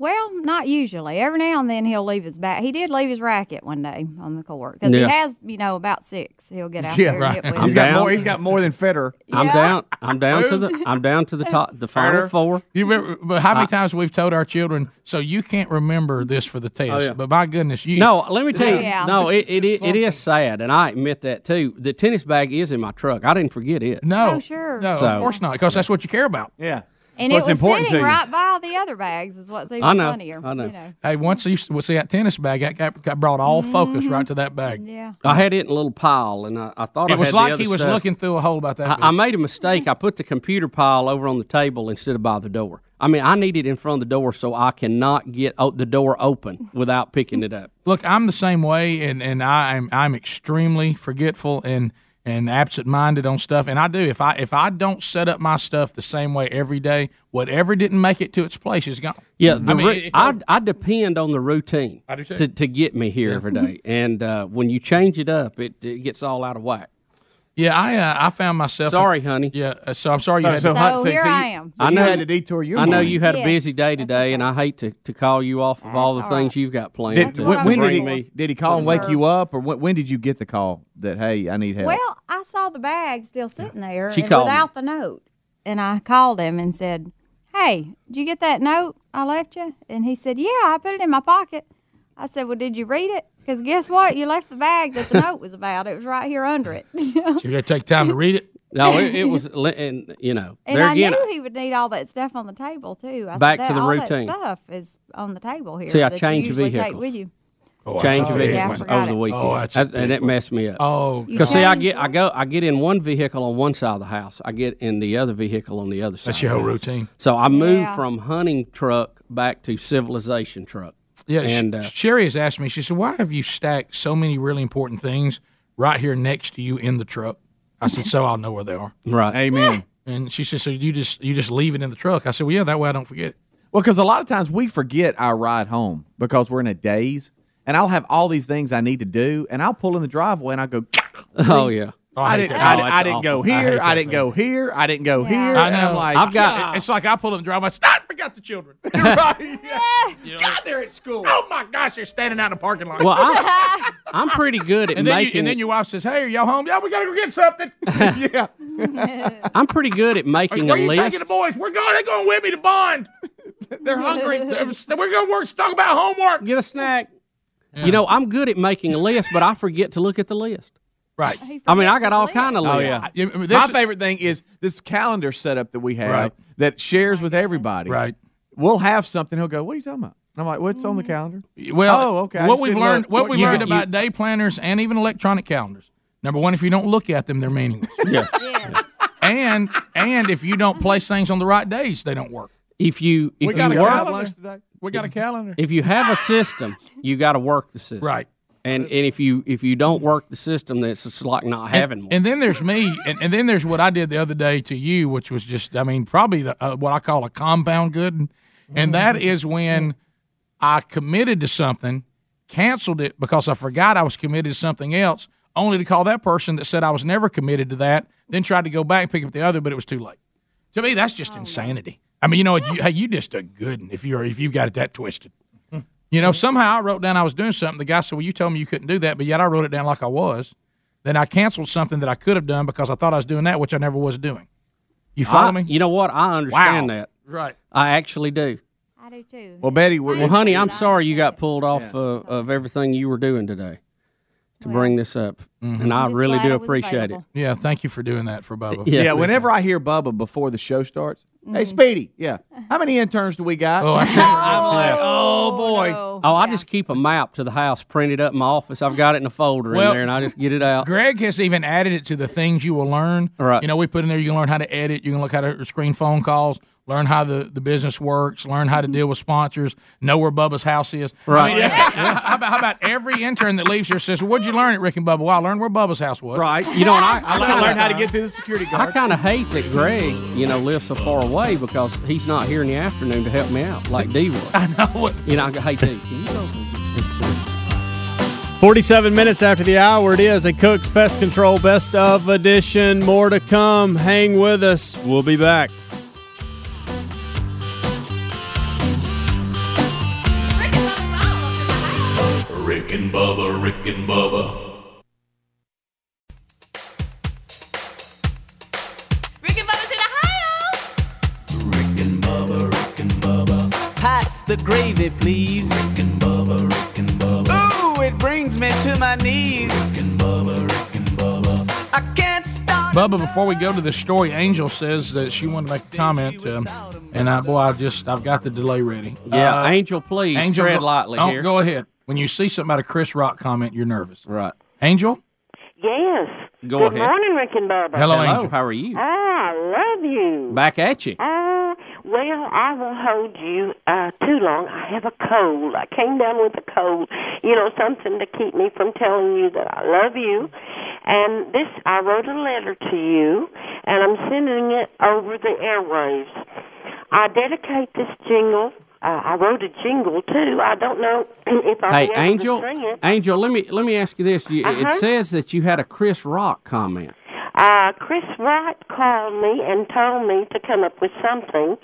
S21: Well, not usually. Every now and then he'll leave his bat. He did leave his racket one day on the court because
S7: Yeah.
S21: he has, you know, about six. He'll get out
S7: Yeah,
S21: there.
S7: right.
S21: And
S7: I'm
S21: hit with
S9: He's got
S7: down.
S9: more. He's got more than Federer.
S7: I'm down. I'm down to the. I'm down to the top. The final
S5: Carter.
S7: four.
S5: You remember, but how many
S7: I-
S5: times we've told our children, so you can't remember this for the test.
S7: Oh, yeah.
S5: But my goodness, you
S7: No, let me tell you. No, it, it, it, it is sad, and I admit that too. The tennis bag is in my truck. I didn't forget it.
S5: No,
S21: Oh, sure.
S5: no,
S7: So-
S5: of course not, because that's what you care about.
S9: Yeah,
S21: And it was sitting right by the other bags is what's even
S5: I know.
S21: funnier.
S5: I know.
S21: You know. Mm-hmm.
S5: Hey, once you well, see that tennis bag, I got, got brought all focus right to that bag.
S21: Yeah,
S7: I had it in a little pile, and I, I thought I
S5: it was
S7: had the
S5: like
S7: other
S5: he was
S7: stuff.
S5: looking through a hole about that. big.
S7: I, I made a mistake. I put the computer pile over on the table instead of by the door. I mean, I need it in front of the door so I cannot get o- the door open without picking it up.
S5: Look, I'm the same way, and and I'm I'm extremely forgetful and and absent-minded on stuff. And I do if I if I don't set up my stuff the same way every day, whatever didn't make it to its place is gone.
S7: Yeah, the
S5: I
S7: I,
S5: mean, it's
S7: I, I depend on the routine
S5: I do too.
S7: to, to get me here every
S5: [LAUGHS]
S7: day. And uh, when you change it up, it, it gets all out of whack.
S5: Yeah, I uh, I found myself.
S7: Sorry, honey.
S5: Yeah, uh, so I'm sorry you had to.
S7: I know
S5: to
S7: I know you had
S5: Yeah.
S7: a busy day today, and I hate to, to call you off of all the things you've got planned.
S9: Did,
S7: to-
S9: when,
S7: to
S9: when did
S7: bring
S9: he,
S7: me-
S9: did he call and
S7: Deserve.
S9: wake you up, or when, when did you get the call that hey, I need help?
S21: Well, I saw the bag still sitting there
S9: She
S21: and
S9: called me.
S21: without the note. And I called him and said, Hey, did you get that note I left you? And he said, Yeah, I put it in my pocket. I said, Well, did you read it? Because guess what? You left the bag that
S7: [LAUGHS]
S21: the note was about. It was right here under it. [LAUGHS] and
S5: You got to take time to read it.
S7: No, it, it was, li- and you know, there
S21: I
S7: again,
S21: knew he would need all that stuff on the table, too. I
S7: Back to
S21: said, that,
S7: the
S21: all
S7: routine.
S21: That stuff is on the table here.
S7: See, I
S21: that you
S7: changed
S21: usually take
S7: vehicles.
S21: with you.
S7: Oh, change
S21: Yeah,
S7: of vehicle
S21: I
S7: over
S21: forgot
S7: the
S21: it.
S7: weekend,
S5: Oh, that's a
S7: That- and it messed me up.
S5: Oh,
S21: You
S7: because see, I
S21: changed
S7: get I go I get in one vehicle on one side of the house, I get in the other vehicle on the other side.
S5: That's your
S7: of the
S5: whole
S7: house.
S5: routine.
S7: So I moved
S5: Yeah.
S7: from hunting truck back to civilization truck.
S5: Yeah,
S7: and
S5: and,
S7: uh,
S5: Sherry has asked me. She said, "Why have you stacked so many really important things right here next to you in the truck?" I said, "So I'll know where they are."
S7: Right.
S5: Amen. and she said, "So you just you just leave it in the truck?" I said, "Well, yeah, that way I don't forget." it.
S9: Well, because a lot of times we forget our ride home because we're in a daze, and I'll have all these things I need to do, and I'll pull in the driveway and I go.
S7: [LAUGHS] Oh yeah.
S5: Oh, I
S9: I
S5: hate
S9: didn't.
S5: that.
S9: I,
S5: Oh,
S9: didn't-
S5: it's
S9: I didn't go
S5: awful. I hate
S9: here. I,
S5: that
S9: didn't
S5: thing.
S9: go here. I didn't go here.
S5: I
S9: and
S5: know.
S9: I'm like,
S5: I've got. It's like I pull up the driveway. I said, Stop! [LAUGHS] Forgot the children. right. [LAUGHS] Yeah. [LAUGHS] God, they're at school. Oh my gosh, they're standing out in the parking lot.
S7: [LAUGHS] Well,
S16: [LAUGHS]
S7: I, I'm pretty good at
S5: and then,
S7: making.
S5: you, and then your wife says, "Hey, are y'all home? Yeah, we gotta go get something." yeah.
S7: I'm pretty good at [LAUGHS] making a
S5: Where you taking
S7: list.
S5: the boys? We're going. They're going with me to
S9: [LAUGHS]
S5: Bond. They're hungry. They're- we're going to work. Talk about homework.
S7: Get a snack. You know, I'm good at making a list, but I forget to look at the list.
S5: Right.
S7: I mean, I got all kind of lists.
S5: Oh,
S9: Oh, My favorite thing is this calendar setup that we have
S7: Right.
S9: that shares with everybody.
S5: Right. Mm.
S9: We'll have something. He'll go, "What are you talking about?" And I'm like, "What's on the calendar?"
S5: Well,
S9: oh, okay. I
S5: What
S9: just
S5: we've
S9: didn't
S5: learned,
S9: look.
S5: what we learned about day planners and even electronic calendars. Number one, if you don't look at them, they're meaningless.
S7: Yes.
S5: And and if you don't place things on the right days, they don't work.
S7: If you if
S5: we got
S7: you
S5: a
S7: work,
S5: calendar today. We got a calendar.
S7: if you have a system, you got to work the system.
S5: Right.
S7: And and if you if you don't work the system, then it's just like not having one.
S5: And then there's me, and, and then there's what I did the other day to you, which was just, I mean, probably the, uh, what I call a compound good. And that is when I committed to something, canceled it because I forgot I was committed to something else, only to call that person that said I was never committed to that, then tried to go back and pick up the other, but it was too late. To me, that's just insanity. I mean, you know, what, you, hey, you just a good one if you're if you've got it that twisted. You know, somehow I wrote down I was doing something. The guy said, "Well, you told me you couldn't do that," but yet I wrote it down like I was. Then I canceled something that I could have done because I thought I was doing that, which I never was doing. You follow
S7: I-
S5: me?
S7: You know what? I understand
S5: Wow.
S7: that.
S5: Right.
S7: I actually do.
S21: I do too.
S7: Well, Betty,
S21: we're-
S7: well, honey, I'm sorry you got pulled off uh, of everything you were doing today to bring this up,
S5: Mm-hmm.
S7: and I really do appreciate it.
S5: Yeah, thank you for doing that for Bubba.
S9: Yeah. whenever I hear Bubba before the show starts, hey Speedy, yeah, how many interns do we got?
S5: Oh,
S9: [LAUGHS] I'm like, oh boy.
S7: Oh, I just keep a map to the house printed up in my office. I've got it in a folder
S5: Well-
S7: in there, and I just get it out.
S5: Greg has even added it to the things you will learn.
S7: Right.
S5: You know, we put in there you can learn how to edit, you can look how to screen phone calls, learn how the, the business works, learn how to deal with sponsors, know where Bubba's house is. I
S7: Right.
S5: mean, [LAUGHS] how, about, how about every intern that leaves here says, What'd you learn at Rick and Bubba? Well, I learned where Bubba's house was.
S7: Right. You know, and I-
S5: [LAUGHS]
S7: I learned- learned how to
S9: get through the security
S7: I kind of hate that Greg, you know, lives so far away because he's not here in the afternoon to help me out like D was. I
S5: know.
S7: You know, I go, hey D, can you go
S4: 47 minutes after the hour, it is a Cook's Pest Control Best of Edition. More to come. Hang with us. We'll be back.
S11: Rick and Bubba.
S2: Rick and Bubba's in Ohio.
S1: Pass the gravy, please. Rick and Bubba, Rick and Bubba. Ooh, it brings me to my knees. Rick and Bubba, Rick and Bubba. I can't stop.
S5: Bubba, before we go to the story, Angel says that she wanted to make a comment, um, and I, boy, I just I've got the delay ready. Uh,
S7: Yeah, Angel, please tread
S5: go-
S7: lightly
S5: oh,
S7: here.
S5: Go ahead. When you see something about a Chris Rock comment, you're nervous,
S7: right?
S5: Angel,
S22: Yes.
S5: Go
S22: Good
S5: ahead.
S22: morning, Rick and Bubba.
S5: Hello, Hello, Angel. how
S7: are you?
S22: Ah, I love you.
S7: Back at you.
S22: Ah, well, I won't hold you uh, too long. I have a cold. I came down with a cold. You know, something to keep me from telling you that I love you. And this, I wrote a letter to you, and I'm sending it over the airwaves. I dedicate this jingle. Uh, I wrote a jingle too. I don't know [CLEARS THROAT] if I'll
S7: Hey,
S22: be able
S7: Angel,
S22: to sing it.
S7: Angel, let me let me ask you this. You,
S22: Uh-huh.
S7: It says that you had a Chris Rock comment.
S22: Uh, Chris Wright called me and told me to come up with something,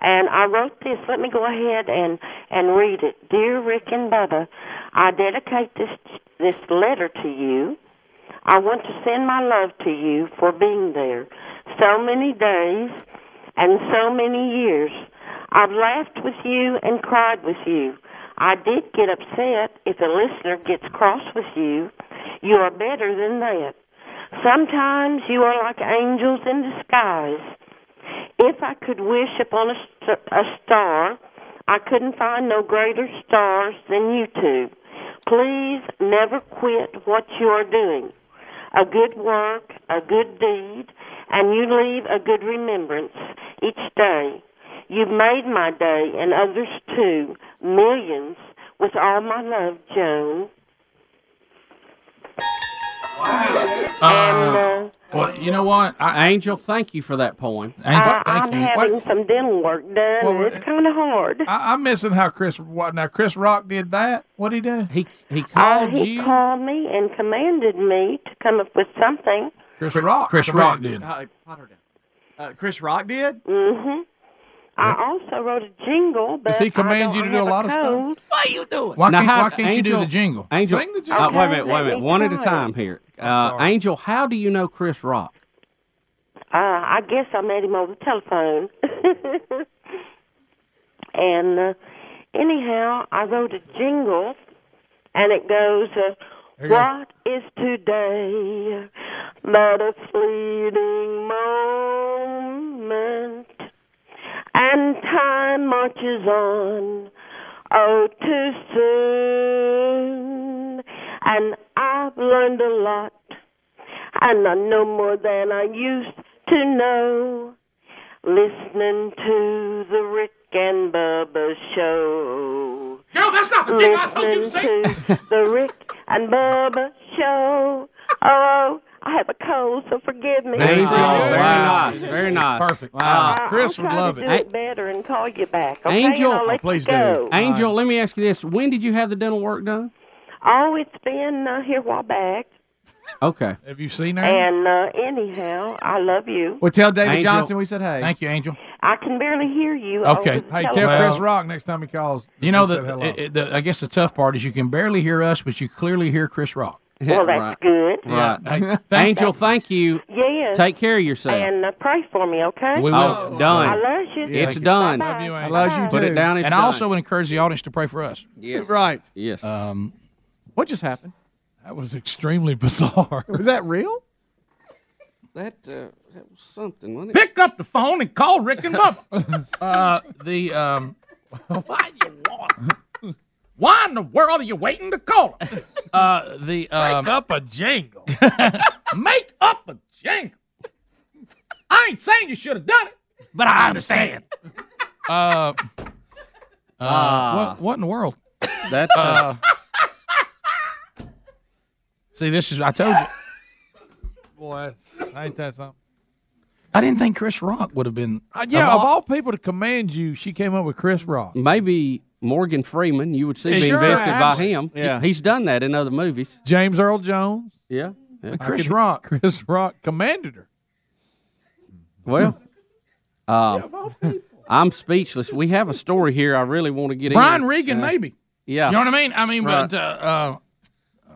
S22: and I wrote this. Let me go ahead and and read it. Dear Rick and Bubba, I dedicate this this letter to you. I want to send my love to you for being there so many days and so many years. I've laughed with you and cried with you. I did get upset if a listener gets cross with you. You are better than that. Sometimes you are like angels in disguise. If I could wish upon a, st- a star, I couldn't find no greater stars than you two. Please never quit what you are doing. A good work, a good deed, and you leave a good remembrance each day. You've made my day and others too, millions, with all my love, Joan.
S7: Uh,
S5: well, you know what,
S7: Angel, thank you for that poem.
S22: I, I'm having some dental work done, and it's kind of hard.
S5: I, I'm missing how Chris. What now? Chris Rock did that. What would he do?
S7: He he
S22: Uh, he called me and commanded me to come up with something.
S5: Chris Rock. Chris Rock did.
S22: Uh,
S9: Uh,
S22: Chris Rock did. Mm-hmm. I also wrote a jingle, but
S5: Does he
S22: I
S5: command you
S22: don't-
S5: to
S22: I
S5: do a
S22: have
S5: lot of stuff?
S22: cold. What are you doing?
S5: Why
S7: Now,
S5: can't-
S7: how-
S5: why can't you do
S7: Angel-
S5: the jingle?
S7: Angel,
S5: Sing the jingle.
S7: uh, wait a minute,
S5: Okay,
S7: wait a
S5: let
S7: minute.
S5: me
S7: One at a
S5: try.
S7: time here. Uh, Angel, how do you know Chris Rock?
S22: Uh, I guess I met him over the telephone. [LAUGHS] and uh, anyhow, I wrote a jingle, and it goes, uh,
S2: There it goes.
S22: "What is today but a fleeting moment, and time marches on, oh too soon." And I've learned a lot, and I know more than I used to know listening to the Rick and Bubba show.
S2: Girl, that's not the jingle I told you to sing.
S22: Listening to the Rick and Bubba show. Oh, I have a cold, so forgive me.
S7: Angel, Oh, very nice, very nice. Perfect.
S22: Uh, I'll try to do it better and call you back. Okay?
S7: Angel,
S22: and I'll let you go.
S7: Angel, let me ask you this: When did you have the dental work done?
S22: Oh, it's been uh, here a while back,
S7: Okay.
S5: Have you seen
S22: and uh, anyhow, I love you.
S5: Well, tell David Angel-
S16: Johnson
S5: we said hey. Thank you, Angel.
S22: I can barely hear you.
S5: Okay.
S22: over the
S5: Hey, tell
S22: telephone.
S5: Chris
S12: Rock next time he calls.
S5: You know
S12: he said
S5: the,
S12: hello.
S5: it- it- the I guess the tough part is you can barely hear us, but you clearly hear Chris Rock.
S22: Well, that's Right. good.
S7: Right.
S5: Yeah. Hey, thank-
S7: Angel, thank you.
S22: Yes.
S7: Take care of yourself.
S22: And uh, pray for me, okay?
S7: We will. Oh, done.
S22: I love you.
S7: It's done.
S5: I love you
S7: Put it
S5: too.
S7: down. It's
S5: and I
S7: done.
S5: also encourage the audience to pray for us.
S7: Yes.
S5: Right.
S7: Yes.
S5: Um, what just happened?
S12: That was extremely [LAUGHS] bizarre.
S16: Was that real?
S7: That uh, that was something, wasn't
S5: Pick up the phone and call Rick and Bubba. [LAUGHS] uh, the um, [LAUGHS] why you want? Why in the world are you waiting to call? us? Uh, the um, make up a jingle. [LAUGHS] make up a jingle. I ain't saying you should have done it, but I understand. Uh,
S12: Ah.
S5: what, what in the world?
S7: That's
S5: uh, see, this is I told you.
S12: Boy, that's, ain't that something?
S5: I didn't think Chris Rock would have been.
S12: Uh, yeah,
S22: Uh-huh.
S12: of all, people to command you, she came up with Chris Rock.
S7: Maybe Morgan Freeman, you would see be
S12: Sure,
S7: invested by
S12: absolutely.
S7: him.
S12: Yeah.
S7: He- he's done that in other movies.
S12: James Earl Jones.
S7: Yeah. yeah.
S12: Chris Rock. Chris Rock commanded her.
S7: Well, uh, I'm speechless. We have a story here. I really want to get in. Uh,
S5: Brian Regan, maybe.
S7: Yeah.
S5: You know what I mean? I mean,
S7: Right.
S5: but uh,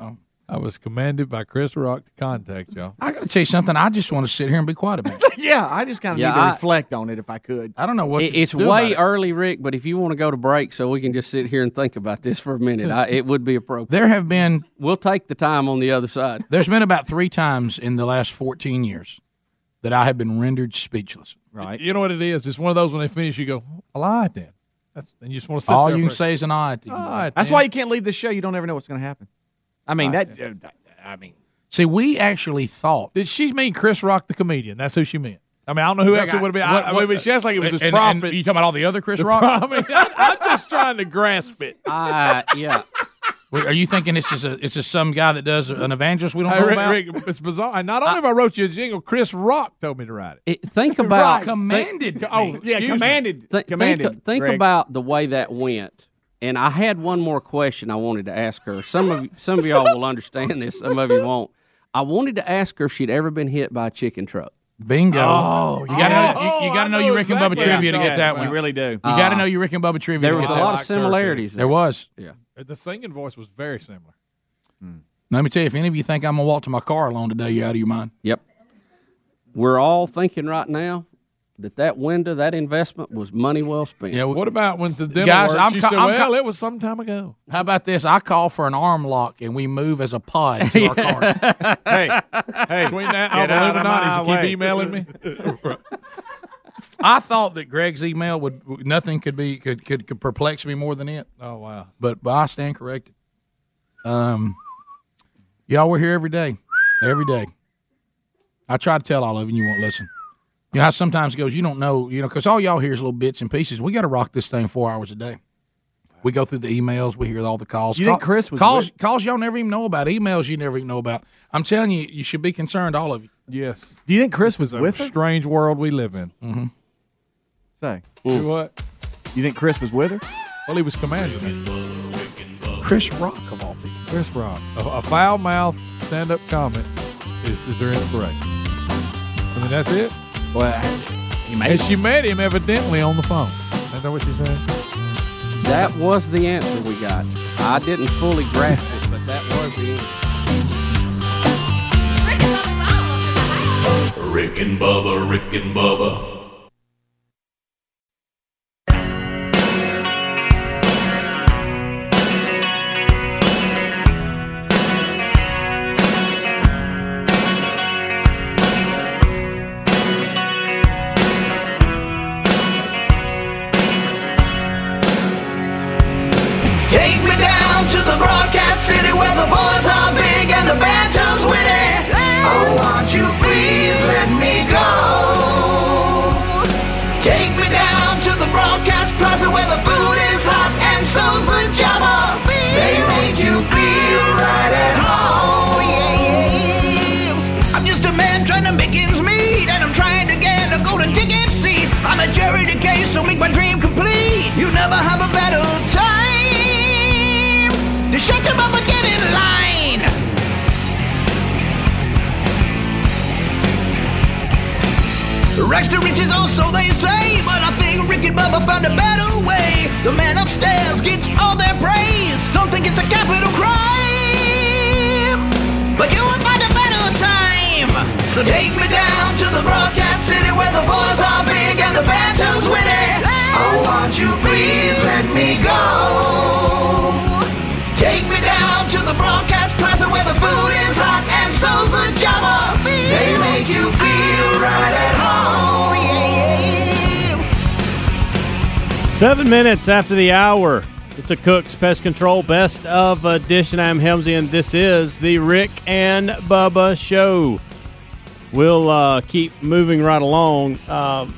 S5: uh,
S12: I was commanded by Chris Rock to contact y'all.
S5: I got to tell you something. I just want to sit here and be quiet about it.
S9: yeah, I just kind of
S7: Yeah,
S9: need to
S7: I-
S9: reflect on it if I could.
S5: I don't know
S7: It- it's way early, Rick, but if you want to go to break so we can just sit here and think about this for a minute, I, it would be appropriate.
S5: There have been.
S7: We'll take the time on the other side.
S5: There's been about three times in the last 14 years that I have been rendered speechless.
S12: Right. You know what it is? It's one of those when they finish, you go, I lied then. That's, and you just want to sit
S5: All
S12: there
S5: you
S12: for
S5: can
S12: a-
S5: say is an oddity.
S12: Odd,
S9: That's
S12: man.
S9: why you can't leave the show. You don't ever know what's going to happen. I mean that. Uh, I mean,
S5: [LAUGHS] See, we actually thought.
S12: Did she mean Chris Rock the comedian? That's who she meant. I mean, I don't know who
S5: Look,
S12: else it
S5: I-
S12: would have been.
S5: what-
S12: I, I
S5: what-
S12: mean, she sounds like it was
S5: and-
S12: his
S5: and- and
S12: prophet.
S5: you talking about all the other Chris
S12: [LAUGHS]
S5: Rocks?
S12: I mean, I, am just trying to grasp it.
S7: Uh, yeah.
S5: Wait, Are you thinking this is a it's just some guy that does an evangelist we don't
S12: Hey,
S5: know
S12: Rick-
S5: about?
S12: Rick, it's bizarre. And not only have I wrote you a jingle, Chris Rock told me to write it.
S7: think
S12: about-
S7: about
S12: Commanded think- me. Oh, yeah,
S7: excuse me.
S12: commanded-
S7: Thi-
S12: commanded,
S7: Think, think
S12: Greg.
S7: about the way that went. And I had one more question I wanted to ask her. Some of some of y'all will understand this. Some of you won't. I wanted to ask her if she'd ever been hit by a chicken truck.
S5: Bingo! Oh, you gotta know, you, you gotta know,
S7: know
S5: your Rick and Bubba
S7: exactly what
S5: trivia to
S7: I'm
S5: get
S7: talking
S5: that
S7: about.
S5: one.
S7: You really do.
S5: You gotta
S7: Uh,
S5: know your Rick and Bubba trivia.
S7: there
S5: to
S7: was
S5: get
S7: a
S5: that
S7: lot of
S5: one.
S7: similarities
S5: There
S7: there.
S5: was.
S7: Yeah.
S12: Uh, The singing voice was very similar.
S5: Let me tell you, if any of you think I'm gonna walk to my car alone today, you're out of your mind.
S7: Yep. We're all thinking right now that that window, that investment was money well spent. Yeah.
S12: What about when the
S5: Guys, I'm
S12: she
S5: co-
S12: said,
S5: I'm
S12: well,
S5: co-
S12: it was some time ago.
S5: How about this? I call for an arm lock and we move as a pod [LAUGHS] to our car.
S12: hey, hey. Between that and
S5: Get
S12: all
S5: out
S12: the
S5: of
S12: Illuminati's
S5: my
S12: that keep
S5: way.
S12: emailing me.
S5: [LAUGHS] I thought that Greg's email would nothing could be could could, could perplex me more than it.
S12: Oh, wow.
S5: but, but I stand corrected. Um, y'all, we're here every day, every day. I try to tell all of you, and you won't listen. You know how sometimes it goes, you don't know, you know, because all y'all hear is little bits and pieces. We got to rock this thing four hours a day. We go through the emails, we hear all the calls.
S12: You think Chris was
S5: calls?
S12: with-
S5: Calls y'all never even know about. Emails you never even know about. I'm telling you, you should be concerned, all of you.
S12: Yes.
S5: Do you think Chris was
S12: with her? Strange world we live in.
S5: Mm-hmm.
S16: Say.
S12: Do what?
S16: You think Chris was with her?
S12: Well, he was commanding
S5: Chris Rock of all people.
S12: Chris Rock. A, a foul mouth stand up comic is, is their inspiration. I mean, that's it.
S5: Well, he made
S12: and
S5: it.
S12: she met him evidently on the phone. Is that what she's saying?
S7: That was the answer we got. I didn't fully grasp it, but that was the answer.
S11: Rick and Bubba, Rick and Bubba,
S2: Take me down to the broadcast city where the boys are big and the banter's witty. Oh, won't you please let me go? Take me down to the broadcast plaza where the food is hot and so's the java. They make you feel right at home. Oh, Yeah, yeah, yeah. I'm just a man trying to make ends meet and I'm trying to get a golden ticket seat. I'm a Jerry Decay, so make my dream complete. You never have a better time to shut them up and get in line. Rags to riches, oh, so they say. But I think Rick and Bubba found a better way. The man upstairs gets all their praise. Some think it's a capital crime. But you will find a better time. So take me down to the broadcast city where the boys are big and the banter's witty. Oh, won't you please let me go? Take me down to the broadcast plaza where the food is hot and so's the java. They make you feel right at home. Yeah, yeah, yeah.
S4: Seven minutes after the hour, it's a Cook's Pest Control Best of Edition. I'm Helmsy, and this is the Rick and Bubba Show. We'll uh, keep moving right along. Um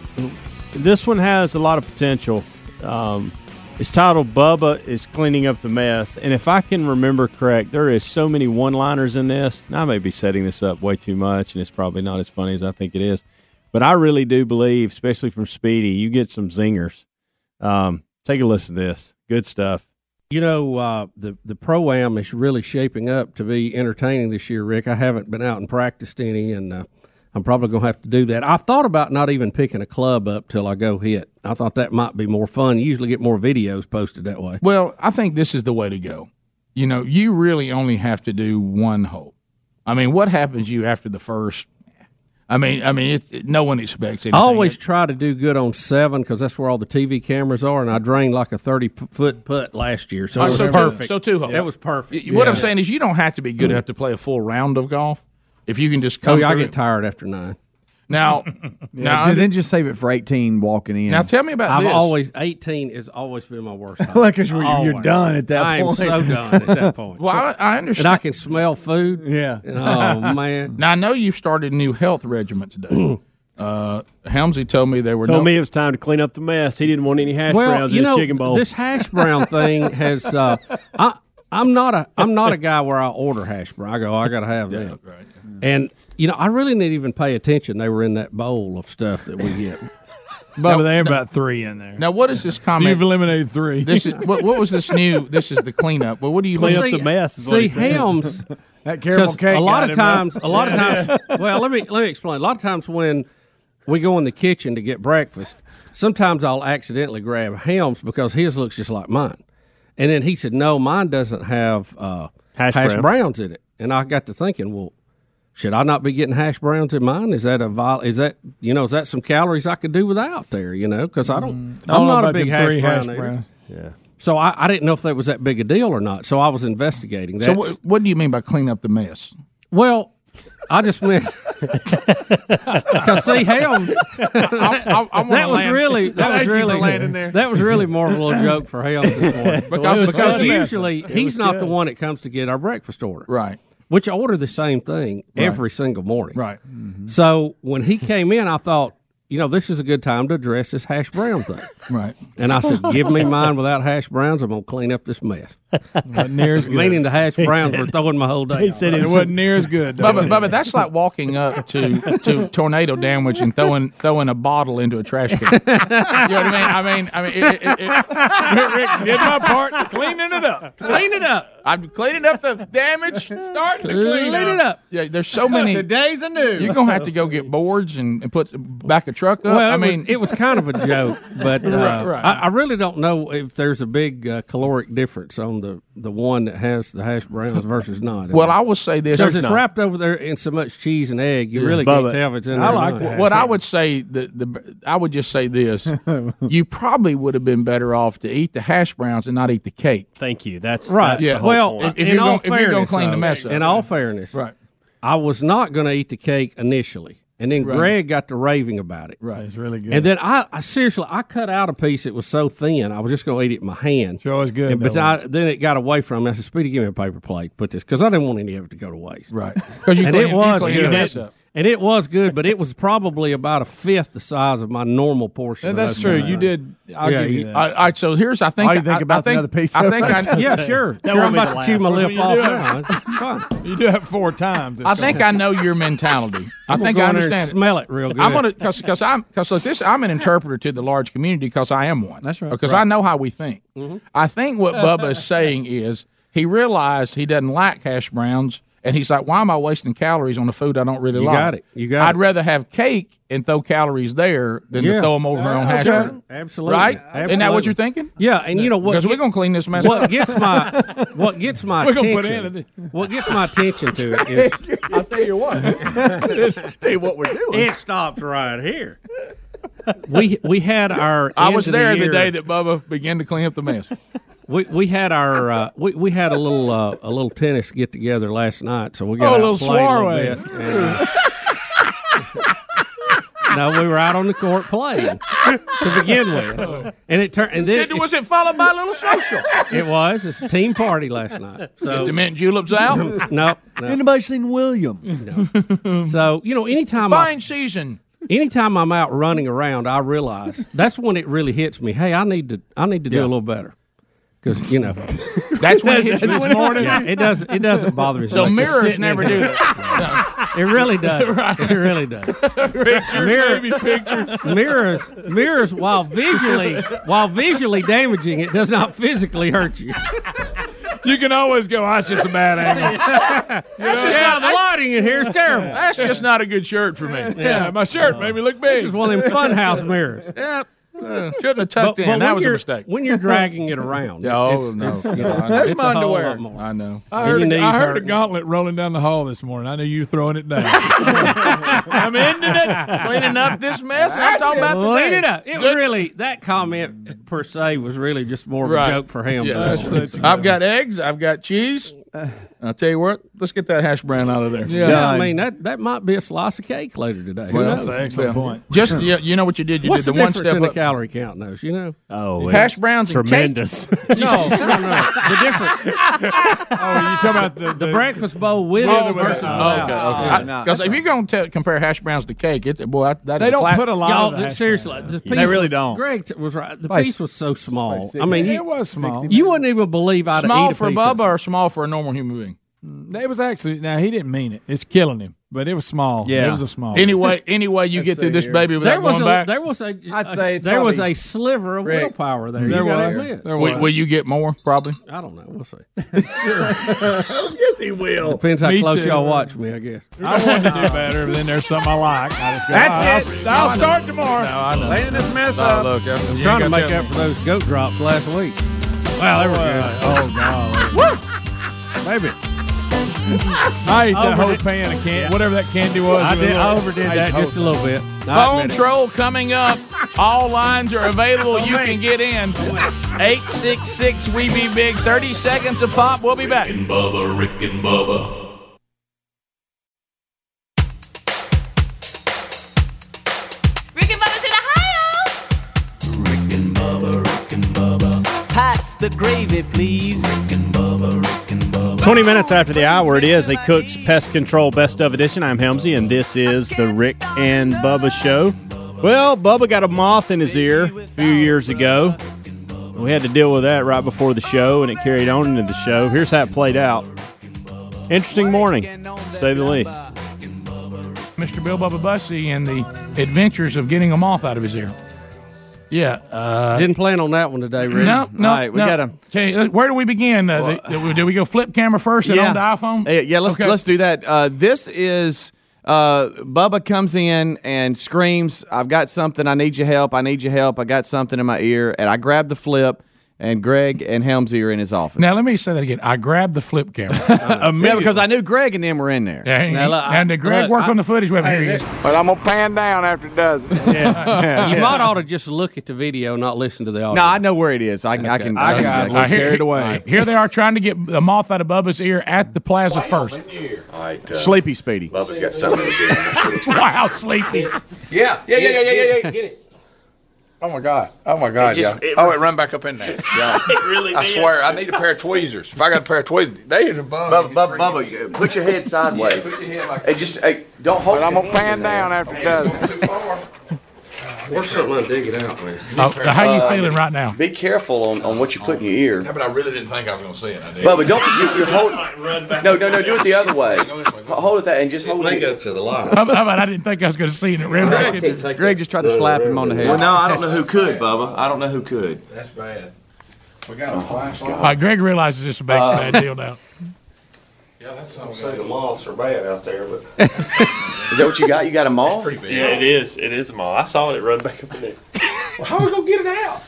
S4: this one has a lot of potential. Um, it's titled Bubba is Cleaning Up the Mess. And if I can remember correct, there is so many one liners in this. And I may be setting this up way too much, and it's probably not as funny as I think it is. But I really do believe, especially from Speedy, you get some zingers. Um, take a listen to this. Good stuff.
S7: You know, uh, the the pro am is really shaping up to be entertaining this year, Rick. I haven't been out and practiced any, and uh, I'm probably going to have to do that. I thought about not even picking a club up till I go hit. I thought that might be more fun. You usually get more videos posted that way.
S5: Well, I think this is the way to go. you know, you really only have to do one hole. I mean, what happens to you after the first? I mean, I mean, it, it- no one expects anything.
S7: I always try to do good on seven because that's where all the TV cameras are, and I drained like a thirty p- foot putt last year, so
S5: Oh,
S7: it was
S5: so two-
S7: perfect.
S5: so two holes.
S7: That was perfect.
S5: Y- What I'm
S7: Yeah.
S5: saying is, you don't have to
S18: [LAUGHS]
S5: be good enough to play a full round of golf if you can just
S7: Hmm.
S5: come.
S7: Oh, yeah, I
S5: through
S7: get tired after nine.
S16: [LAUGHS]
S5: Now, now,
S16: ju- then just save it for eighteen walking in.
S7: I've always eighteen has always been my worst. time.
S16: Look, 'cause you're- you're
S7: Always.
S16: done at that
S7: I
S16: point.
S7: am so done at that point.
S5: Well, I, I understand.
S7: And I can smell food.
S5: Yeah. [LAUGHS]
S7: Oh man.
S5: Now I know you've started a new health regimen today.
S18: [CLEARS THROAT]
S5: uh, Helmsy told me there were
S7: Told
S5: no,
S7: me
S18: It was time to clean up the mess. He didn't want any hash browns in his chicken bowl. [LAUGHS]
S7: This hash brown thing has. Uh, I, I'm not a I'm not a guy where I order hash brown. I go, I gotta have that. And you know, I really didn't even pay attention. They were in that bowl of stuff that we get.
S5: But- Yeah, but there are about
S15: three in there.
S5: Now, what is this
S15: So
S5: comment?
S15: you've eliminated three.
S5: This is
S7: [LAUGHS]
S5: what, what was this new? This is the cleanup. Well, what do you
S7: Clean
S5: mean?
S7: up the mess is what See, he said. [LAUGHS] Helms-
S5: [LAUGHS]
S16: that
S7: 'Cause a lot of times, a lot of times. Well, let me let me explain. A lot of times when we go in the kitchen to get breakfast, sometimes I'll accidentally grab Helms because his looks just like mine, and then he said, "No, mine doesn't have uh,
S18: Hash
S7: hash,
S18: brown.
S7: browns in it." And I got to thinking, well. Should I not be getting hash browns in mine? Is that a viol- is that you know is that some calories I could do without there? You know because I don't
S15: Mm. I
S7: [LAUGHS]
S15: don't
S7: I'm
S15: know
S7: not a
S15: about
S7: big
S15: them
S7: hash,
S15: three hash
S7: brown
S15: browns.
S7: Yeah. So I, I didn't know if that was that big a deal or not. So I was investigating.
S5: So
S7: That's, [LAUGHS]
S5: what, what do you mean by clean up the mess?
S7: well, I just
S5: [LAUGHS]
S7: meant because see Helms.
S5: I- I wanna
S7: that was
S5: land-
S7: really
S5: [LAUGHS] I
S7: that was
S5: think you
S7: really
S5: can land in there.
S7: that was really more of a little joke for Helms this morning
S5: [LAUGHS] Because- It was
S7: because
S5: good.
S7: usually
S5: It was
S7: he's not the
S5: good.
S7: one that comes to get our breakfast order,
S5: right?
S7: Which I order the same thing
S5: Right.
S7: every single morning,
S5: right?
S7: So when he came in, I thought, you know, this is a good time to address this hash brown thing,
S5: Right.
S7: And I said, give me mine without hash browns. I'm gonna clean up this mess.
S5: near as good.
S7: Meaning the hash
S5: He
S7: browns
S5: said-
S7: were throwing my whole day.
S5: he said
S7: off.
S5: it wasn't near as good. Bubba, Bubba, that's like walking up to to tornado damage and throwing throwing a bottle into a trash can. [LAUGHS] You know what I mean? I mean, I mean, it, it, it, it, Rick did my part to [LAUGHS] cleaning it up.
S7: Clean it up.
S5: I'm cleaning up the damage. Start to
S7: Clean
S5: clean,
S7: it up.
S5: Yeah, there's so many.
S7: Today's a new.
S5: You're gonna have to go get boards and, and put back a truck up.
S7: Well,
S5: I
S7: it was-
S5: mean,
S7: it was kind of a joke, but uh,
S5: [LAUGHS] Right, right.
S7: I, I really don't know if there's a big uh, caloric difference on the, the one that has the hash browns versus not.
S5: Well, I will say this:
S7: because it's wrapped over there in so much cheese and egg, you really can't tell if it's in there. or not.
S5: What I would say the the I would just say [LAUGHS] this: you probably would have been better off to eat the hash browns and not eat the cake.
S18: Thank you. That's
S7: right.
S5: yeah.
S7: well,
S5: if,
S7: in
S5: if you're
S7: all
S5: going if you're going
S7: fairness,
S5: to clean
S7: though,
S5: the mess up,
S7: in all fairness,
S5: Right.
S7: I was not going to eat the cake initially, and then
S5: Right.
S7: Greg got to raving about it.
S5: Right, it's really good.
S7: And
S15: [LAUGHS]
S7: then I, I seriously, I cut out a piece that was so thin, I was just going to eat it in my hand. Sure, was good. but
S5: though,
S7: then, I, then it got away from me. I said, "Speedy, give me a paper plate, put this," because I didn't want any of it to go to waste.
S5: Right, because you
S7: and
S5: clean,
S7: it was
S5: you clean your
S7: good.
S5: mess up.
S7: And it was good, but it was probably about a fifth the size of my normal portion.
S5: Yeah,
S7: of
S5: that's
S7: those
S5: true.
S7: bananas.
S5: You did- I'll give you that. All right, so here's I
S7: All
S5: think
S7: you think
S5: I,
S7: about
S5: I
S7: is
S5: think,
S7: another piece
S5: I
S7: of
S5: think
S7: it.
S5: I,
S7: Yeah, sure. That Sure, won't I'm be about the to chew last my one. lip You off do it. now.
S5: You do it four times. I think I know your mentality. I
S7: I'm gonna
S5: think
S7: go
S5: I
S7: in there and
S5: understand. it.
S7: smell it real good.
S5: I'm gonna because because I'm because look this I'm an interpreter to the large community because I am one. That's right. Because I
S7: Right.
S5: know how we think.
S7: Mhm.
S5: I think what Bubba is saying is he realized he doesn't like hash browns, and he's like, "Why am I wasting calories on the food I don't really
S7: You
S5: like?"
S7: got it. You got
S5: I'd rather have cake and throw calories there than to
S7: Yeah.
S5: throw them over on hash
S7: Sure.
S5: browns.
S7: Absolutely.
S5: Right? Isn't that what
S7: Absolutely.
S5: you're thinking?
S7: Yeah, and you know what?
S5: Because we're gonna clean this mess
S7: What
S5: up.
S7: gets my
S5: [LAUGHS]
S7: what gets my
S5: We're gonna
S7: attention?
S5: put it
S7: What gets my attention to it is
S5: [LAUGHS] I'll tell you what.
S7: [LAUGHS]
S5: tell you what we're doing.
S7: It stops right here. [LAUGHS] we we had our.
S5: I
S7: end
S5: was
S7: of
S5: there the,
S7: year-
S5: day that Bubba began to clean up the mess.
S7: we we had our uh, we we had a little uh, a little tennis get together last night, so we
S5: Oh,
S7: got
S5: a
S7: out
S5: little
S7: and played
S5: soiree.
S7: a little bit. and, uh, no, we were out on the court playing to begin
S5: [LAUGHS]
S7: with, and it turned [LAUGHS] and then
S5: Did- was it followed by a little social?
S7: [LAUGHS] It was. It's a team party last night. So
S5: Get the mint
S7: [LAUGHS]
S5: juleps out?
S7: no, no. Anybody seen William? No. So you know, anytime
S5: Fine
S7: I,
S5: season.
S7: Anytime I'm out running around, I realize that's when it really hits me. Hey, I need to. I need to do a little better. Because you know,
S5: that's when
S7: [LAUGHS]
S5: it hits you this morning?
S7: Yeah, it does. It doesn't bother me.
S5: So
S7: much. Just
S5: mirrors
S7: sitting
S5: never
S7: in [LAUGHS]
S5: do
S7: here. It really does. It really does.
S5: Picture,
S7: baby, picture. [LAUGHS] Mirrors, mirrors. While visually, while visually damaging, it does not physically hurt you.
S15: You can always go. Oh, that's just a bad angle.
S7: That's just
S15: Yeah,
S7: not, the lighting in here is terrible.
S5: That's just not a good shirt for me.
S15: Yeah, my shirt made me look
S7: This
S15: big.
S7: is one of them funhouse mirrors.
S5: Yeah. Uh, shouldn't have tucked
S7: But-
S5: in.
S7: but
S5: that
S7: when
S5: was a
S7: you're-
S5: mistake.
S7: when you're dragging it around,
S5: oh
S7: it's-
S5: no,
S7: it's-
S5: no, I know.
S7: There's It's a my whole underwear. lot more.
S5: I know.
S7: I And heard your a- knees
S12: I heard
S7: hurt.
S12: a gauntlet rolling down the hall this morning. I knew you were throwing it
S5: [LAUGHS]
S12: down. I'm ending
S7: [LAUGHS]
S12: it.
S5: Cleaning up this mess. I'm talking about today.
S7: Clean it up. It
S5: Good-
S7: really that comment per se was really just more of
S5: Right.
S7: a joke for him.
S5: Yeah, that's- that's- I've got eggs. I've got cheese. I'll tell you what. Let's get that hash brown out of there.
S7: Yeah, I mean that that might be a slice of cake later today. Who
S5: Well,
S7: knows?
S5: that's an excellent Yeah. point. Just- yeah, you know what you did? You
S7: What's
S5: did the
S7: the
S5: one
S7: difference
S5: step
S7: in a
S5: up.
S7: calorie count, knows you know.
S4: Oh,
S5: Hash browns and
S7: [LAUGHS]
S12: [LAUGHS]
S4: tremendous.
S5: no, [LAUGHS] no,
S7: no. The difference. [LAUGHS]
S5: oh, you talking about the, [LAUGHS]
S7: breakfast bowl with it versus
S5: okay,
S7: without.
S5: okay.
S7: Yeah,
S5: I-
S7: no,
S5: 'cause
S7: that's
S5: if you're gonna tell, compare hash browns to cake, it boy, I, that
S7: They
S5: is
S7: don't
S5: cla-
S7: put a lot Y'all, of hash seriously, browns. the
S5: they
S7: piece
S5: really
S7: was-
S5: don't.
S7: Greg t- was right. The
S5: Spice-
S7: piece was so small.
S5: spicy.
S7: I mean,
S5: It
S7: you-
S5: was small.
S7: You wouldn't even believe I'd
S5: small
S7: eat a
S5: for
S7: piece of
S5: Bubba or small for a normal human being?
S12: Mm, It was actually now he didn't mean it. It's killing him, but it was small. it was a small.
S5: Anyway, anyway, you get through this baby without
S12: There was
S5: going
S12: a-
S5: back.
S7: There was a,
S12: I'd
S7: a-
S12: say it's
S7: there was
S12: probably-
S7: a sliver of
S12: Rick.
S7: willpower there.
S12: There
S7: you gotta
S12: was.
S7: admit.
S5: Will, will you get more? Probably.
S7: I don't know. We'll see.
S5: [LAUGHS] yes, he will.
S7: Depends how close y'all watch me, I guess.
S12: I want to do better, but then there's something I like. I just go,
S7: That's
S12: "Oh,
S7: it.
S12: I'll, I'll
S7: No, I know.
S12: start tomorrow.
S5: No, I know.
S12: Laying this mess
S5: No,
S12: up.
S5: look, I-
S7: I'm
S5: you
S7: trying to
S5: ain't gotta
S7: make
S5: tell
S7: up for those goat drops last week. Wow, they were
S5: Uh,
S7: good.
S12: Oh, God.
S7: Baby.
S12: I ate that
S5: Overdid-
S12: whole pan of can, whatever that candy was.
S5: I
S12: it was
S5: did-
S12: a little-
S5: I overdid
S12: ate
S5: that
S12: the
S5: just
S12: whole
S5: a
S7: little bit.
S5: Phone troll coming up. All lines are available. You can get in. 866 We Be Big. 30 seconds of pop. We'll be back.
S11: and Bubba, Rick and Bubba.
S23: Rick and Bubba's in Ohio. Rick and Bubba, Rick and Bubba. Pass the gravy, please. Rick and Bubba, Rick and Bubba.
S4: 20 minutes after the hour, it is a Cook's Pest Control Best of Edition. I'm Helmsy, and this is the Rick and Bubba Show. Well, Bubba got a moth in his ear a few years ago. We had to deal with that right before the show, and it carried on into the show. Here's how it played out. Interesting morning, to say the least.
S5: Mr. Bill Bubba Bussy and the adventures of getting him off out of his ear. Yeah. Uh,
S15: Didn't plan on that one today, Rick.
S5: No, no. no. Okay, uh, where do we begin? Uh, the- do, we, do we go flip camera first and on to iPhone?
S2: Yeah, yeah, let's
S5: Okay.
S2: let's do that. Uh, this is uh, Bubba comes in and screams, "I've got something. I need your help. I need your help. I got something in my ear." And I grab the flip, and Greg and Helmsy are in his office.
S5: Now let me say that again. I grabbed the flip camera.
S2: [LAUGHS] yeah, because I knew Greg and them were in there.
S5: Yeah, he- Now, look, and I- did Greg look, work I- on the footage with him? Here he is.
S15: But I'm gonna pan down after it does.
S2: [LAUGHS] Yeah.
S15: You
S2: Yeah.
S15: might ought to just look at the video, not listen to the audio.
S2: No, I know where it is. I, I can. I,
S15: I
S2: can
S15: got
S2: exactly-
S5: All right, here, Here they are trying to get the moth out of Bubba's ear at the plaza first.
S9: All right, uh,
S2: Sleepy Speedy.
S9: Bubba's got something in his ear. I'm sure it's-
S5: wow, sleepy.
S9: [LAUGHS] Yeah, yeah, yeah, yeah, yeah, yeah, yeah.
S15: Get
S9: it. Oh my god! [LAUGHS] Oh my god!
S5: It just-
S9: yeah.
S5: it-
S9: oh, it run back up in [LAUGHS] there. Yeah. it really. I swear, I need a pair of tweezers. If I got a pair of tweezers, they is a bum. Bubba, Bubba, Bubba put your head sideways. Yeah, put your head like. Hey, just hey, don't hold. But I'm gonna pan down after it Or something I dig it out, man.
S5: Oh, how you feeling right now?
S9: Uh, Be careful on, on what you put in your ear.
S5: but I really didn't think I was going to see it. I did.
S9: Bubba, don't you, you're holding. No, no, no. Do it the other way. Hold it that and just hold it. up to the [LAUGHS] light.
S5: How about, how about I didn't think I was going to see it. Greg,
S2: Greg just tried to slap him on the head.
S9: Well, no, I don't know who could, Bubba. I don't know who could. Oh,
S5: That's bad.
S9: We got a flashlight.
S5: All right, Greg realizes it's a bad,
S9: Uh,
S5: bad deal now.
S9: Yeah, that's something. Say the moths are bad out there, but [LAUGHS] is that what you got? You got a moth?
S24: Yeah, it is. It is a mall. I saw it run back up in there.
S9: Well, how are we gonna get it out?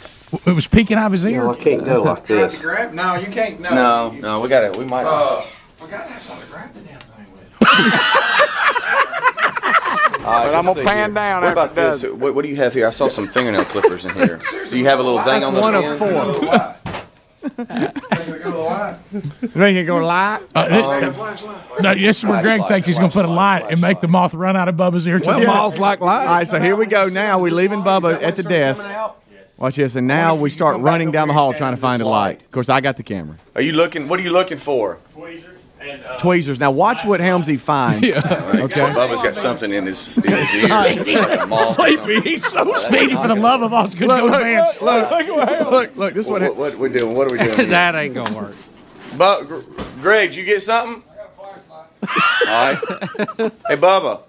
S5: It was peeking out of
S9: [LAUGHS]
S5: his ear.
S9: No, I can't go like this.
S5: grab? No, you can't.
S9: No, no, we got it. We
S2: Uh,
S9: might.
S5: we got to have something to grab the damn thing.
S9: but
S5: I'm gonna pan down
S9: What
S5: after
S9: about
S5: it does.
S9: this? What, what do you have here? I saw some fingernail clippers in here. Do you have a little
S2: Why
S9: thing
S2: is
S9: on the
S2: one of
S9: end?
S2: four?
S5: They can go light. Uh, no, this is where Greg
S2: Flashlight,
S5: thinks he's going to put a light and make the moth run out of Bubba's ear. to
S2: Well,
S5: the-
S2: moths like light. All right, so here we go. Now we leaving Bubba at the desk. Watch this, and now we start running down the hall trying to find a light. Of course, I got the camera.
S9: Are you looking? What are you looking for?
S2: Tweezers. Now watch what Helmsy
S9: [LAUGHS]
S2: finds. Okay.
S9: Bubba's got something in
S2: [LAUGHS]
S9: his, in his ear.
S2: Sleepy.
S9: Like a moth or something.
S5: He's so
S9: That's
S5: speedy
S9: not
S5: for the
S9: gonna-
S5: love of all it's good
S9: Look,
S5: going
S9: look,
S5: man.
S9: look,
S2: look, look, this
S9: what, what, what we doing? What are
S5: [LAUGHS]
S9: we doing? here?
S15: that ain't gonna work.
S9: Bu- Gr- Greg, did you get something? I got a flashlight. All right. Hey, Bubba.
S2: All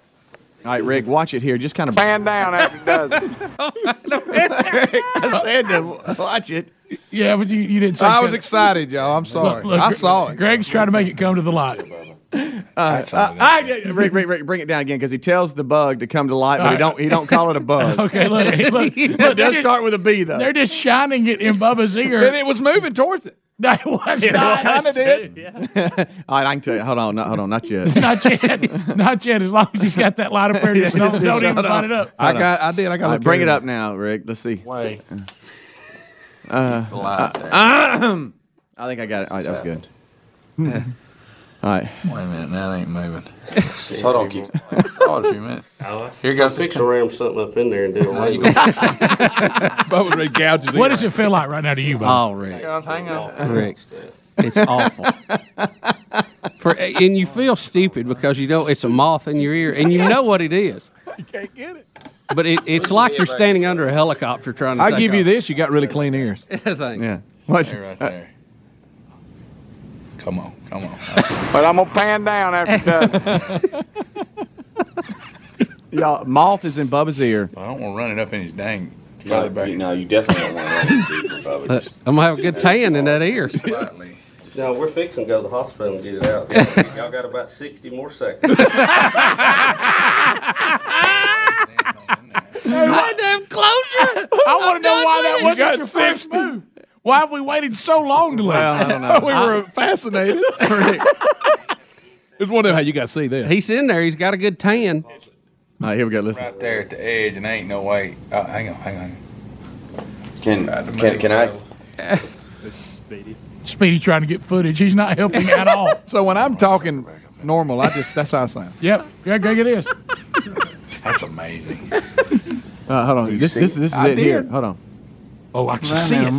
S2: right, Rick, watch it here. Just kind of
S9: Pan down after it does.
S2: Oh,
S9: [LAUGHS]
S2: I said to watch it.
S5: Yeah, but you, you didn't say
S25: I was excited, y'all. I'm sorry. I saw it.
S5: Greg's trying to make it come to the light.
S9: Uh, uh, I, Rick, Rick, Rick, bring it down again because he tells the bug to come to light, but
S5: All
S9: he
S5: right.
S9: don't he don't call it a
S5: [LAUGHS]
S9: bug.
S5: Okay, look, look,
S9: [LAUGHS] it does start with a B though.
S5: They're just shining it in Bubba's ear.
S9: And
S5: it was moving towards it. [LAUGHS] No, it was
S9: It
S5: not.
S9: was.
S5: Kind of did.
S9: All right, I can tell you. Hold on, not, hold on, not
S5: [LAUGHS]
S9: yet.
S5: Not yet. Not yet. As long as he's got that light of [LAUGHS] prayer, just
S9: Yeah,
S5: don't,
S9: just-
S5: don't
S9: just-
S5: even
S9: hold
S5: light
S9: on.
S5: it up. [LAUGHS]
S9: Hold on. All right,
S5: to
S9: bring it up now, Rick. Let's see. Wait. Uh, uh, I think I got it. All right, that was good. All right.
S12: Wait a minute, that
S24: [LAUGHS]
S12: ain't moving. Just hold
S2: [LAUGHS]
S12: on, keep hold it a few minutes. Here goes
S26: Fix to ram something up in there and do it.
S12: Now you
S26: later.
S2: [LAUGHS]
S12: Bubba's ready gouges.
S5: What does it feel like right now to you, Bob?
S7: Oh, Rick.
S12: Hang on.
S7: Rick, it's awful. For and you feel stupid because you know it's a moth in your ear, and you know what it is.
S5: You can't get it.
S7: But it, it's like you're standing under a helicopter trying to.
S5: I
S7: take
S5: give you
S7: off.
S5: this. You got really clean ears.
S7: [LAUGHS] Thanks.
S9: Yeah.
S5: What?
S12: Right
S7: Uh,
S12: there. Come on, come on.
S5: But I'm gonna pan down after
S12: done.
S9: Y'all, moth is in Bubba's ear.
S12: I don't want to run it up in his dang.
S9: No,
S12: no, you definitely don't want to run it deeper,
S9: [LAUGHS]
S12: Bubba.
S7: Uh, I'm gonna have a good tan in that ear.
S26: No, we're fixing to go to the hospital and get it
S7: [LAUGHS]
S26: out. Y'all, y'all got about 60 more seconds.
S5: Hey, what damn
S9: [LAUGHS]
S5: closure? I want to know why that wasn't your first move. Why have we waited so long to let?
S2: Well, I don't know.
S5: [LAUGHS] we were fascinated.
S2: It's one of how you got to see this.
S7: He's in there. He's got a good tan.
S9: All right, here we go. Listen.
S12: Right there at the edge, and ain't no way. Oh, hang on, hang on.
S27: Can can, can I?
S5: [LAUGHS] Speedy trying to get footage. He's not helping at all.
S2: So when I'm talking normal, I just that's how I sound.
S5: Yep. Yeah, Greg, it is.
S12: That's amazing.
S9: Uh, hold on. This,
S12: see
S9: this,
S12: it?
S9: this is
S12: I
S9: it here.
S12: did.
S9: Hold on.
S5: Oh, I
S12: can see it.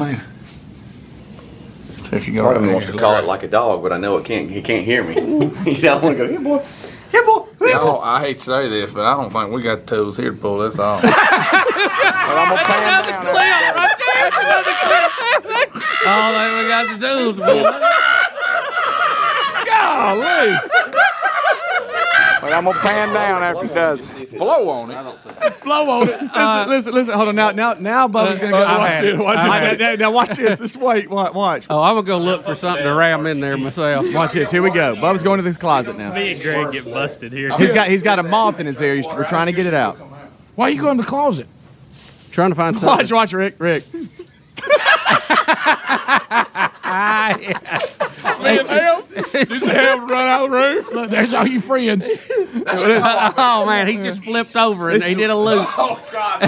S2: If you
S12: go
S27: Part of
S12: over
S27: me wants to
S12: there.
S27: call it like a dog, but I know it can't. He can't hear me. [LAUGHS] you know, I want to go. Here, boy.
S12: Here, boy. Y'all, I hate to say this, but I don't think we got the tools here to pull this off.
S7: All that we got to do is boy.
S5: Golly.
S12: But I'm gonna pan down after it does. Blow on it.
S9: Blow on it. [LAUGHS] Listen, listen, listen. Hold on. Now, now, now, Bubba's gonna go.
S7: I've had it. I've
S9: All right,
S7: had
S9: now, now, now watch this. Just wait. Watch. watch.
S7: Oh, I'm gonna go look for something to ram in there myself.
S9: Watch this. Here we go. Bubba's going to this closet now.
S4: [LAUGHS] Me and Greg get busted here.
S9: He's got he's got a moth in his ear. He's, we're trying to get it out.
S5: Why are you going to the closet?
S7: Trying to find
S9: Watch,
S7: something.
S9: watch, Rick, Rick.
S7: Ah, [LAUGHS] yeah.
S5: Man, help. Just help run out of the room. Look, there's
S7: [LAUGHS]
S5: all your friends. [LAUGHS]
S7: oh man, he just flipped over and he did a loop.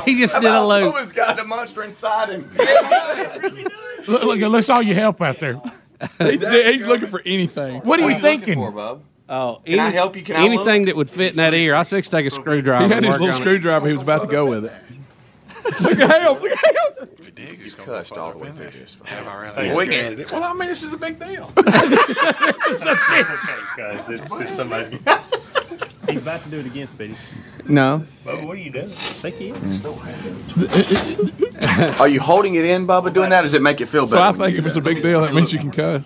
S7: he just did a
S9: [LAUGHS]
S7: loop.
S27: Bubba's got a monster inside him.
S5: Look, look, let's all your help out there.
S2: he's looking for anything.
S5: What are you thinking?
S7: Oh,
S27: Can I help you? Can I
S7: anything
S27: look?
S7: that would fit in that ear. I six take a screwdriver.
S2: He had
S7: and work
S2: his little
S7: on it.
S2: screwdriver. He was about to go with it.
S27: Look at him! Look at him! He's cussed all the way through this. Have I really?
S2: We get it.
S12: Well, I mean, this is a big deal.
S4: He's about to do it again, Speedy.
S9: No.
S4: Bubba, what are you doing? Take
S27: [LAUGHS]
S4: it.
S27: Are you holding it in, Bubba? Doing that? Does it make it feel
S2: So I
S27: better?
S2: think if it's a big deal, that means you can cuss.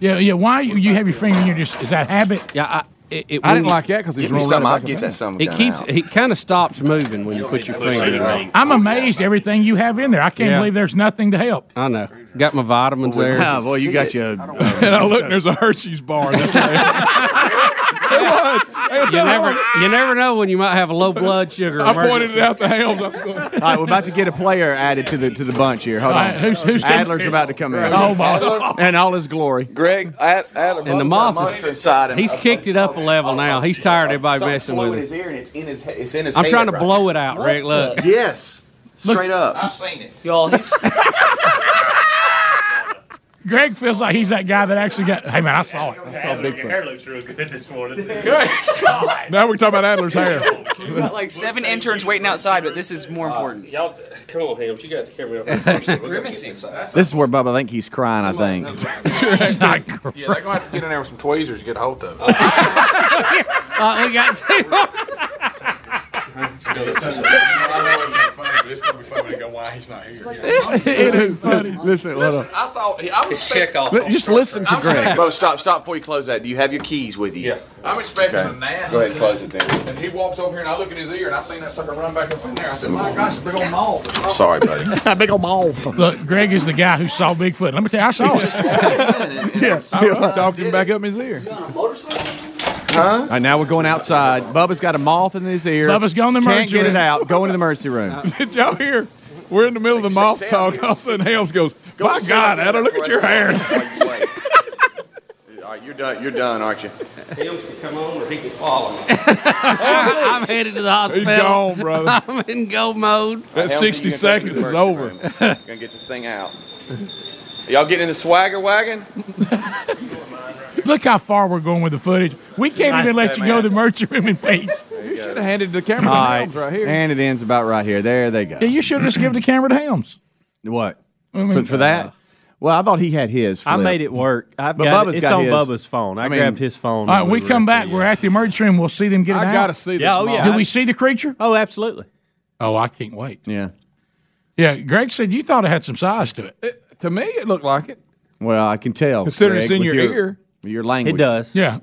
S5: Yeah, yeah. Why you, you have your finger? in your just is that habit?
S7: Yeah, I, it, it,
S2: I didn't like that because he's
S27: Give me
S2: rolling
S27: something. I'll
S2: right back
S27: get
S2: around.
S27: that something.
S7: It keeps. It kind of stops moving when you put your finger. in it.
S5: I'm
S27: Oh,
S5: amazed everything you have in there. I can't
S7: Yeah.
S5: believe there's nothing to help. [LAUGHS]
S7: I know. Got my vitamins there.
S2: [LAUGHS]
S5: Ah, boy, you got
S9: your.
S2: uh, And I look, there's a Hershey's bar. That's right.
S7: [LAUGHS] You never, you never know when you might have a low blood sugar.
S2: I pointed
S7: emergency.
S2: it out the helms. I was going,
S9: All right, we're about to get a player added to the to the bunch here. Hold
S5: All
S9: on.
S5: right, who's- who's getting
S9: Adler's
S5: fit?
S9: about to come in.
S5: Oh, my-
S9: And all his glory.
S27: Greg, Ad- Adler,
S7: And the
S27: Bubba's got a
S7: moth is-
S27: monster inside him.
S7: He's kicked it up a level now. He's tired of everybody
S27: Something
S7: messing
S27: flew in
S7: with
S27: his
S7: him.
S27: ear and it's in his. he- It's in his.
S7: I'm
S27: head
S7: trying to
S27: right
S7: blow
S27: now.
S7: it out, Rick. Look.
S27: Yes, straight up. I've seen it, y'all. He's
S5: Greg feels like he's that guy that actually got. Hey man, I saw it. I saw
S2: Bigfoot.
S5: Bigfoot.
S4: looks real good this
S26: [LAUGHS]
S4: morning.
S2: now we're talking about Adler's hair.
S21: We've got like seven interns waiting outside, but this is more important.
S26: Uh, Y'all, come on, Hams. You got to carry me up.
S7: [LAUGHS]
S26: Grimacing.
S9: This is where Bubba, I think he's crying, I think.
S7: [LAUGHS]
S12: yeah, they're gonna have to get in there with some tweezers to get a hold of
S2: [LAUGHS]
S12: it. [LAUGHS]
S7: Uh, we got two.
S12: I know it's not funny, but it's gonna be funny when they go, "Why he's not here?"
S9: it is funny. Listen, hold on.
S12: Listen, I thought he- I was check off.
S9: Li- Just listen to Greg.
S27: Bro, stop, stop before you close that. Do you have your keys with you? Yeah.
S12: I'm expecting
S27: Okay.
S12: a nap.
S27: Go ahead and close it then.
S12: And he walks over here, and I look in his ear, and I seen that sucker run back up in there. I said, "My gosh, big old mall."
S27: [LAUGHS] Sorry, buddy.
S9: Big old mouth.
S5: Look, Greg is the guy who saw Bigfoot. Let me tell you, I saw it.
S12: [LAUGHS]
S2: yes. I talked him back up in his ear.
S9: Huh? All right, now we're going outside. Bubba's got a moth in his ear.
S5: Bubba's going to the
S9: Can't
S5: emergency
S9: get
S5: room.
S9: it out. Go into the emergency room.
S5: Did y'all hear? We're in the middle of the moth talk. All of a sudden, Helms goes, "My God, Adam, look at your hair."
S28: [LAUGHS] All right, you're done. You're done, aren't you?
S12: Hams can come on or he can follow me.
S7: [LAUGHS] I'm headed to the hospital.
S5: gone, brother.
S7: [LAUGHS] I'm in go mode.
S28: How healthy you gonna take it to the emergency room? [LAUGHS]
S5: [LAUGHS]
S28: Gonna get this thing out. Y'all getting in the swagger wagon?
S5: Look how far we're going with the footage. We can't even let you go to the merchant room in peace.
S28: You should
S5: have handed the camera
S9: All right. And it ends about right here. There they go.
S5: Yeah, you should have just given the camera to Helms.
S9: [CLEARS THROAT] What?
S5: I mean- uh,
S9: for, for that? well, I thought he had his.
S4: I
S9: flip.
S4: made it work. I've
S9: But
S4: got
S9: Bubba's
S4: it. it's
S9: got
S4: on
S9: his.
S4: Bubba's phone. I,
S9: I mean-
S4: grabbed his phone.
S5: All right, we come back. We're at the emergency room. We'll see them get it
S4: I
S5: out.
S4: gotta see this Yeah, oh, yeah. moth.
S5: Do we see the creature?
S4: Oh, absolutely.
S5: Oh, I can't wait.
S9: Yeah.
S5: Yeah, Greg said you thought it had some size to it. to me, it looked like it.
S9: Well, I can tell.
S5: Considering it's
S9: Greg,
S5: in
S9: with
S5: your ear.
S9: Your language.
S5: Yeah.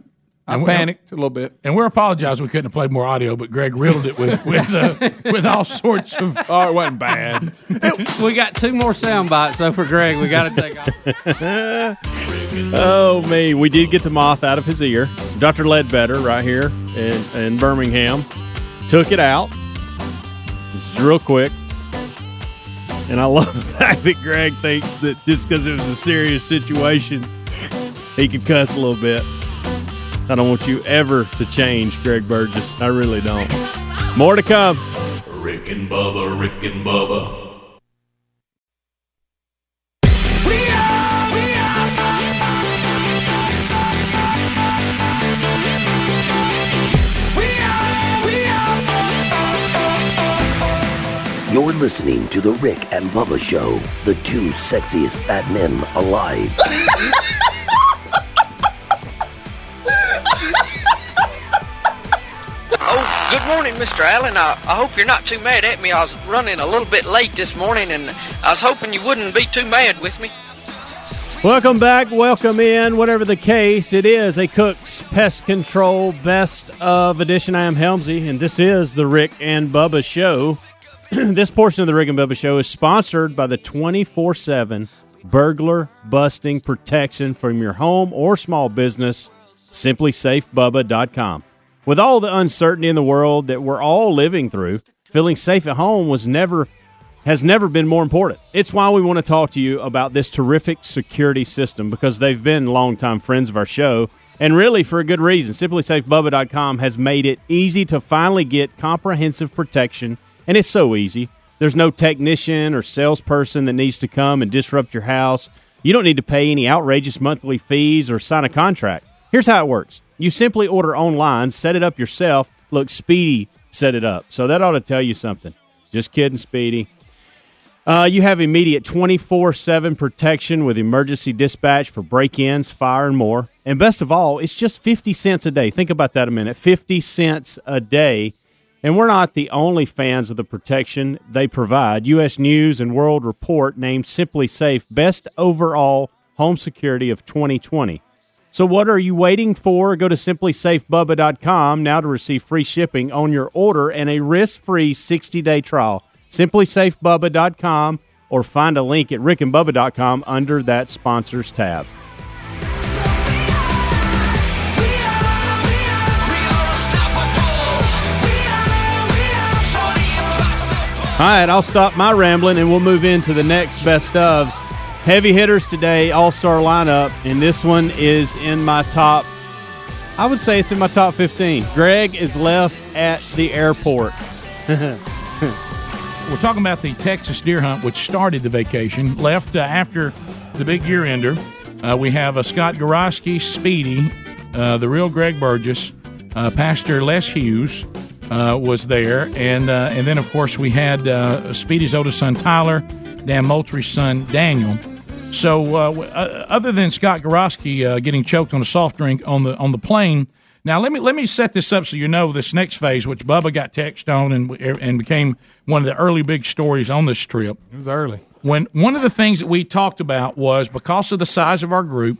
S9: I
S5: And we-
S9: panicked a little bit.
S5: And we're apologizing we couldn't have played more audio, but Greg riddled it with with [LAUGHS] uh, with all sorts of. Oh, it wasn't bad.
S7: [LAUGHS] we got two more sound bites, so for Greg, we got to take off.
S4: Uh, oh me, we did get the moth out of his ear. Dr. Ledbetter, right here in, in Birmingham, took it out. Just real quick. And I love the fact that Greg thinks that just because it was a serious situation, he could cuss a little bit. I don't want you ever to change, Greg Burgess. I really don't. More to come.
S11: Rick and Bubba, Rick and Bubba.
S3: You're listening to The Rick and Bubba Show, the two sexiest fat men alive.
S2: [LAUGHS] Oh, good morning, Mr. Allen. I, I hope you're not too mad at me. I was running a little bit late this morning, and I was hoping you wouldn't be too mad with me.
S4: Welcome back, welcome in, whatever the case. It is a Cook's Pest Control Best of Edition. I am Helmsy, and this is the Rick and Bubba Show. [CLEARS THROAT] this portion of the Rick and Bubba Show is sponsored by the 24 7 burglar busting protection from your home or small business, simplysafebubba.com. With all the uncertainty in the world that we're all living through, feeling safe at home was never has never been more important. It's why we want to talk to you about this terrific security system because they've been longtime friends of our show and really for a good reason. SimplySafeBubba.com has made it easy to finally get comprehensive protection, and it's so easy. There's no technician or salesperson that needs to come and disrupt your house. You don't need to pay any outrageous monthly fees or sign a contract. Here's how it works you simply order online, set it up yourself. Look, Speedy set it up. So that ought to tell you something. Just kidding, Speedy. Uh, you have immediate 24 7 protection with emergency dispatch for break ins, fire, and more. And best of all, it's just 50 cents a day. Think about that a minute 50 cents a day. And we're not the only fans of the protection they provide. U.S. News and World Report named Simply Safe Best Overall Home Security of 2020. So, what are you waiting for? Go to simplysafebubba.com now to receive free shipping on your order and a risk free 60 day trial. Simplysafebubba.com or find a link at rickandbubba.com under that sponsors tab. All right, I'll stop my rambling and we'll move into the next best ofs. Heavy hitters today, all star lineup, and this one is in my top. I would say it's in my top 15. Greg is left at the airport. [LAUGHS]
S5: We're talking about the Texas deer hunt, which started the vacation, left uh, after the big year ender. Uh, we have uh, Scott Garoski, Speedy, uh, the real Greg Burgess, uh, Pastor Les Hughes uh, was there, and uh, and then of course we had uh, Speedy's oldest son Tyler, Dan Moultrie's son Daniel. So uh, w- uh, other than Scott Garoski uh, getting choked on a soft drink on the on the plane. Now let me let me set this up so you know this next phase, which Bubba got text on and and became one of the early big stories on this trip.
S29: It was early.
S5: When one of the things that we talked about was because of the size of our group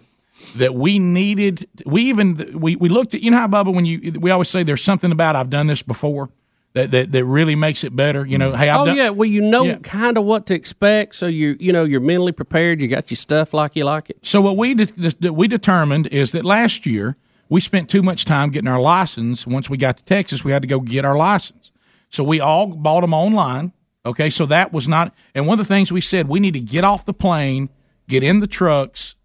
S5: that we needed, we even we, we looked at you know how Bubba when you we always say there's something about I've done this before that that, that really makes it better. You know, hey, I've
S7: oh
S5: done
S7: yeah, well you know
S5: Yeah.
S7: kind of what to expect, so you you know you're mentally prepared. You got your stuff like you like it.
S5: So what we de- de- we determined is that last year we spent too much time getting our license. Once we got to Texas, we had to go get our license. So we all bought them online. Okay, so that was not. And one of the things we said, we need to get off the plane, get in the trucks.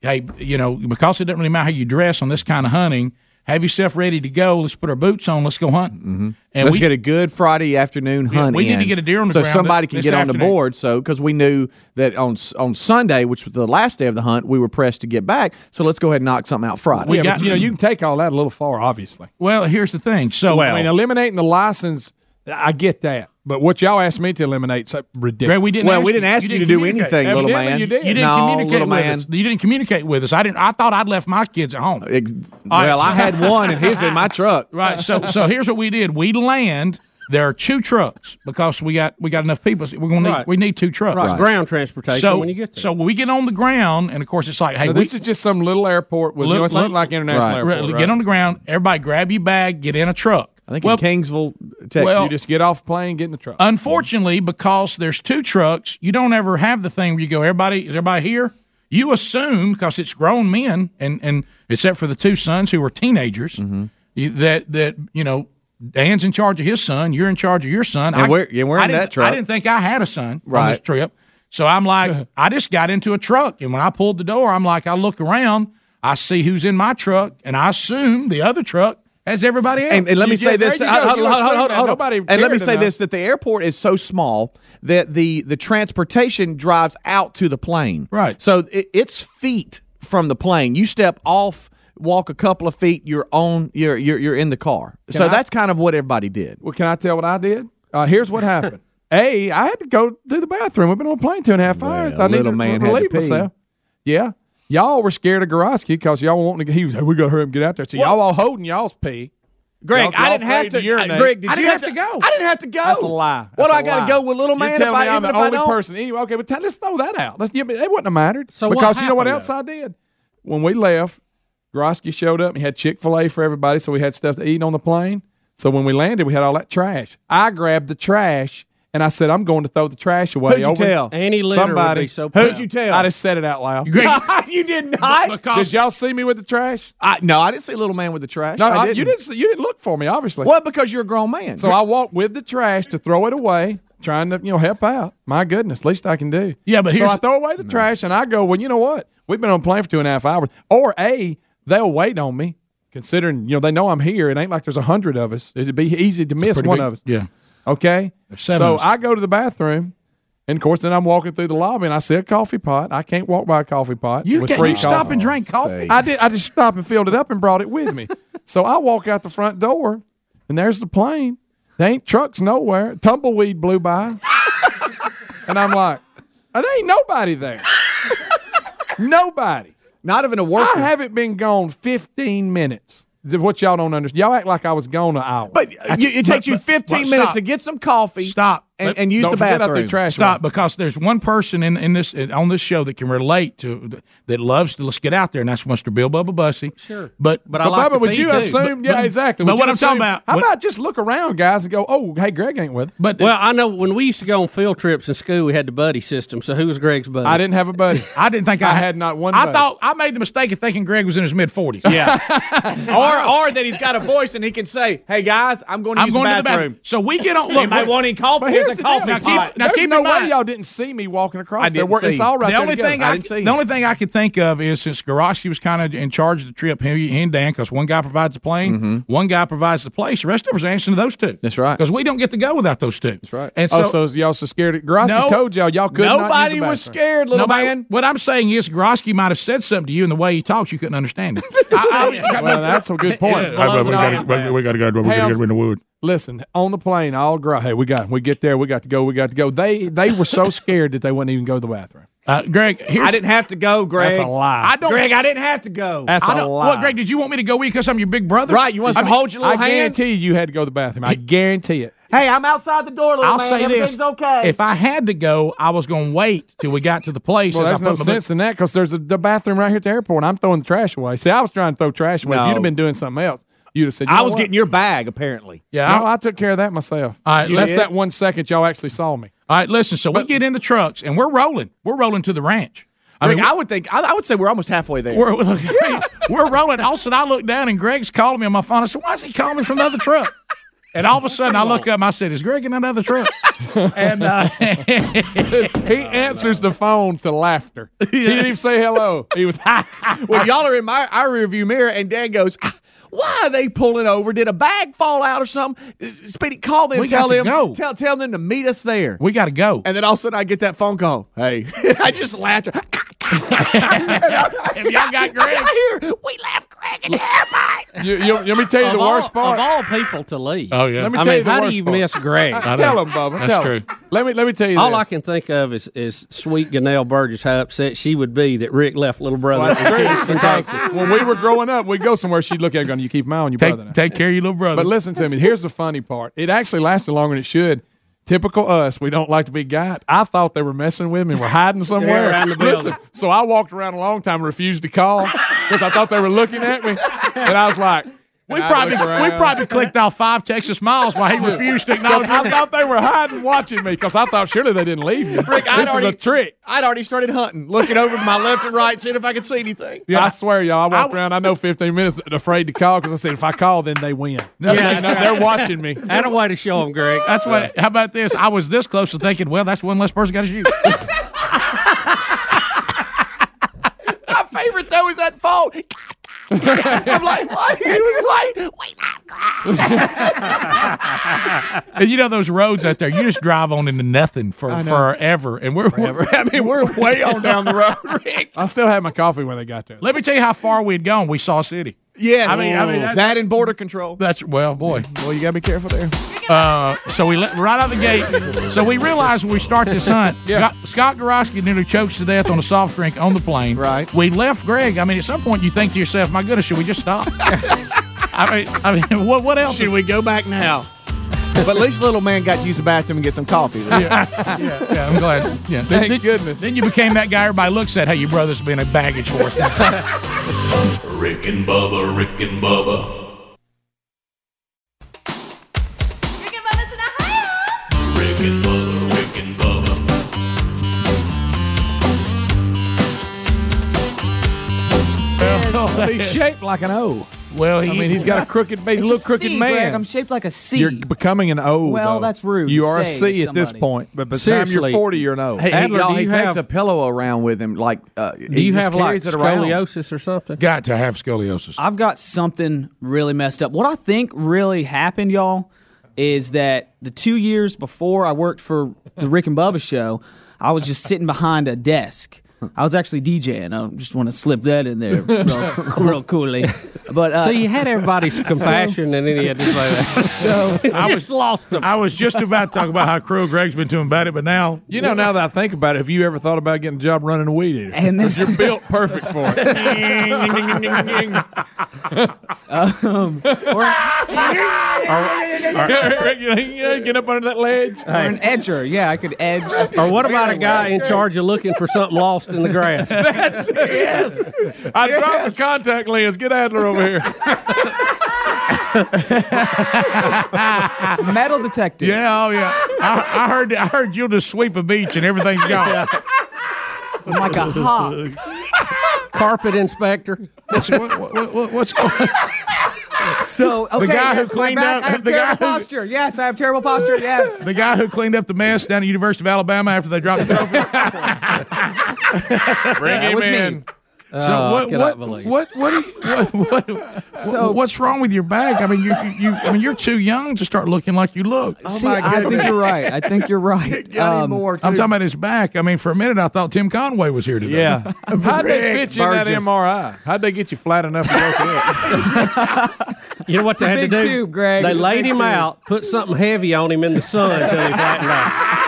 S5: Hey, you know, because it doesn't really matter how you dress on this kind of hunting. Have yourself ready to go. Let's put our boots on. Let's go hunting. Mm-hmm.
S9: And Let's we, get a good Friday afternoon
S5: Yeah,
S9: hunt.
S5: we need to
S9: in
S5: get a deer on the
S9: so
S5: ground
S9: somebody
S5: th-
S9: can
S5: this
S9: get on
S5: afternoon.
S9: the board. So because we knew that on s- on Sunday, which was the last day of the hunt, we were pressed to get back. So let's go ahead and knock something out Friday.
S12: We got, you know, you can take all that a little far, obviously.
S5: Well, here's the thing. So,
S12: I mean, eliminating the license, I get that. But what y'all asked me to eliminate is ridiculous.
S5: Greg, we didn't.
S12: Well,
S5: ask
S12: we didn't ask you to do
S5: communicate.
S12: anything, little Evidently man.
S5: You, did. not
S12: No,
S5: communicate
S12: little
S5: with
S12: man.
S5: us. You didn't communicate with us. I didn't. I thought I'd left my kids at home.
S9: well, I had one and his in my truck.
S5: [LAUGHS] Right. So, so here's what we did. We land. There are two trucks because we got we got enough people. So We're gonna need,
S7: Right.
S5: we need two trucks.
S7: Right. Ground transportation
S5: So
S7: when you get
S5: so we get on the ground, and of course it's like, hey,
S12: Now,
S5: we,
S12: this is just some little airport with no, it's not like international airport.
S5: Get
S12: right?
S5: on the ground. Everybody grab your bag. Get in a truck. I think
S12: in
S9: Kingsville,
S12: Texas,
S5: Well,
S12: you just get off plane, get in the truck.
S5: Unfortunately, because there's two trucks, you don't ever have the thing where you go, everybody, is everybody here? You assume because it's grown men, and and except for the two sons who are teenagers,
S9: Mm-hmm.
S5: you, that that you know Dan's in charge of his son, you're in charge of your son.
S9: And we're- yeah, we're
S5: I
S9: in
S5: didn't-
S9: that truck.
S5: I didn't think I had a son on this
S9: Right.
S5: trip, so I'm like, I just got into a truck, and when I pulled the door, I'm like, I look around, I see who's in my truck, and I assume the other truck has everybody else.
S9: And, and let me
S5: You-
S9: say
S5: yeah, there
S9: this.
S5: you go.
S9: hold-
S5: You
S9: hold- hold-
S5: assume
S9: hold-
S5: that
S9: hold on.
S5: nobody
S9: And let me
S5: cared
S9: say
S5: enough.
S9: this: that the airport is so small that the the transportation drives out to the plane. Right. So it, it's feet from the plane. You step off, walk a couple of feet, you're on, you're you're, you're in the car.
S12: Can
S9: so
S12: I-
S9: that's kind of what everybody did.
S12: Well, can I tell what I did? Uh, here's what happened. A, I had to go to the bathroom. We've been on a plane two and a half hours. I needed
S9: little
S12: to
S9: man had to
S12: relieve
S9: pee.
S12: myself. Yeah. Y'all were scared of Garoski because y'all were wanting to. He was, hey, we got to hurry up and get out there. So y'all all holding y'all's pee.
S9: Greg,
S12: Y'all-
S9: I
S12: y'all
S9: didn't have
S12: afraid
S9: to.
S12: urinate.
S9: I, Greg, did
S12: I
S9: you
S12: didn't have to go?
S9: I didn't have to go.
S12: That's a lie.
S9: What do
S12: That's
S9: I
S12: a
S9: got
S12: lie.
S9: to go with little man?
S12: You're telling
S9: if I,
S12: me I'm
S9: even
S12: the
S9: if I
S12: only
S9: don't?
S12: person. Anyway, okay, but t- let's throw that out. Let's give it. It wouldn't have mattered.
S9: So what
S12: because you know what
S9: happened,
S12: else I did when we left. Grosky showed up and he had Chick Fil A for everybody, so we had stuff to eat on the plane. So when we landed, we had all that trash. I grabbed the trash and I said, "I'm going to throw the trash away."
S7: Who'd you tell? Annie Litter would be so Who'd proud. you tell?
S12: I just said it out loud. [LAUGHS]
S9: [LAUGHS] you did not.
S12: Did y'all see me with the trash?
S9: I, no, I didn't see little man with the trash.
S12: No,
S9: I
S12: I-
S9: didn't.
S12: you didn't. see- You didn't look for me, obviously.
S9: Well, because you're a grown man.
S12: So I walked with the trash to throw it away, trying to you know help out. My goodness, least I can do.
S5: Yeah, but here's-
S12: so I throw away the trash and I go. Well, you know what? We've been on plane for two and a half hours. Or a they'll wait on me, considering you know they know I'm here. It ain't like there's a hundred of us. It'd be easy to miss
S5: pretty
S12: one
S5: big-
S12: of us.
S5: yeah.
S12: Okay.
S5: seven
S12: so
S5: of us.
S12: I go to the bathroom. And of course, then I'm walking through the lobby and I see a coffee pot. I can't walk by a coffee pot.
S5: You
S12: with
S5: can't
S12: free
S5: you stop
S12: coffee.
S5: and drink coffee.
S12: I did. I just stopped and filled it up and brought it with me. so I walk out the front door, and there's the plane. There ain't trucks nowhere. Tumbleweed blew by, [LAUGHS] and I'm like, "Oh, there ain't nobody there. nobody.
S9: Not even a worker.
S12: I haven't been gone 15 minutes. Is what y'all don't understand. Y'all act like I was gone an hour. But
S9: You, it takes you 15 minutes to get some coffee.
S5: Stop
S9: And,
S5: Let-
S9: and use
S5: don't
S9: the
S5: forget I threw
S9: bathroom.
S5: trash Stop because there's one person in, in this on this show that can relate to that loves to let's get out there, and that's Mr. Bill Bubba Bussy. Sure, but
S12: But, Bubba, would you assume? yeah, exactly.
S5: But
S12: Would
S5: what
S12: you
S5: I'm talking
S12: assume-
S5: about,
S12: How
S5: what-
S12: about just look around, guys, and go, "Oh, hey, Greg ain't with us."
S5: But
S7: well, I know when we used to go on field trips in school, we had the buddy system. So who was Greg's buddy?
S12: I didn't have
S7: [LAUGHS]
S12: a buddy.
S5: I didn't think I,
S12: I had not one
S5: I
S12: buddy.
S5: thought I made the mistake of thinking Greg was in his mid 40s. [LAUGHS] Yeah,
S9: [LAUGHS] or or that he's got a voice and he can say, "Hey guys, I'm going to
S5: I'm
S9: use
S5: going
S9: the
S5: to the
S9: bathroom."
S5: bathroom. So we get on. Look,
S9: Anybody want any coffee?
S12: But
S9: Here's
S12: here's the
S9: a coffee
S12: deal. Now
S9: pot.
S12: keep, now There's
S5: keep
S12: no
S5: in
S12: way
S5: mind-
S12: y'all didn't see me walking across.
S5: I
S12: there.
S5: didn't
S12: We're- It's
S5: see.
S12: all right
S5: The
S12: there
S5: only
S12: together.
S5: thing I, c- the only thing I could think of is since Garoski was kind of in charge of the trip, him he and Dan, because one guy provides the plane, one guy provides the place. The rest of us are answering to those two. Mm-hmm. That's right. Because we don't get to go without those two. That's right. And so,
S12: oh, so y'all so scared. At, Grosky
S5: No.
S12: told y'all y'all could
S5: Nobody
S12: not
S5: was
S12: use the bathroom.
S9: scared, little
S5: Nobody-
S9: man.
S5: What I'm saying is Grosky might have said something to you, and the way he talks, you couldn't understand it.
S12: well, that's a [LAUGHS] good point.
S5: to go.
S12: we gotta go in the wood. Listen, on the plane, all gro- hey, we got we get there, we got to go, we got to go. They they were [LAUGHS] so scared that they wouldn't even go to the bathroom.
S5: Uh, Greg, here's,
S9: I didn't have to go, Greg.
S12: That's a lie.
S5: I don't-
S9: Greg, I didn't have to go.
S12: That's
S5: I
S12: a
S5: don't-
S12: lie.
S5: What, Greg? Did you want me to go with you because I'm your big brother?
S9: Right, you want us to hold your little
S12: I
S9: hand?
S12: guarantee you, you had to go to the bathroom. I guarantee it.
S9: Hey, I'm outside the door, little
S5: I'll
S9: man.
S5: say
S9: Everything's
S5: this:
S9: okay.
S5: if I had to go, I was going to wait till we got to the place.
S12: Well,
S5: as I
S12: there's no
S5: put my-
S12: sense in that because there's a the bathroom right here at the airport. and I'm throwing the trash away. See, I was trying to throw trash away. If you'd
S9: No.
S12: have been doing something else, you'd have said. You
S9: I
S12: know
S9: was
S12: what?
S9: getting your bag, apparently.
S12: Yeah, no, I, took care of that myself.
S5: All right,
S12: That's
S5: listen-
S12: that one second y'all actually saw me.
S5: All right, listen. So we get in the trucks and we're rolling. We're rolling to the ranch.
S16: I mean, I would think I, I would say we're almost halfway there.
S5: We're, look, hey, [LAUGHS] we're rolling. All of a sudden, I look down and Greg's calling me on my phone. I said, "Why is he calling me from the other truck?" And all of a sudden, I look up. and I said, "Is Greg in another
S16: [LAUGHS]
S5: truck?" [LAUGHS] and uh,
S12: [LAUGHS] he answers the phone to laughter. He didn't even say hello. He was [LAUGHS]
S16: well, y'all are in my our rearview mirror, and Dan goes. "Ah, Why are they pulling over? Did a bag fall out or something? Speedy, call them.
S5: We got
S16: tell
S5: to
S16: them.
S5: go.
S16: Tell tell them to meet us there.
S5: We got to go.
S16: And then all of a sudden, I get that phone call. Hey, [LAUGHS] I just laughed.
S15: Have y'all
S16: [LAUGHS]
S15: got Greg?
S16: we left Greg in Airmite.
S12: You, you, let me tell you
S7: Of
S12: the
S7: all-
S12: worst part.
S7: of all people to leave.
S12: Oh, yeah. Let me
S7: I
S12: tell
S7: mean,
S12: you the
S7: how
S12: worst
S7: do you
S12: part.
S7: miss
S12: [LAUGHS]
S7: Greg?
S12: I- I Tell know. him, Bubba. That's Tell him. true. Let me let me tell you
S7: All
S12: this.
S7: I can think of is is sweet Ganelle Burgess how upset she would be that Rick left little brother.
S12: Well, that's
S7: in
S12: true,
S7: Kingston,
S12: because
S7: Texas.
S12: when we were growing up, we'd go somewhere. She'd look at it going, "You keep my on your brother. Now.
S30: Take care of your little brother.
S12: But listen to me. Here's the funny part. It actually lasted longer than it should. Typical us. We don't like to be got. I thought they were messing with me. and We're hiding somewhere.
S30: around the building.
S12: listen. So I walked around a long time, and refused to call because I thought they were looking at me, and I was
S5: [LAUGHS]
S12: like.
S5: We probably we probably clicked off five Texas miles while
S12: [LAUGHS]
S5: he refused to acknowledge.
S12: I thought they were hiding,
S5: [LAUGHS]
S12: watching me because I thought surely they didn't leave me.
S16: Rick, I'd
S12: this is a
S16: already-
S12: trick.
S16: I'd already started hunting, looking over to my left and right, seeing if I could see anything.
S12: Yeah, I swear, y'all. I walked around. I know 15 minutes, afraid to call because I said if I call, then they win. No,
S5: Yeah,
S12: no, [LAUGHS]
S5: that's
S12: they're
S5: right.
S12: watching me.
S7: That a way to show him, Greg.
S5: That's what. How about this? I was this close to thinking. Well, that's one less person got to
S12: [LAUGHS]
S5: shoot.
S16: My favorite though is that phone. I'm like, what? He was like, wait,
S5: And you know those roads out there, you just drive on into nothing for
S12: I know.
S5: forever, and we're, [LAUGHS]
S12: I mean, we're way on down the road,
S16: Rick.
S12: I still had my coffee when they got there.
S5: Let me tell you how far we'd gone. We saw city.
S16: Yes.
S5: I mean, I mean that's,
S16: that and border control.
S5: that's well, boy.
S16: Well, you gotta be careful there.
S5: Uh, so we let right out the gate. So we realized when we start this
S16: [LAUGHS]
S5: hunt, Scott- Scott Garoski nearly chokes to death on a soft drink on the plane. Right. We left Greg. I mean, at some point you think to yourself, "My goodness, should we just
S16: [LAUGHS]
S5: stop?" I mean, I mean, [LAUGHS] what what else? Should we go back now?
S16: but at least little man got to use the bathroom and get some coffee.
S5: [LAUGHS] yeah, yeah, yeah, I'm glad. Yeah,
S16: Thank
S5: goodness. Then you became that guy everybody looks at. Hey, your brother's been a baggage
S16: [LAUGHS]
S5: horse.
S11: Rick and Bubba, Rick and Bubba. Rick and Bubba, Rick and Bubba.
S12: he's shaped like an O.
S5: Well,
S12: I mean, he's got a crooked base,
S21: It's
S12: a little crooked
S21: C,
S12: man.
S21: Greg. I'm shaped like a C.
S12: You're becoming an O.
S21: Well,
S12: though.
S21: that's rude
S12: You
S21: to
S12: are a
S21: say to
S12: C at this
S21: somebody.
S12: point, but by the time you're 40, you're an O.
S16: Hey,
S12: Adler,
S16: y'all,
S12: do
S16: he
S12: you
S16: takes
S12: have-
S16: a pillow around with him. Like, uh, he just carries it around.
S21: or something?
S5: Got to have scoliosis.
S21: I've got something really messed up. What I think really happened, y'all, is that the two years before I worked for the Rick and Bubba show, I was just sitting behind a desk. I was actually DJing. I just want to slip that in there real, real coolly. But uh,
S7: so you had
S12: [LAUGHS]
S7: everybody's compassion, and then he had to say
S5: [LAUGHS]
S7: that.
S21: So
S5: I was lost. I was just about to talk about how cruel Greg's been to him about it, but now
S12: You know, now that I think about it, have you ever thought about getting a job running
S5: [LAUGHS]
S12: a weed eater?
S21: And then-
S12: 'Cause you're built perfect for it.
S21: um,
S12: Get up under that ledge.
S21: or an edger. Yeah, I could edge.
S7: Or what about a
S21: Very
S7: guy
S21: well.
S7: in charge of looking for something lost in the
S21: [LAUGHS]
S7: grass?
S12: yes. I dropped the contact lens. Get Adler over here.
S21: Metal detector.
S5: Yeah, oh yeah. I, I heard. I heard you'll just sweep a beach and everything's gone.
S16: [LAUGHS]
S21: I'm like
S5: [LAUGHS]
S21: a hawk.
S7: Carpet inspector.
S5: What's, what, what, what, what's going?
S21: So okay,
S5: guy who
S21: yes, we're
S5: cleaned
S21: back.
S5: up-
S21: I have
S5: the guy
S21: terrible
S5: who-
S21: posture. Yes, I have terrible posture. Yes.
S5: The guy who cleaned up the mess down at the University of Alabama after they dropped the trophy.
S12: Bring
S5: [LAUGHS] That
S12: him
S5: was me.
S12: in.
S5: So
S15: Oh,
S21: Oh,
S5: what, what, what, what, do you- what,
S21: [LAUGHS]
S5: what,
S21: So-
S5: what's wrong with your back? I mean, you, you, you- I mean, you're too young to start looking like you look.
S21: See, I think you're right. I think you're right. Um,
S5: I'm talking about his back. I mean, for a minute, I thought Tim Conway was here today. [LAUGHS]
S12: Yeah.
S21: [LAUGHS]
S12: How'd they
S5: Rick
S12: fit you in that
S5: Burgess.
S12: MRI? How'd they get you flat enough to go through it?
S7: You know what
S12: a
S7: they had
S12: big
S7: to do?
S12: tube, Greg.
S7: They
S12: It's a
S7: laid
S12: big
S7: him
S12: tube.
S7: out, put something heavy on him in the sun until he flattened out.
S5: [LAUGHS]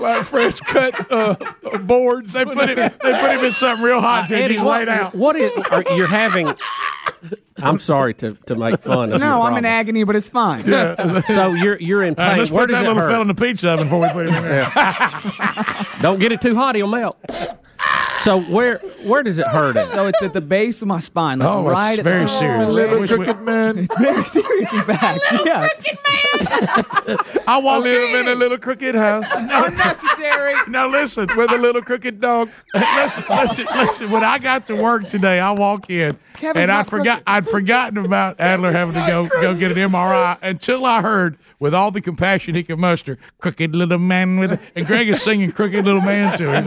S12: Like fresh cut uh, boards.
S5: They put him. They put him in something real
S21: Uh,
S5: hot until
S7: Uh, Eddie,
S5: he's
S7: what-
S5: laid out.
S7: What is, are, you're having? I'm sorry to, to make fun of.
S21: no,
S7: your
S21: I'm in
S7: problem.
S21: agony, but it's fine.
S7: So you're you're in
S5: All
S7: pain.
S5: right, let's
S7: Where
S5: put
S7: does
S5: that
S7: it
S5: little
S7: hurt? [LAUGHS]
S5: fella in the pizza oven before we put him in there.
S7: Don't get it too hot; he'll melt. So where where does it hurt at?
S21: So it's at the base of my spine, like
S7: Oh, it's
S21: right. at
S7: very
S21: the,
S7: serious.
S21: Oh,
S7: Little
S21: wish
S7: crooked
S21: man. It's very serious, in
S16: [LAUGHS]
S21: fact. yes.
S12: I walked live in. a little crooked house.
S16: Oh,
S21: Unnecessary.
S12: now listen, with a little crooked dog.
S30: listen, listen, listen. When I got to work today, I walk in
S12: Kevin's
S30: and I
S12: not
S30: forgot
S12: crooked.
S30: I'd forgotten
S21: [LAUGHS]
S30: about Adler having to go go get an MRI until I heard with all the compassion he could muster, crooked little man with a-" and Greg is singing crooked little man
S21: [LAUGHS]
S30: to him.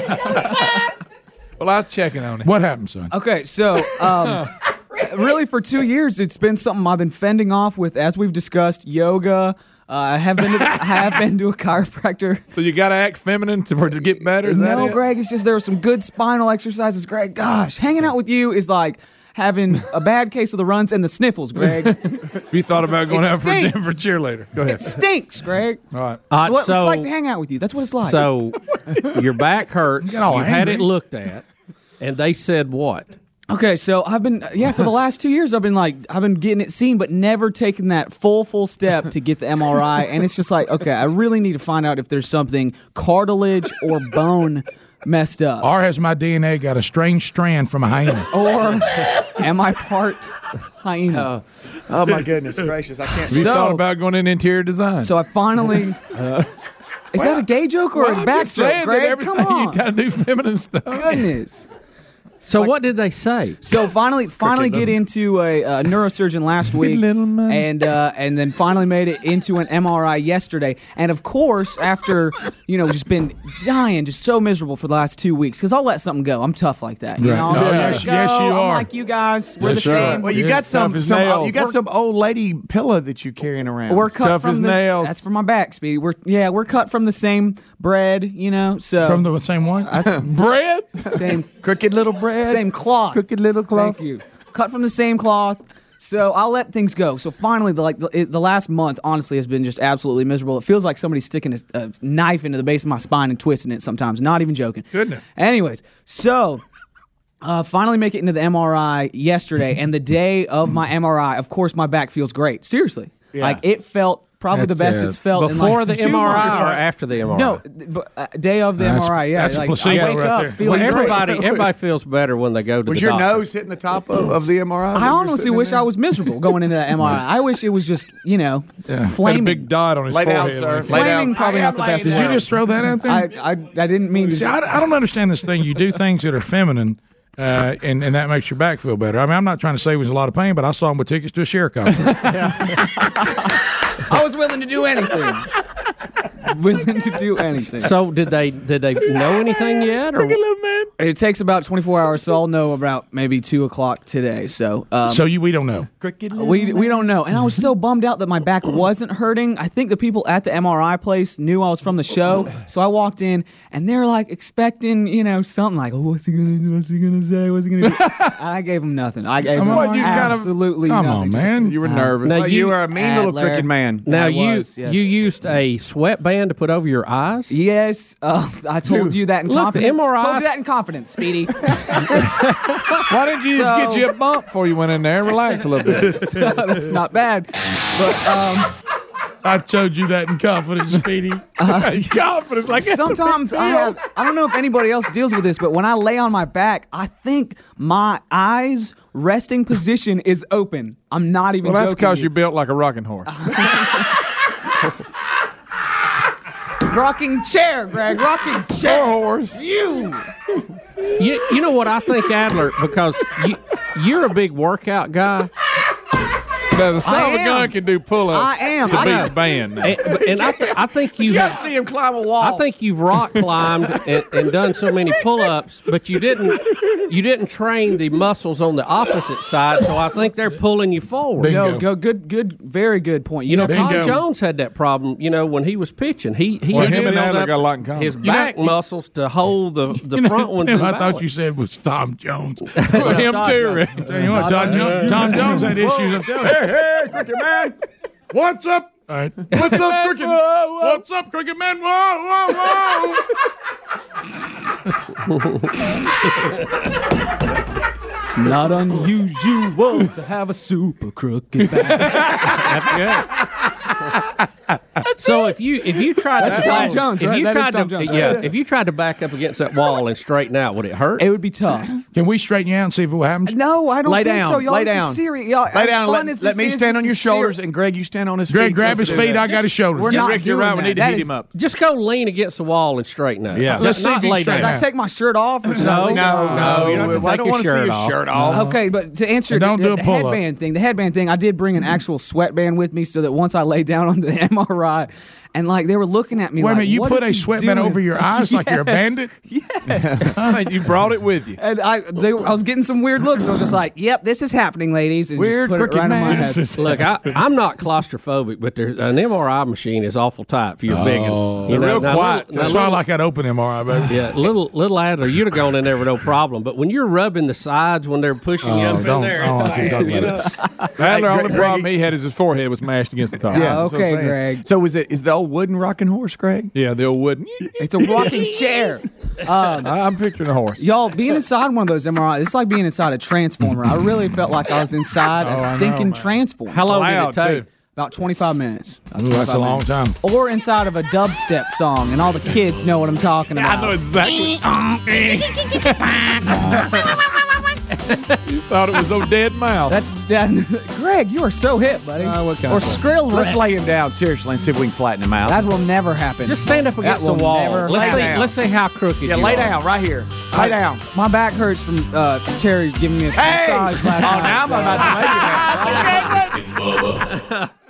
S12: Well, I was checking on it.
S30: What happened, son?
S21: Okay, so
S12: [LAUGHS]
S21: um, really for two years, it's been something I've been fending off with, as we've discussed, yoga. Uh, I have been to, I have been to a chiropractor.
S12: [LAUGHS] So you got to act feminine to, for- to get better. Is that
S21: no,
S12: it?
S21: Greg, it's just there are some good spinal exercises. Greg, gosh, hanging out with you is like having a bad case of the runs and the sniffles, Greg.
S12: [LAUGHS] You thought about
S30: going
S21: It
S30: out for a
S21: stinks.
S30: Denver cheerleader. Go ahead.
S21: it stinks, Greg.
S12: All right.
S7: Uh,
S21: It's what
S7: so-
S21: it's like to hang out with you. That's what it's like.
S7: So your back hurts. You
S21: Get all
S7: had
S21: angry.
S7: it looked at, and they said what?
S21: Okay, so I've been
S30: [LAUGHS]
S21: yeah for the last two years I've been like I've been getting it seen, but never taking that full full step to get the
S30: [LAUGHS]
S21: MRI, and it's just like okay, I really need to find out if there's something cartilage or bone messed up,
S30: Or has my DNA got a strange strand from a hyena?
S21: or am
S30: [LAUGHS]
S21: I part hyena?
S9: Uh,
S12: oh my
S21: [LAUGHS]
S12: goodness gracious! I
S21: can't-
S12: You
S21: So-
S12: thought about going in interior design? Uh,
S21: So
S12: [LAUGHS]
S21: I finally. Is that a gay joke or
S12: well,
S21: a
S12: I'm
S21: back
S12: just
S21: joke,
S12: saying that
S21: Greg?
S12: everything
S21: Come on,
S12: you gotta do feminine stuff.
S21: Goodness.
S7: So what did they say?
S21: So finally, finally
S7: Cricket
S21: get into a, a neurosurgeon last week, and uh, and then finally made it into an MRI yesterday. And of course, after you know, just been dying, just so miserable for the last two weeks because I'll let something go. I'm tough like that. You
S12: Right.
S21: know?
S12: Oh,
S21: I'm just
S12: yes,
S21: like,
S12: yes,
S21: "Go,
S12: you
S21: I'm
S12: are."
S21: like you guys. We're
S12: Yes,
S21: the
S12: you are.
S21: same.
S12: Well, you Yeah, got some- tough as some- nails. you got
S9: some old lady pillow that you carrying around.
S21: We're cut from the, That's from my back, Speedy. We're yeah, we're cut from the same bread, you know. So
S30: From the same one,
S21: [LAUGHS]
S12: bread,
S21: same
S9: crooked little bread,
S21: same cloth, crooked
S9: little cloth.
S21: Thank you. Cut from the same cloth. So I'll let things go. So finally, the, like the, it- the last month, honestly, has been just absolutely miserable. It feels like somebody's sticking a, a knife into the base of my spine and twisting it. Sometimes, not even joking.
S12: Goodness.
S21: Anyways, so uh, finally make it into the MRI yesterday, and the day of my MRI, of course, my back feels great. Seriously,
S7: Yeah.
S21: like it felt probably the
S7: That's,
S21: best
S7: uh,
S21: it's felt in, like,
S7: before the
S21: two
S7: MRI
S21: months.
S7: or after the MRI?
S21: No, th- but, uh, day of the MRI. Yeah, like, I wake up feeling
S7: Well, everybody,
S21: [LAUGHS] great.
S7: everybody feels better when they go to
S21: Was
S7: the
S21: your
S7: doctor.
S21: nose
S9: hitting the top of, of the MRI?
S21: I honestly wish I was miserable going into that MRI. I wish it was just, you know,
S30: Had a
S21: flaming.
S30: big dot on his
S21: Lay down,
S30: forehead.
S21: sir. Lay down. Flaming probably not the best
S30: Did you
S21: word.
S30: just throw that out there?
S21: I, I, I didn't mean to.
S30: See, I, I don't understand this thing. You do things that are feminine, uh, and and that makes your back feel better. I mean, I'm not trying to say it was a lot of pain, but I saw him with tickets to a share conference.
S21: I was willing to
S9: [LAUGHS]
S21: do anything. willing to do anything.
S7: So did they did they know anything yet? Or
S21: It takes about 24 hours, so I'll know about maybe 2 o'clock today. So um,
S30: so you we don't know.
S21: Uh, we, we don't know. And I was so bummed out that my back wasn't hurting. I think the people at the MRI place knew I was from the show. So I walked in, and they're like expecting, you know, something like, oh, what's he going to do? What's he going to say? What's he going
S9: [LAUGHS]
S21: to do? And I gave them nothing. I gave
S9: Come
S21: them
S9: on, you kind of-
S21: absolutely
S9: come on,
S21: nothing. Uh,
S30: man.
S9: You were nervous.
S7: Now
S9: Oh, you, were a mean little
S21: Adler.
S9: crooked man.
S7: Now
S21: I
S7: you
S21: was, yes.
S7: you used a sweatband to put over your eyes.
S21: Yes, uh, I told you that in
S7: look,
S21: confidence.
S7: The MRI.
S21: Told you that in confidence, Speedy. [LAUGHS]
S12: Why didn't you just
S21: So-
S12: get you a bump before you went in there? Relax a little bit.
S21: [LAUGHS] so that's not bad. But um,
S30: I told you that in
S5: [LAUGHS] Uh,
S30: confidence, Speedy. [LAUGHS] confidence, like that's a big
S21: sometimes I
S30: deal.
S21: have. I don't know if anybody else deals with this, but when I lay on my back, I think my eyes resting position is open. I'm not even.
S12: Well, that's
S21: joking
S12: because
S21: you.
S12: you're built like a rocking horse.
S21: rocking chair, Greg. Rocking chair.
S12: horse.
S21: You.
S7: You, you know what I think, Adler, because you, you're a big workout guy.
S12: Now, the sound of a gun can do pull-ups.
S7: I am.
S12: To
S7: I
S12: beat
S7: know.
S12: the band.
S7: And, and I, th- I think you have,
S12: see him climb a wall.
S7: I think you've rock climbed and, and done so many pull-ups, but you didn't you didn't train the muscles on the opposite side, so I think they're pulling you forward.
S21: No, go good, good, very good point.
S7: You know, Tom
S21: Bingo.
S7: Jones had that problem. You know, when he was pitching, he he
S30: Well,
S7: had
S30: him and
S7: built
S30: Adler
S7: up
S30: got a lot in common.
S7: His
S30: You know-
S7: back muscles to hold the the
S30: You know,
S7: front ones.
S30: I
S7: in
S30: thought
S7: balance.
S30: you said was Tom
S7: [LAUGHS]
S30: Jones. him too. Ray. Tell you what, Tom, Jones- Tom Jones had issues. I'm telling you.
S12: hey, cricket man.
S30: What's up? All right.
S12: What's
S30: [LAUGHS]
S12: up, cricket?
S30: What's up, cricket man? Whoa, whoa, whoa! [LAUGHS]
S21: It's
S30: [LAUGHS]
S15: [LAUGHS]
S21: not unusual to have a super crooked back.
S7: That's good.
S15: That's
S7: so if you if you tried
S15: That's
S7: to
S15: Tom Jones,
S7: if
S15: right?
S7: you
S15: That is
S7: tried
S15: Tom
S7: to
S15: Jones,
S7: yeah,
S15: right?
S7: if you tried to back up against that wall and straighten out, would it hurt? It
S9: would be tough.
S5: Can we straighten you out and see if it happens?
S9: No,
S5: I don't
S9: Lay
S5: think
S9: down.
S5: so, y'all.
S9: Lay
S5: This is
S9: down.
S5: serious. Y'all,
S9: Lay
S5: as
S9: down.
S5: fun
S9: let
S5: as
S9: let
S5: this
S9: me
S5: is,
S9: stand
S5: this
S9: on your
S5: is serious.
S9: shoulders, and Greg, you stand on his
S5: Greg,
S9: feet.
S5: grab his
S9: Let's do
S5: feet.
S9: that.
S5: I got his shoulders.
S9: We're
S5: Just
S9: not
S5: Rick, you're
S9: doing
S5: right. We
S9: that.
S5: need to
S9: That
S5: heat
S9: is-
S5: him up.
S7: Just go lean against the wall and straighten up.
S5: Yeah. Let's see
S7: Not
S5: if you
S7: lay
S5: can
S7: down.
S5: straighten
S21: Should I take my shirt off or
S7: No,
S21: something?
S7: no, no. You don't have to
S21: I
S7: take your shirt off. No.
S21: Okay, but to answer
S7: And
S21: the-
S7: don't
S21: the,
S7: do a
S21: the
S7: pull-up.
S21: headband thing, the headband thing, I did bring an actual sweatband with me so that once I lay down on the [LAUGHS] MRI, and like they were looking at me.
S5: Wait a
S21: like,
S5: minute, you
S21: "What
S5: put
S21: is
S5: a
S21: he
S5: sweatband
S21: doing?"
S5: over
S21: [LAUGHS]
S5: your eyes like you're a
S21: Yes.
S5: bandit? [LAUGHS]
S21: Yes,
S5: you brought it with you.
S21: And I, they, I was getting some weird looks. I was just like, "Yep, this is happening, ladies." And just put it right on my head.
S7: Look, I, I'm not claustrophobic, but there, an MRI machine is awful tight for your big.
S5: Oh. They're real quiet. That's why I like that open MRI, baby.
S7: Yeah, little little Adler, you'd have gone in there with no problem. But when you're rubbing the sides when they're pushing you
S5: Oh,
S7: up in
S5: don't-
S7: there,
S5: I don't want you to talk
S7: [LAUGHS] you know, Hey,
S5: Adler, only
S7: Greg-
S5: problem he had is his forehead was mashed against the
S21: Oh.
S5: top.
S9: Yeah, that's what I'm saying. So is it is the old wooden rocking horse, Greg?
S5: Yeah, the old wooden.
S21: It's a
S9: [LAUGHS]
S21: rocking chair. Um,
S5: I'm picturing a horse.
S21: Y'all being inside one of those MRI, it's like being inside a transformer. I really felt like I was inside
S7: Oh,
S21: a
S7: I know,
S21: stinking
S7: man.
S21: transformer.
S7: How long did it Loud, take? too.
S21: About 25 minutes.
S5: Ooh, that's a long time.
S21: Or inside of a dubstep song, and all the kids know what I'm talking about.
S15: I know
S9: [LAUGHS]
S21: [LAUGHS]
S15: exactly.
S9: Uh-uh.
S5: you thought it was a dead mouse.
S21: That's that, [LAUGHS] Greg. You are so hip, buddy. or Skrill.
S9: Let's lay him down seriously and see if we can flatten him out.
S21: That will never happen.
S7: Just stand up
S21: That
S7: against the
S21: will
S7: wall.
S21: never
S7: Let's
S21: happen.
S7: see. Let's see how crooked.
S9: Yeah,
S7: you
S9: lay
S7: are.
S9: down right here.
S21: I-
S9: Lay down.
S21: My back hurts from uh, Terry giving me a
S9: Hey!
S21: massage last
S9: Oh, now I'm about
S21: night. so-
S9: to lay you down.
S11: Rick and Bubba.